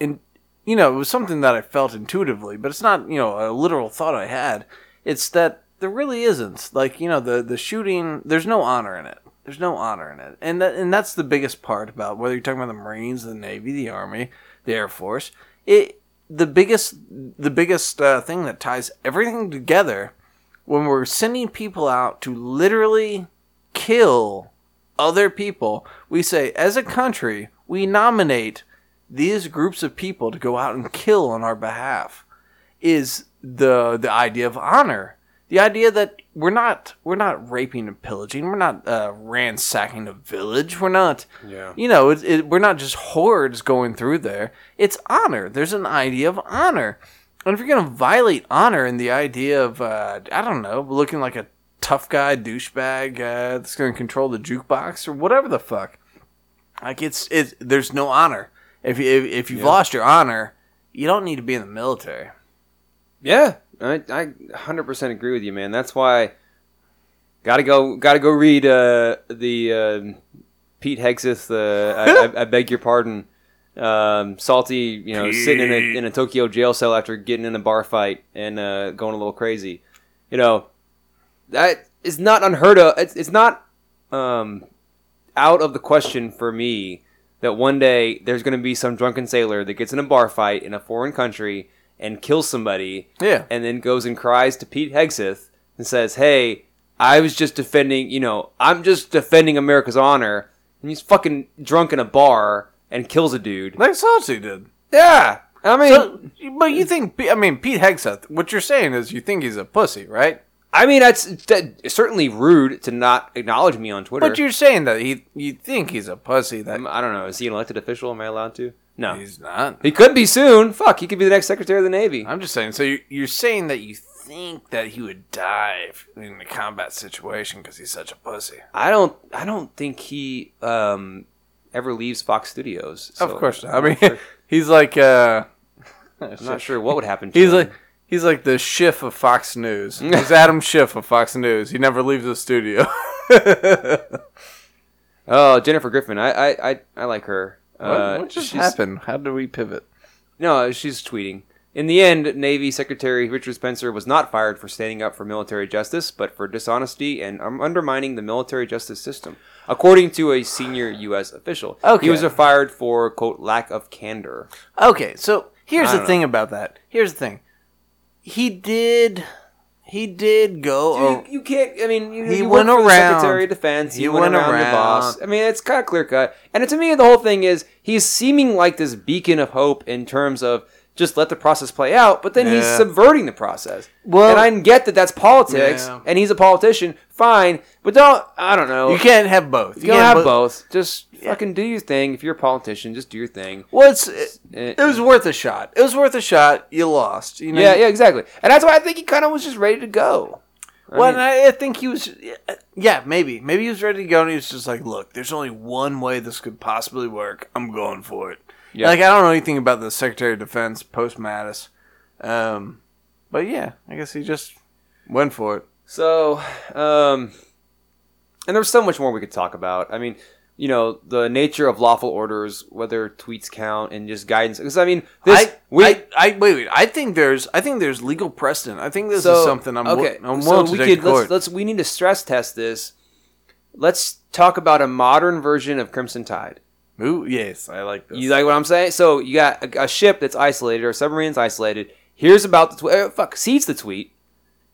[SPEAKER 1] in, you know, it was something that I felt intuitively, but it's not, you know, a literal thought I had. It's that there really isn't, like, you know, the the shooting. There's no honor in it. There's no honor in it, and that, and that's the biggest part about whether you're talking about the Marines, the Navy, the Army, the Air Force. It the biggest the biggest uh, thing that ties everything together when we're sending people out to literally kill other people. We say as a country we nominate these groups of people to go out and kill on our behalf is the the idea of honor. The idea that we're not we're not raping and pillaging, we're not uh, ransacking a village, we're not
[SPEAKER 2] Yeah.
[SPEAKER 1] you know it, it, we're not just hordes going through there. It's honor. There's an idea of honor, and if you're gonna violate honor and the idea of uh, I don't know looking like a tough guy douchebag uh, that's gonna control the jukebox or whatever the fuck, like it's it's there's no honor. If you- if, if you've lost your honor, you don't need to be in the military.
[SPEAKER 2] Yeah. I, I 100% agree with you, man. That's why gotta go gotta go read uh, the um Pete Hexeth. Uh, I, I, I beg your pardon. Um, salty, you know, sitting in a, in a Tokyo jail cell after getting in a bar fight and uh, going a little crazy. You know, that is not unheard of. It's, it's not um, out of the question for me that one day there's going to be some drunken sailor that gets in a bar fight in a foreign country and kills somebody
[SPEAKER 1] Yeah.
[SPEAKER 2] and then goes and cries to Pete Hegseth and says, "Hey, I was just defending, you know, I'm just defending America's honor." And he's fucking drunk in a bar and kills a dude.
[SPEAKER 1] Like Salty did.
[SPEAKER 2] Yeah, I mean,
[SPEAKER 1] So, but you think, I mean, Pete Hegseth, what you're saying is you think he's a pussy, right?
[SPEAKER 2] I mean that's, that, certainly rude to not acknowledge me on Twitter.
[SPEAKER 1] But you're saying that he, you think he's a pussy that
[SPEAKER 2] I'm- I don't know. Is he an elected official? Am I allowed to? No,
[SPEAKER 1] he's not.
[SPEAKER 2] he could be soon. Fuck, he could be the next Secretary of the Navy.
[SPEAKER 1] I'm just saying. So you- you're saying that you think that he would die if- in a combat situation because he's such a pussy.
[SPEAKER 2] I don't. I don't think he um, ever leaves Fox Studios. so
[SPEAKER 1] of course not. I
[SPEAKER 2] I'm
[SPEAKER 1] mean,
[SPEAKER 2] sure-
[SPEAKER 1] he's like uh,
[SPEAKER 2] I'm not sure what would happen. To
[SPEAKER 1] he's
[SPEAKER 2] him.
[SPEAKER 1] like he's like the Schiff of Fox News. He's Adam Schiff of Fox News. He never leaves the studio.
[SPEAKER 2] Oh, Jennifer Griffin. I I, I, I like her. Uh,
[SPEAKER 1] what, what just
[SPEAKER 2] she's-
[SPEAKER 1] happened? How did we pivot?
[SPEAKER 2] No, she's tweeting. In the end, Navy Secretary Richard Spencer was not fired for standing up for military justice, but for dishonesty and um, undermining the military justice system, according to a senior U.S. official.
[SPEAKER 1] Okay.
[SPEAKER 2] He was fired for, quote, lack of candor.
[SPEAKER 1] Okay, so here's
[SPEAKER 2] I
[SPEAKER 1] the
[SPEAKER 2] don't
[SPEAKER 1] thing about that. Here's the thing. He did. He did go. o-
[SPEAKER 2] You, you can't, I mean, you,
[SPEAKER 1] He
[SPEAKER 2] you
[SPEAKER 1] went
[SPEAKER 2] went around.
[SPEAKER 1] around.
[SPEAKER 2] Secretary of Defense.
[SPEAKER 1] He
[SPEAKER 2] you went,
[SPEAKER 1] went
[SPEAKER 2] around, your boss. I mean, it's kind of clear cut. And to me, the whole thing is he's seeming like this beacon of hope in terms of just let the process play out, but then he's
[SPEAKER 1] Yeah.
[SPEAKER 2] subverting the process.
[SPEAKER 1] Well-
[SPEAKER 2] and I get that that's politics,
[SPEAKER 1] Yeah.
[SPEAKER 2] and he's a politician, fine, but don't, I don't know.
[SPEAKER 1] you can't have both.
[SPEAKER 2] oh. You don't
[SPEAKER 1] can't
[SPEAKER 2] have both. Just fucking do your thing. If you're a politician, just do your thing.
[SPEAKER 1] Well, it's it,
[SPEAKER 2] Eh.
[SPEAKER 1] it was worth a shot. It was worth a shot. You lost. You know,
[SPEAKER 2] Yeah, yeah, exactly. And that's why I think he kind of was just ready to go. I
[SPEAKER 1] Well,
[SPEAKER 2] mean-
[SPEAKER 1] and I, I think he was. Yeah, maybe, maybe he was ready to go, and he was just like, "Look, there's only one way this could possibly work. I'm going for it."
[SPEAKER 2] Yeah.
[SPEAKER 1] Like I don't know anything about the Secretary of Defense post Mattis, um, but yeah, I guess he just went for it.
[SPEAKER 2] So, um, and there's so much more we could talk about. I mean, you know, the nature of lawful orders, whether tweets count, and just guidance. Because I mean, this
[SPEAKER 1] I,
[SPEAKER 2] we
[SPEAKER 1] I, I wait, wait. I think there's, I think there's legal precedent. I think this
[SPEAKER 2] so
[SPEAKER 1] is something I'm. wi-
[SPEAKER 2] okay.
[SPEAKER 1] I'm
[SPEAKER 2] so
[SPEAKER 1] willing to
[SPEAKER 2] we
[SPEAKER 1] take
[SPEAKER 2] could
[SPEAKER 1] to court.
[SPEAKER 2] let's, let's we need to stress test this. Let's talk about a modern version of Crimson Tide.
[SPEAKER 1] Ooh, yes, I like this.
[SPEAKER 2] You like what I'm saying? So you got a, a ship that's isolated or a submarine's isolated. Here's about the tweet. fuck, sees the tweet,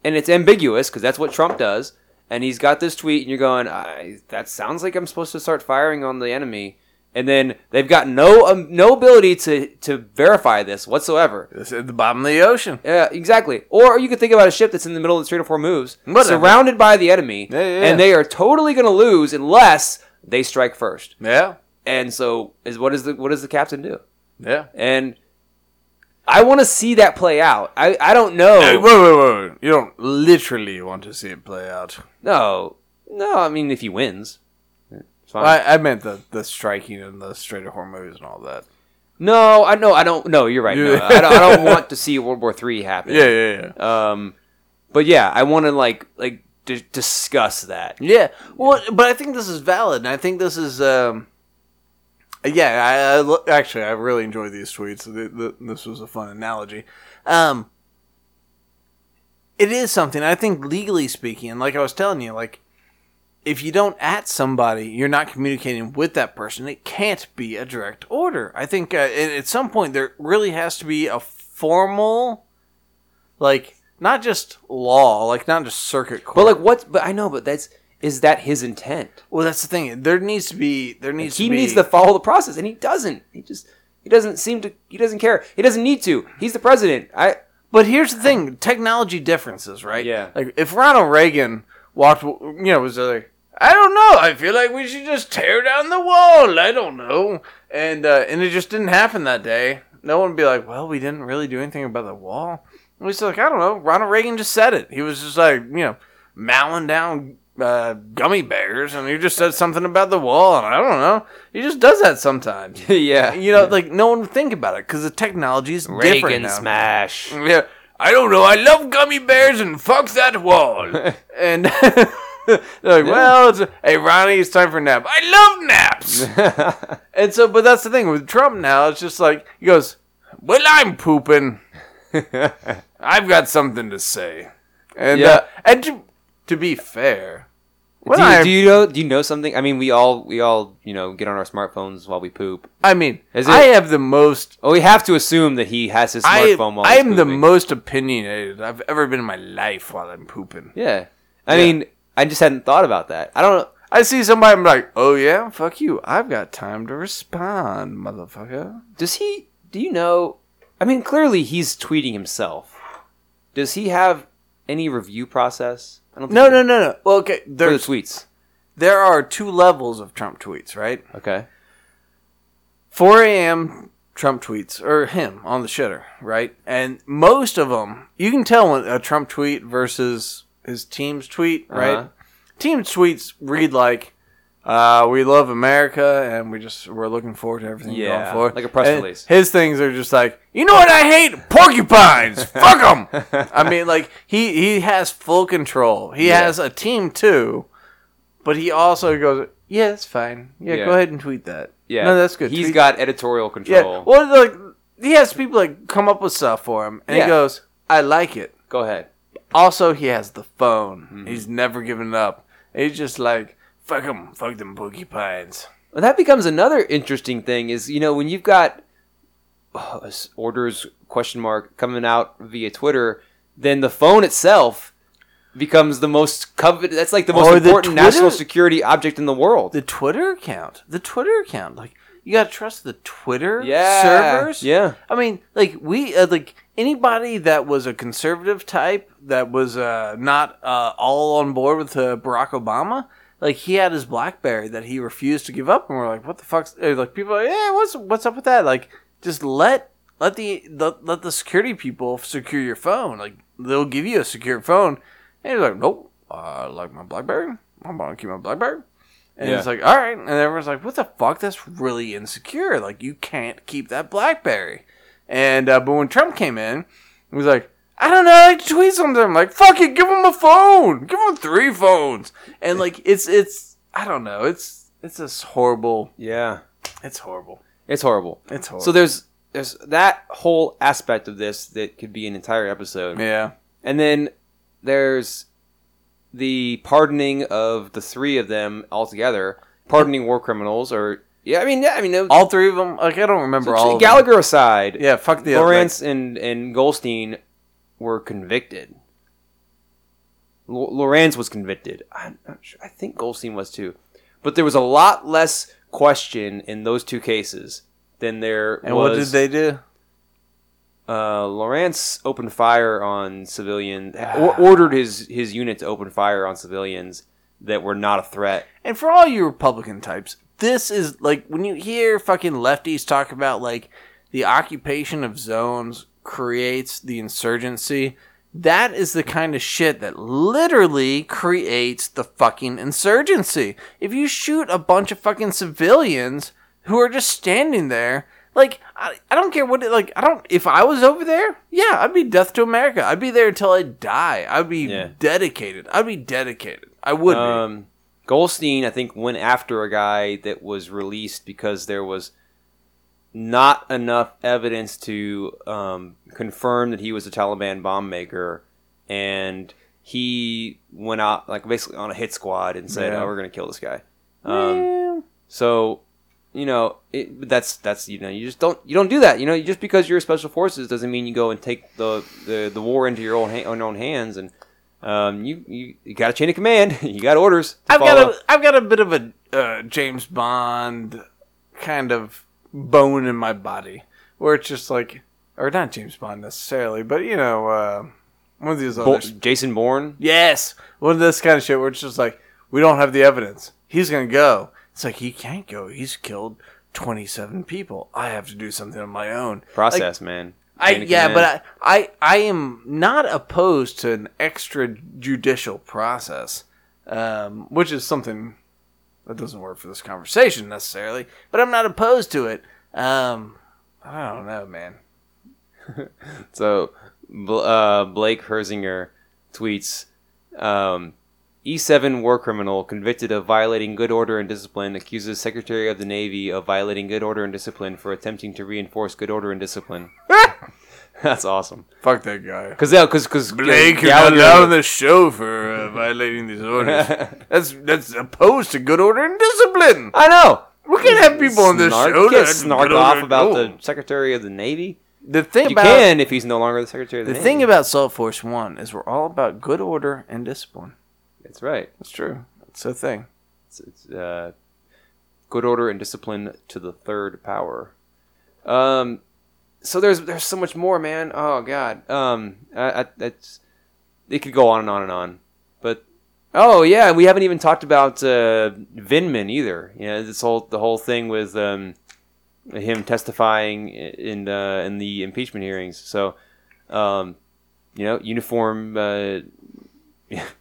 [SPEAKER 2] and it's ambiguous because that's what Trump does. And he's got this tweet, and you're going, I, that sounds like I'm supposed to start firing on the enemy. And then they've got no um, no ability to to verify this whatsoever.
[SPEAKER 1] It's at the bottom of the ocean.
[SPEAKER 2] Yeah, exactly. Or you could think about a ship that's in the middle of the Strait of Hormuz,
[SPEAKER 1] Whatever.
[SPEAKER 2] surrounded by the enemy,
[SPEAKER 1] Yeah, yeah,
[SPEAKER 2] and
[SPEAKER 1] yeah.
[SPEAKER 2] they are totally going to lose unless they strike first.
[SPEAKER 1] Yeah,
[SPEAKER 2] And so, is what is the what does the captain do?
[SPEAKER 1] yeah.
[SPEAKER 2] And I want to see that play out. I, I don't know.
[SPEAKER 1] Hey, wait, wait, wait, wait. You don't literally want to see it play out.
[SPEAKER 2] no, no. I mean, if he wins, it's fine.
[SPEAKER 1] I, I meant the, the striking and the Strait of Hormuz and all that.
[SPEAKER 2] no, I know. I don't. No, you're right. No,
[SPEAKER 1] Yeah.
[SPEAKER 2] I, don't, I don't want to see World War Three happen.
[SPEAKER 1] Yeah, yeah, yeah.
[SPEAKER 2] Um, but yeah, I want to like like d- discuss that.
[SPEAKER 1] Yeah. Well, but I think this is valid, and I think this is. Um, yeah, I, I lo- actually I really enjoyed these tweets. Th- th- This was a fun analogy. Um, it is something I think legally speaking, and like I was telling you, like if you don't at somebody, you're not communicating with that person. It can't be a direct order. I think uh, at at some point there really has to be a formal, like not just law, like not just circuit court.
[SPEAKER 2] But like what? But I know. But that's is that his intent?
[SPEAKER 1] Well, that's the thing. There needs to be. There needs.
[SPEAKER 2] He
[SPEAKER 1] to be,
[SPEAKER 2] needs to follow the process, and he doesn't. He just he doesn't seem to. He doesn't care. He doesn't need to. He's the president. I
[SPEAKER 1] But here's the thing: technology differences, right?
[SPEAKER 2] Yeah.
[SPEAKER 1] Like if Ronald Reagan walked, you know, was like, I don't know. I feel like we should just tear down the wall. I don't know. And uh, and it just didn't happen that day. No one would be like, well, we didn't really do anything about the wall. And we just like, I don't know. Ronald Reagan just said it. He was just like, you know, mowing down uh, gummy bears, and he just said something about the wall, and I don't know. He just does that sometimes.
[SPEAKER 2] yeah.
[SPEAKER 1] You know, like no one would think about it because the technology is different
[SPEAKER 2] Reagan
[SPEAKER 1] now.
[SPEAKER 2] smash.
[SPEAKER 1] Yeah, I don't know. I love gummy bears and fuck that wall. and they're like, well, it's hey Ronnie, it's time for a nap. I love naps. and so, but that's the thing with Trump now. It's just like he goes, well, I'm pooping. I've got something to say. And
[SPEAKER 2] Yeah.
[SPEAKER 1] uh, and to to be fair, when
[SPEAKER 2] do, you,
[SPEAKER 1] I,
[SPEAKER 2] do you know? Do you know something? I mean, we all we all you know get on our smartphones while we poop.
[SPEAKER 1] I mean,
[SPEAKER 2] Is
[SPEAKER 1] I
[SPEAKER 2] it-
[SPEAKER 1] have the most
[SPEAKER 2] Well, we have to assume that he has his
[SPEAKER 1] I,
[SPEAKER 2] smartphone while
[SPEAKER 1] I
[SPEAKER 2] he's
[SPEAKER 1] am the
[SPEAKER 2] pooping.
[SPEAKER 1] most opinionated I've ever been in my life while I'm pooping.
[SPEAKER 2] Yeah, I mean, I just hadn't thought about that. I don't.
[SPEAKER 1] I see somebody, I'm like, oh yeah, fuck you. I've got time to respond, motherfucker.
[SPEAKER 2] Does he? Do you know? I mean, clearly he's tweeting himself. Does he have any review process? I don't. Think
[SPEAKER 1] No,
[SPEAKER 2] he-
[SPEAKER 1] no, no, no. Well, okay,
[SPEAKER 2] For the
[SPEAKER 1] there's
[SPEAKER 2] tweets.
[SPEAKER 1] there are two levels of Trump tweets, right?
[SPEAKER 2] Okay.
[SPEAKER 1] 4 a.m. Trump tweets or him on the shitter, right? And most of them, you can tell when a Trump tweet versus his team's tweet, right?
[SPEAKER 2] Uh-huh.
[SPEAKER 1] Team tweets read like, uh, "We love America and we just we're looking forward to everything
[SPEAKER 2] Yeah,
[SPEAKER 1] going forward."
[SPEAKER 2] like a press
[SPEAKER 1] And
[SPEAKER 2] release.
[SPEAKER 1] His things are just like, you know what I hate? Porcupines. Fuck them. I mean, like he he has full control. He
[SPEAKER 2] Yeah.
[SPEAKER 1] has a team too, but he also goes, "Yeah, it's fine. Yeah,
[SPEAKER 2] Yeah.
[SPEAKER 1] go ahead and tweet that.
[SPEAKER 2] Yeah.
[SPEAKER 1] no, that's good.
[SPEAKER 2] He's
[SPEAKER 1] Tweet
[SPEAKER 2] got editorial
[SPEAKER 1] yeah.
[SPEAKER 2] control.
[SPEAKER 1] Well, like he has people like come up with stuff for him, and
[SPEAKER 2] Yeah.
[SPEAKER 1] he goes, "I like it."
[SPEAKER 2] Go ahead.
[SPEAKER 1] Also, he has the phone.
[SPEAKER 2] Mm-hmm.
[SPEAKER 1] He's never given up. He's just like, "Fuck them, fuck them porcupines."
[SPEAKER 2] Well, that becomes another interesting thing is you know when you've got uh, s- orders question mark coming out via Twitter, then the phone itself becomes the most coveted. That's like the most
[SPEAKER 1] Or the
[SPEAKER 2] important
[SPEAKER 1] Twitter-
[SPEAKER 2] national security object in the world.
[SPEAKER 1] The Twitter account, the Twitter account, like you gotta trust the Twitter
[SPEAKER 2] yeah.
[SPEAKER 1] servers.
[SPEAKER 2] Yeah.
[SPEAKER 1] I mean, like we, uh, like anybody that was a conservative type that was uh, not uh, all on board with uh, Barack Obama, like he had his BlackBerry that he refused to give up, and we're like, what the fuck's uh, like? People, are, yeah, what's what's up with that? Like, just let let the let, let the security people secure your phone. Like they'll give you a secure phone, and you're like, nope, uh, I like my BlackBerry. I'm gonna keep my BlackBerry. And
[SPEAKER 2] Yeah.
[SPEAKER 1] it's like, all right. And everyone's like, what the fuck? That's really insecure. Like, you can't keep that Blackberry. And, uh, but when Trump came in, he was like, I don't know. I like to tweet something. I'm like, fuck it. Give him a phone. Give him three phones. And, like, it's, it's, I don't know. It's, it's just horrible.
[SPEAKER 2] Yeah.
[SPEAKER 1] It's horrible.
[SPEAKER 2] It's horrible.
[SPEAKER 1] It's horrible.
[SPEAKER 2] So there's there's that whole aspect of this that could be an entire episode.
[SPEAKER 1] yeah.
[SPEAKER 2] And then there's the pardoning of the three of them altogether, pardoning war criminals, or yeah, I mean, yeah, I mean,
[SPEAKER 1] All three of them, like, I don't remember all. of them.
[SPEAKER 2] Gallagher aside,
[SPEAKER 1] Yeah, fuck the other.
[SPEAKER 2] Lawrence and and Goldstein were convicted. L- Lawrence was convicted. I'm not sure. I think Goldstein was too, but there was a lot less question in those two cases than there
[SPEAKER 1] And
[SPEAKER 2] was.
[SPEAKER 1] what did they do?
[SPEAKER 2] Uh, Lawrence opened fire on civilian,
[SPEAKER 1] Ah.
[SPEAKER 2] or ordered his his unit to open fire on civilians that were not a threat.
[SPEAKER 1] And for all you Republican types, this is like when you hear fucking lefties talk about like the occupation of zones creates the insurgency. That is the kind of shit that literally creates the fucking insurgency. If you shoot a bunch of fucking civilians who are just standing there, like I, I don't care what it, like I don't if I was over there, yeah, I'd be death to America. I'd be there until I die. I'd be
[SPEAKER 2] Yeah.
[SPEAKER 1] dedicated. I'd be dedicated. I would be.
[SPEAKER 2] Um, Goldstein, I think, went after a guy that was released because there was not enough evidence to um, confirm that he was a Taliban bomb maker, and he went out like basically on a hit squad and said,
[SPEAKER 1] Yeah.
[SPEAKER 2] "Oh, we're gonna kill this guy." Um, So, you know, it, but that's that's you know, you just don't you don't do that. You know, just because you're special forces doesn't mean you go and take the the, the war into your own ha- own hands. And um, you you, you got a chain of command. you got orders. To
[SPEAKER 1] I've
[SPEAKER 2] follow.
[SPEAKER 1] got a I've got a bit of a uh, James Bond kind of bone in my body where it's just like or not James Bond necessarily, but you know, uh, one of these
[SPEAKER 2] Bo-
[SPEAKER 1] others.
[SPEAKER 2] Jason Bourne.
[SPEAKER 1] Yes, one of this kind of shit where it's just like we don't have the evidence. He's gonna go. It's like he can't go. He's killed twenty seven people. I have to do something on my own. Like,
[SPEAKER 2] Process, man.
[SPEAKER 1] I
[SPEAKER 2] Chain of
[SPEAKER 1] yeah,
[SPEAKER 2] command.
[SPEAKER 1] but I, I I am not opposed to an extrajudicial process, um, which is something that doesn't work for this conversation necessarily. But I'm not opposed to it. Um, I don't know, man.
[SPEAKER 2] so Bl- uh, Blake Herzinger tweets um, E7 war criminal convicted of violating good order and discipline accuses Secretary of the Navy of violating good order and discipline for attempting to reinforce good order and discipline. That's awesome.
[SPEAKER 1] Fuck that guy.
[SPEAKER 2] Because because because
[SPEAKER 1] Blake is allowed on the show for uh, violating these orders. that's that's opposed to good order and discipline.
[SPEAKER 2] I know.
[SPEAKER 1] We can't have people on this
[SPEAKER 2] Snark-
[SPEAKER 1] show
[SPEAKER 2] You can't
[SPEAKER 1] that
[SPEAKER 2] snark
[SPEAKER 1] good
[SPEAKER 2] off
[SPEAKER 1] order-
[SPEAKER 2] about
[SPEAKER 1] no.
[SPEAKER 2] the Secretary of the Navy.
[SPEAKER 1] The thing
[SPEAKER 2] You can if he's no longer the Secretary of the,
[SPEAKER 1] the
[SPEAKER 2] Navy.
[SPEAKER 1] thing about Salt Force One is we're all about good order and discipline.
[SPEAKER 2] That's right.
[SPEAKER 1] That's true. It's a thing.
[SPEAKER 2] It's, it's uh, good order and discipline to the third power. Um, so there's there's so much more, man. Oh God. Um, I, I, that's it could go on and on and on. But oh yeah, we haven't even talked about uh, Vinman either. You know, this whole the whole thing with um, him testifying i- in uh, in the impeachment hearings. So, um, you know, uniform. Uh,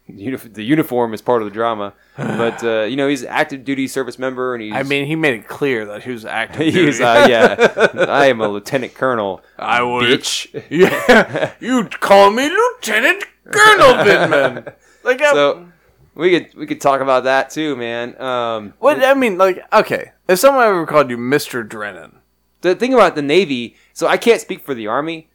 [SPEAKER 2] Unif- the uniform is part of the drama, but uh, you know he's active duty service member, and he's
[SPEAKER 1] I mean, he made it clear that he was active.
[SPEAKER 2] He was,
[SPEAKER 1] duty.
[SPEAKER 2] uh, yeah, I am a lieutenant colonel.
[SPEAKER 1] I would.
[SPEAKER 2] bitch.
[SPEAKER 1] Yeah, you'd call me Lieutenant Colonel Bitman. Like, I,
[SPEAKER 2] So we could we could talk about that too, man. Um,
[SPEAKER 1] what I mean, like, okay, if someone ever called you Mister Drennan,
[SPEAKER 2] the thing about the Navy, so I can't speak for the Army,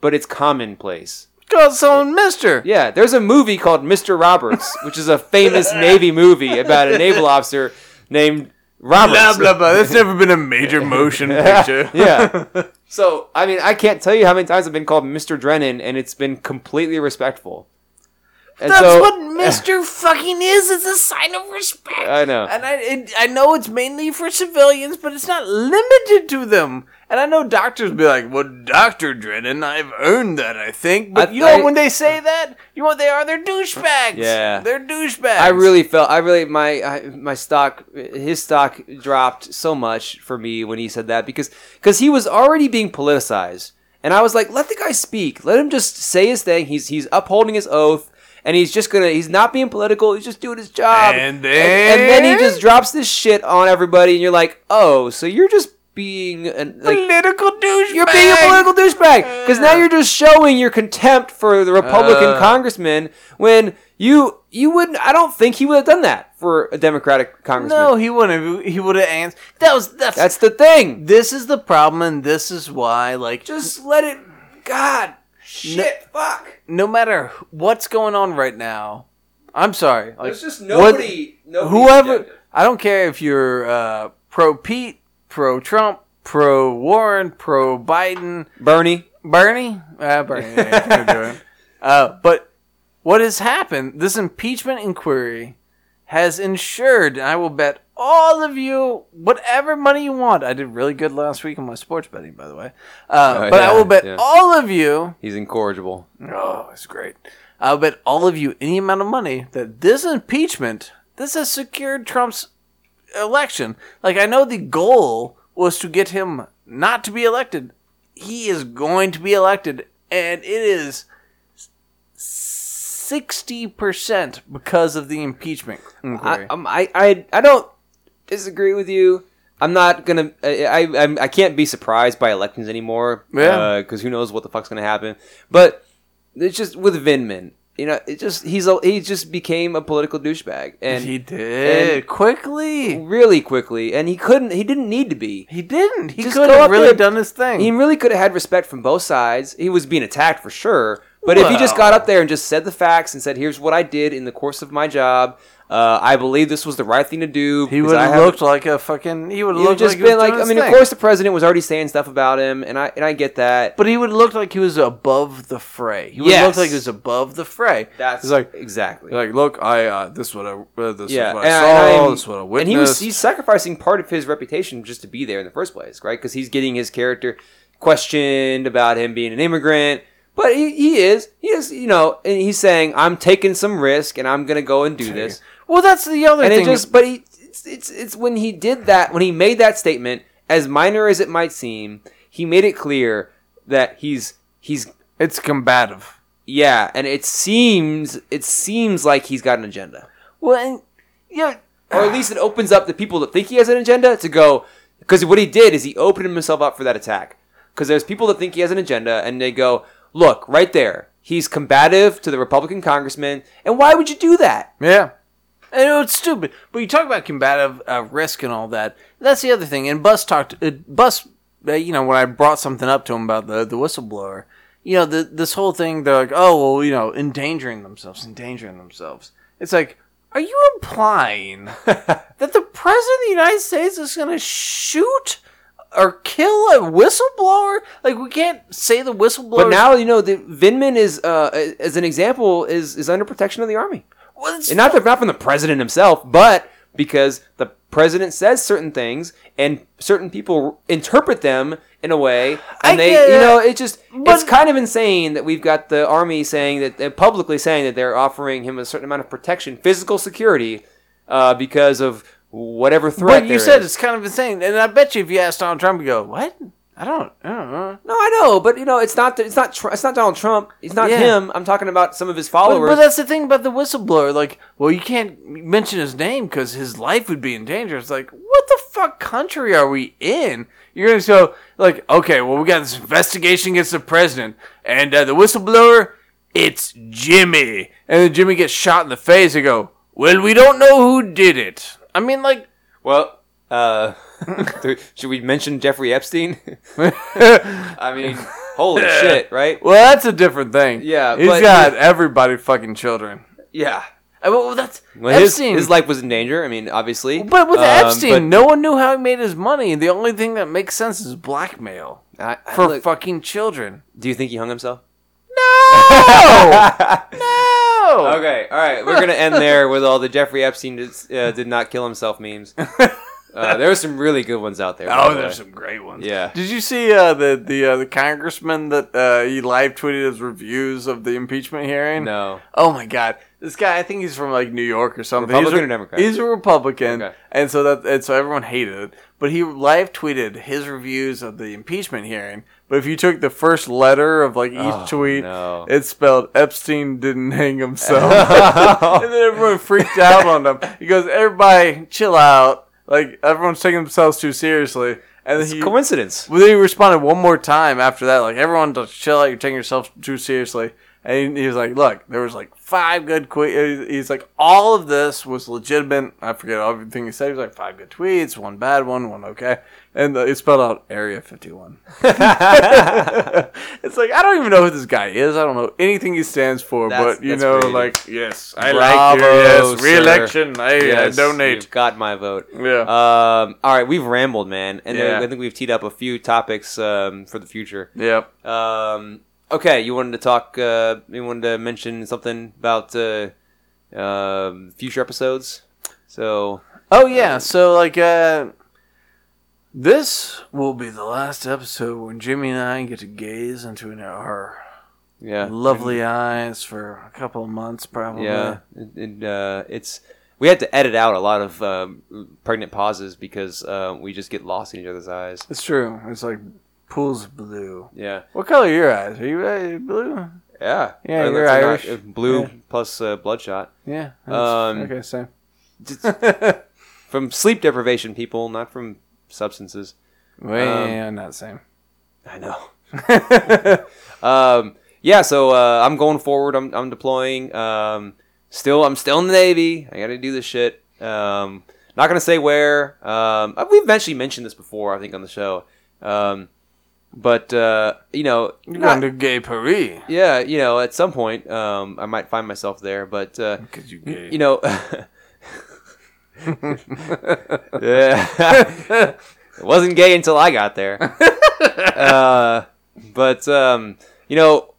[SPEAKER 2] but it's commonplace.
[SPEAKER 1] call someone Mister.
[SPEAKER 2] Yeah, there's a movie called Mr. Roberts, which is a famous Navy movie about a naval officer named Roberts.
[SPEAKER 1] Blah blah blah. That's never been a major motion picture.
[SPEAKER 2] yeah. So I mean, I can't tell you how many times I've been called Mr. Drennan, and it's been completely respectful. And
[SPEAKER 1] That's
[SPEAKER 2] so
[SPEAKER 1] what Mister fucking is. It's a sign of respect.
[SPEAKER 2] I know.
[SPEAKER 1] and I it, I know it's mainly for civilians, but it's not limited to them. And I know doctors be like, "Well, Doctor Drennan, I've earned that, I think." But
[SPEAKER 2] I-
[SPEAKER 1] you know
[SPEAKER 2] I-
[SPEAKER 1] when they say that, you know what they are? They're douchebags.
[SPEAKER 2] Yeah.
[SPEAKER 1] they're douchebags.
[SPEAKER 2] I really felt I really my I, my stock his stock dropped so much for me when he said that because because he was already being politicized and I was like let the guy speak let him just say his thing he's he's upholding his oath and he's just gonna he's not being political he's just doing his job
[SPEAKER 1] And
[SPEAKER 2] and, and then
[SPEAKER 1] then-
[SPEAKER 2] he just drops this shit on everybody and you're like oh so you're just being an, like
[SPEAKER 1] political douchebag.
[SPEAKER 2] you're being a political douchebag because now you're just showing your contempt for the Republican
[SPEAKER 1] Uh.
[SPEAKER 2] congressman when you you wouldn't. I don't think he would have done that for a Democratic congressman.
[SPEAKER 1] No, he wouldn't. He would have answered. That was that's,
[SPEAKER 2] that's the thing.
[SPEAKER 1] This is the problem, and this is why. Like,
[SPEAKER 2] Just let it. God, shit, fuck.
[SPEAKER 1] no matter what's going on right now, I'm sorry. Like,
[SPEAKER 2] There's just nobody. nobody
[SPEAKER 1] whoever I don't care if you're uh, pro Pete, pro Trump, pro Warren, pro Biden,
[SPEAKER 2] Bernie.
[SPEAKER 1] Bernie, uh, Bernie. yeah, we're doing. Uh, but what has happened? This impeachment inquiry has ensured, and I will bet all of you whatever money you want. I did really good last week on my sports betting, by the way. Uh,
[SPEAKER 2] Oh,
[SPEAKER 1] but I
[SPEAKER 2] yeah,
[SPEAKER 1] will bet
[SPEAKER 2] yeah.
[SPEAKER 1] all of you
[SPEAKER 2] He's incorrigible.
[SPEAKER 1] Oh, it's great. I'll bet all of you any amount of money that this impeachment, this has secured Trump's election. Like, I know the goal was to get him not to be elected. He is going to be elected, and it is 60% because of the impeachment
[SPEAKER 2] I,
[SPEAKER 1] inquiry.
[SPEAKER 2] um, I, I, I don't disagree with you. I'm not gonna. I, I, I'm- I can't be surprised by elections anymore.
[SPEAKER 1] Yeah.
[SPEAKER 2] Because who knows what the fuck's gonna happen? But it's just with Vinman. You know, it just he's a, he just became a political douchebag, and
[SPEAKER 1] he did. quickly.
[SPEAKER 2] really quickly, and he couldn't. He didn't need to be.
[SPEAKER 1] He didn't. He
[SPEAKER 2] Just
[SPEAKER 1] could
[SPEAKER 2] go up
[SPEAKER 1] have really
[SPEAKER 2] there-
[SPEAKER 1] done his thing.
[SPEAKER 2] He really could have had respect from both sides. He was being attacked for sure. But if he just
[SPEAKER 1] Well-
[SPEAKER 2] got up there and just said the facts and said, "Here's what I did in the course of my job. Uh, I believe this was the right thing to do."
[SPEAKER 1] he
[SPEAKER 2] because
[SPEAKER 1] would
[SPEAKER 2] I
[SPEAKER 1] have
[SPEAKER 2] have-
[SPEAKER 1] looked like a fucking. He would
[SPEAKER 2] It
[SPEAKER 1] have
[SPEAKER 2] would
[SPEAKER 1] looked
[SPEAKER 2] just
[SPEAKER 1] like he was
[SPEAKER 2] been like,
[SPEAKER 1] doing
[SPEAKER 2] I
[SPEAKER 1] his
[SPEAKER 2] mean, of
[SPEAKER 1] thing.
[SPEAKER 2] course the president was already saying stuff about him, and I and I get that.
[SPEAKER 1] But he would look like he was above the fray. He would
[SPEAKER 2] Yes.
[SPEAKER 1] look like he was above the fray. He's like,
[SPEAKER 2] exactly.
[SPEAKER 1] like look, I uh, this what I uh, this
[SPEAKER 2] yeah,
[SPEAKER 1] is what
[SPEAKER 2] and,
[SPEAKER 1] I
[SPEAKER 2] I-
[SPEAKER 1] saw.
[SPEAKER 2] I'm-
[SPEAKER 1] this is what I witnessed.
[SPEAKER 2] and he was he's sacrificing part of his reputation just to be there in the first place, right? Because he's getting his character questioned about him being an immigrant. But he, he is he is you know, and he's saying I'm taking some risk and I'm gonna go and do this.
[SPEAKER 1] well, that's the other
[SPEAKER 2] and
[SPEAKER 1] thing.
[SPEAKER 2] it just but he it's, it's it's when he did that when he made that statement as minor as it might seem he made it clear that he's he's
[SPEAKER 1] it's combative.
[SPEAKER 2] yeah and it seems it seems like he's got an agenda
[SPEAKER 1] Well, and, yeah,
[SPEAKER 2] or at least it opens up the people that think he has an agenda to go because what he did is he opened himself up for that attack because there's people that think he has an agenda and they go Look, right there. He's combative to the Republican congressman, and why would you do that?
[SPEAKER 1] Yeah. I know it's stupid, but you talk about combative uh, risk and all that. That's the other thing. And Bus talked. Uh, Bus, uh, you know, when I brought something up to him about the the whistleblower, you know, the, this whole thing. They're like, oh well, you know, endangering themselves, endangering themselves. It's like, are you implying that the president of the United States is going to shoot or kill a whistleblower? Like, we can't say the whistleblower.
[SPEAKER 2] But now you know the Vinman is, uh, as an example, is is under protection of the army,
[SPEAKER 1] Well, it's-
[SPEAKER 2] and not the, not from the president himself, but because the president says certain things, and certain people interpret them in a way, and
[SPEAKER 1] I
[SPEAKER 2] they,
[SPEAKER 1] get
[SPEAKER 2] you
[SPEAKER 1] it,
[SPEAKER 2] know, it just it's
[SPEAKER 1] but-
[SPEAKER 2] kind of insane that we've got the army saying that uh, publicly saying that they're offering him a certain amount of protection, physical security, uh, because of whatever threat.
[SPEAKER 1] But
[SPEAKER 2] there
[SPEAKER 1] you said
[SPEAKER 2] is.
[SPEAKER 1] it's kind of insane, and I bet you if you asked Donald Trump, you go, "What? I don't, I don't know."
[SPEAKER 2] No, I know, but you know, it's not it's not Tr- it's not Donald Trump. It's not
[SPEAKER 1] Yeah.
[SPEAKER 2] him. I'm talking about some of his
[SPEAKER 1] But,
[SPEAKER 2] followers.
[SPEAKER 1] but that's the thing about the whistleblower. Like, well, you can't mention his name because his life would be in danger. It's like, what the fuck country are we in? You're gonna go like, okay, well, we got this investigation against the president, and uh, the whistleblower, it's Jimmy, and then Jimmy gets shot in the face. They go, well, we don't know who did it. I mean, like,
[SPEAKER 2] well, uh, should we mention Jeffrey Epstein? I mean, holy shit, right?
[SPEAKER 1] well, that's a different thing.
[SPEAKER 2] Yeah,
[SPEAKER 1] he's
[SPEAKER 2] but-
[SPEAKER 1] got everybody fucking children.
[SPEAKER 2] Yeah.
[SPEAKER 1] Uh, Well, that's
[SPEAKER 2] Well, his,
[SPEAKER 1] Epstein.
[SPEAKER 2] his life was in danger. I mean, obviously.
[SPEAKER 1] but with
[SPEAKER 2] Um,
[SPEAKER 1] Epstein, no one knew how he made his money. The only thing that makes sense is blackmail
[SPEAKER 2] but I- I-
[SPEAKER 1] for
[SPEAKER 2] look,
[SPEAKER 1] fucking children.
[SPEAKER 2] do you think he hung himself?
[SPEAKER 1] No, no.
[SPEAKER 2] Okay, all right. We're gonna end there with all the Jeffrey Epstein did, uh, did not kill himself memes. Uh, there were some really good ones out there. by
[SPEAKER 1] Oh,
[SPEAKER 2] the
[SPEAKER 1] there's
[SPEAKER 2] way.
[SPEAKER 1] some great ones.
[SPEAKER 2] Yeah.
[SPEAKER 1] Did you see uh, the the uh, the congressman that uh, he live tweeted his reviews of the impeachment hearing?
[SPEAKER 2] No.
[SPEAKER 1] Oh my God, this guy! I think he's from like New York or something.
[SPEAKER 2] Republican
[SPEAKER 1] he's a,
[SPEAKER 2] or Democrat?
[SPEAKER 1] He's a Republican,
[SPEAKER 2] Okay.
[SPEAKER 1] and so that and so everyone hated it. But he live tweeted his reviews of the impeachment hearing. But if you took the first letter of like each
[SPEAKER 2] Oh,
[SPEAKER 1] tweet,
[SPEAKER 2] no.
[SPEAKER 1] it's spelled Epstein didn't hang himself, and then everyone freaked out on him. He goes, "Everybody, chill out! Like everyone's taking themselves too seriously." And then
[SPEAKER 2] It's
[SPEAKER 1] he
[SPEAKER 2] coincidence.
[SPEAKER 1] well, then he responded one more time after that, like everyone just chill out, you're taking yourself too seriously. And he he was like, "Look, there was like five good tweets." He's like, "All of this was legitimate." I forget everything he said. He was like, five good tweets, one bad one, one okay." And uh, it spelled out Area 51. it's like I don't even know who this guy is. I don't know anything he stands for,
[SPEAKER 2] That's-
[SPEAKER 1] but you
[SPEAKER 2] that's
[SPEAKER 1] know,
[SPEAKER 2] creative.
[SPEAKER 1] like yes, I
[SPEAKER 2] Bravo,
[SPEAKER 1] like you. Yes,
[SPEAKER 2] sir.
[SPEAKER 1] re-election. I,
[SPEAKER 2] Yes,
[SPEAKER 1] I donate.
[SPEAKER 2] You've got my vote.
[SPEAKER 1] Yeah.
[SPEAKER 2] Um, all right, we've rambled, man, and then
[SPEAKER 1] Yeah.
[SPEAKER 2] I think we've teed up a few topics um, for the future.
[SPEAKER 1] Yep.
[SPEAKER 2] Um, okay, you wanted to talk. Uh, you wanted to mention something about uh, um, future episodes. So
[SPEAKER 1] Oh yeah, so like uh this will be the last episode when Jimmy and I get to gaze into an- our
[SPEAKER 2] yeah,
[SPEAKER 1] lovely eyes for a couple of months probably.
[SPEAKER 2] yeah, and, and, uh, it's. We had to edit out a lot of um, pregnant pauses because uh, we just get lost in each other's eyes.
[SPEAKER 1] It's true. It's like pools of blue.
[SPEAKER 2] Yeah,
[SPEAKER 1] What color are your eyes? Are you uh, blue?
[SPEAKER 2] yeah,
[SPEAKER 1] Yeah,
[SPEAKER 2] Uh,
[SPEAKER 1] you're
[SPEAKER 2] that's a
[SPEAKER 1] Irish.
[SPEAKER 2] notch- uh, blue
[SPEAKER 1] Yeah.
[SPEAKER 2] plus uh, bloodshot.
[SPEAKER 1] Yeah.
[SPEAKER 2] Um,
[SPEAKER 1] okay, same.
[SPEAKER 2] Just- from sleep deprivation, people, not from substances.
[SPEAKER 1] Way uh, not same.
[SPEAKER 2] I know. Um, yeah, so uh, I'm going forward. I'm, I'm deploying. Um, still, I'm still in the Navy. I got to do this shit. Um, not gonna say where. Um, I- we've actually mentioned this before, I think, on the show. Um, but uh, you know,
[SPEAKER 1] You're
[SPEAKER 2] not-
[SPEAKER 1] going to gay Paris
[SPEAKER 2] yeah, you know, at some point, um, I might find myself there. But uh,
[SPEAKER 1] because you gay.
[SPEAKER 2] you know, yeah, it wasn't gay until I got there. Uh, but um, you know,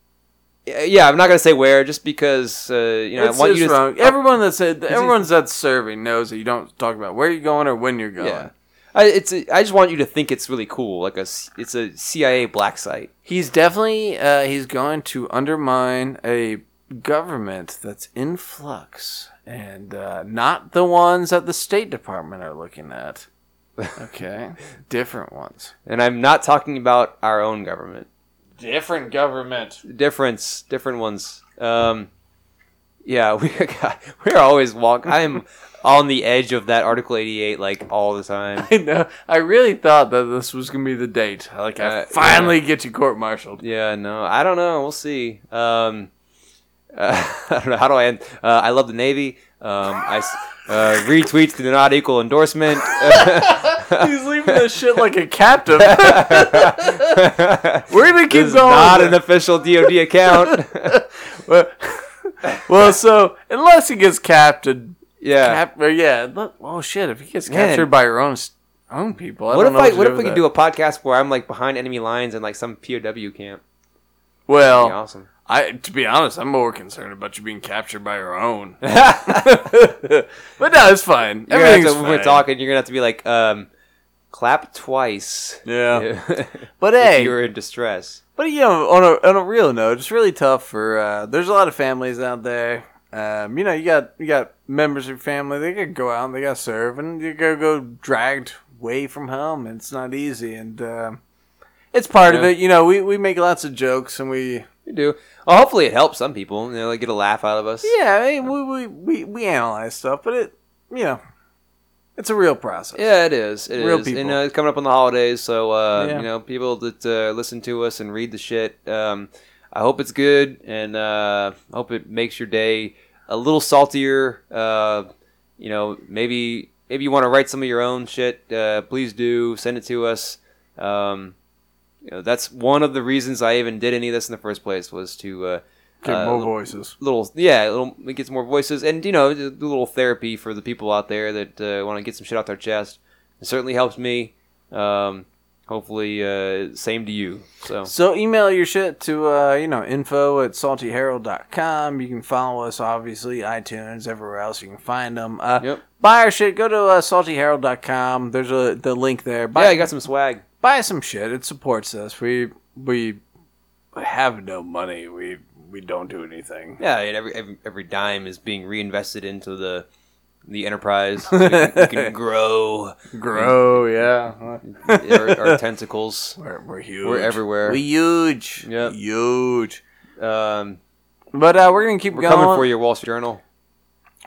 [SPEAKER 2] y- yeah, I'm not gonna say where, just because uh, you know
[SPEAKER 1] It's
[SPEAKER 2] I want
[SPEAKER 1] just
[SPEAKER 2] you to.
[SPEAKER 1] wrong. Everyone that said everyone that's serving knows that you don't talk about where you're going or when you're going.
[SPEAKER 2] yeah, I, it's. A, I just want you to think it's really cool, like a. s- It's a CIA black site.
[SPEAKER 1] He's definitely uh, he's going to undermine a government that's in flux and uh, not the ones that the State Department are looking at. Okay, different ones.
[SPEAKER 2] And I'm not talking about our own government.
[SPEAKER 1] Different government.
[SPEAKER 2] difference, different ones. Um, yeah, we got, we're always walk. I'm on the edge of that Article 88 like all the time.
[SPEAKER 1] I know. I really thought that this was gonna be the date. Like I
[SPEAKER 2] Uh,
[SPEAKER 1] finally get you court martialed.
[SPEAKER 2] Yeah, no, I don't know. We'll see. Um, uh, I don't know. How do I end? Uh, I love the Navy. Um, I s- uh, retweets do not equal endorsement.
[SPEAKER 1] He's leaving this shit like a captive. We're gonna keep
[SPEAKER 2] This is
[SPEAKER 1] going.
[SPEAKER 2] not
[SPEAKER 1] with
[SPEAKER 2] an official DoD account.
[SPEAKER 1] Well, well, so unless he gets captured,
[SPEAKER 2] yeah.
[SPEAKER 1] cap- or yeah. Look, oh shit! If he gets
[SPEAKER 2] Man.
[SPEAKER 1] captured by your own s- own people, I
[SPEAKER 2] what if
[SPEAKER 1] don't know
[SPEAKER 2] I? What if we
[SPEAKER 1] could
[SPEAKER 2] could do a podcast where I'm like behind enemy lines in like some POW camp? That'd be
[SPEAKER 1] Well,
[SPEAKER 2] awesome.
[SPEAKER 1] I to be honest, I'm more concerned about you being captured by your own.
[SPEAKER 2] You're
[SPEAKER 1] But no, it's fine.
[SPEAKER 2] gonna have
[SPEAKER 1] Everything's
[SPEAKER 2] to, uh, when uh, we're
[SPEAKER 1] fine.
[SPEAKER 2] talking, you're gonna have to be like, um, clap twice.
[SPEAKER 1] Yeah.
[SPEAKER 2] but
[SPEAKER 1] But
[SPEAKER 2] hey,
[SPEAKER 1] hey.
[SPEAKER 2] you're in distress.
[SPEAKER 1] But you know, on a on a real note, it's really tough for uh, there's a lot of families out there. Um, you know, you got you got members of your family. They could go out and they got to serve, and you go go dragged away from home. and It's not easy, and um it's part of
[SPEAKER 2] Yeah.
[SPEAKER 1] it. You know, we, we make lots of jokes, and we
[SPEAKER 2] You do. Well, hopefully, it helps some people. You know, they get a laugh out of us.
[SPEAKER 1] yeah, I mean, we, we we we analyze stuff, but it you know, it's a real process.
[SPEAKER 2] Yeah, it is. It is.
[SPEAKER 1] Real
[SPEAKER 2] You
[SPEAKER 1] people.
[SPEAKER 2] know, it's coming up on the holidays, so uh,
[SPEAKER 1] Yeah.
[SPEAKER 2] you know, people that uh, listen to us and read the shit. Um, I hope it's good, and uh, I hope it makes your day a little saltier. Uh, you know, maybe maybe you want to write some of your own shit. Uh, please do send it to us. Um, you know, that's one of the reasons I even did any of this in the first place was to uh,
[SPEAKER 1] Get
[SPEAKER 2] uh,
[SPEAKER 1] more voices.
[SPEAKER 2] little yeah little it gets more voices and you know do a little therapy for the people out there that uh, want to get some shit off their chest it certainly helps me um, hopefully uh, same to you so
[SPEAKER 1] So email your shit to uh, you know info at saltyherald.com. You can follow us obviously iTunes everywhere else you can find them. Uh,
[SPEAKER 2] Yep.
[SPEAKER 1] Buy our shit. Go to uh, saltyherald.com. There's a the link there. Buy,
[SPEAKER 2] yeah you got some swag
[SPEAKER 1] buy some shit. It supports us. We we have no money. We we don't do anything.
[SPEAKER 2] yeah and every, every every dime is being reinvested into the the enterprise so we, can, we can grow
[SPEAKER 1] Grow, yeah.
[SPEAKER 2] our, our tentacles
[SPEAKER 1] We're, we're huge.
[SPEAKER 2] We're everywhere.
[SPEAKER 1] We huge.
[SPEAKER 2] Yep.
[SPEAKER 1] Huge.
[SPEAKER 2] um,
[SPEAKER 1] But uh, we're gonna keep
[SPEAKER 2] we're
[SPEAKER 1] going.
[SPEAKER 2] coming for you wall street journal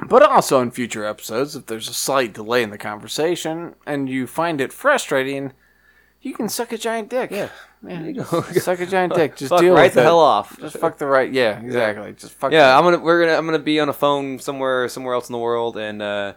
[SPEAKER 1] But also in future episodes, if there's a slight delay in the conversation and you find it frustrating, you can suck a giant dick.
[SPEAKER 2] Yeah.
[SPEAKER 1] Man,
[SPEAKER 2] There you go.
[SPEAKER 1] suck a giant dick. Just
[SPEAKER 2] Fuck
[SPEAKER 1] deal
[SPEAKER 2] right
[SPEAKER 1] with
[SPEAKER 2] the
[SPEAKER 1] it.
[SPEAKER 2] hell off
[SPEAKER 1] Just fuck the right. Yeah, exactly. Just fuck.
[SPEAKER 2] Yeah, I'm gonna we're gonna I'm gonna be on a phone somewhere somewhere else in the world, and uh,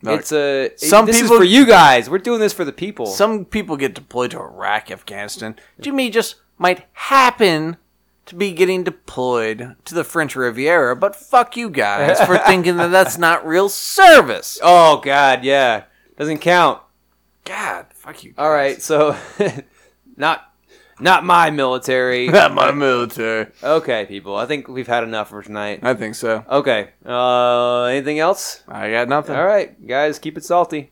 [SPEAKER 1] No,
[SPEAKER 2] it's a
[SPEAKER 1] some
[SPEAKER 2] this
[SPEAKER 1] people-
[SPEAKER 2] is for you guys. We're doing this for the people.
[SPEAKER 1] Some people get deployed to Iraq, Afghanistan. Jimmy just might happen to be getting deployed to the French Riviera, but fuck you guys for thinking that that's not real service.
[SPEAKER 2] oh God, yeah, doesn't count.
[SPEAKER 1] God, fuck you. Guys.
[SPEAKER 2] All right, so not not my military.
[SPEAKER 1] Not my military.
[SPEAKER 2] okay, people, I think we've had enough for tonight.
[SPEAKER 1] I think so.
[SPEAKER 2] Okay, uh, anything else?
[SPEAKER 1] I got nothing.
[SPEAKER 2] All right, guys, keep it salty.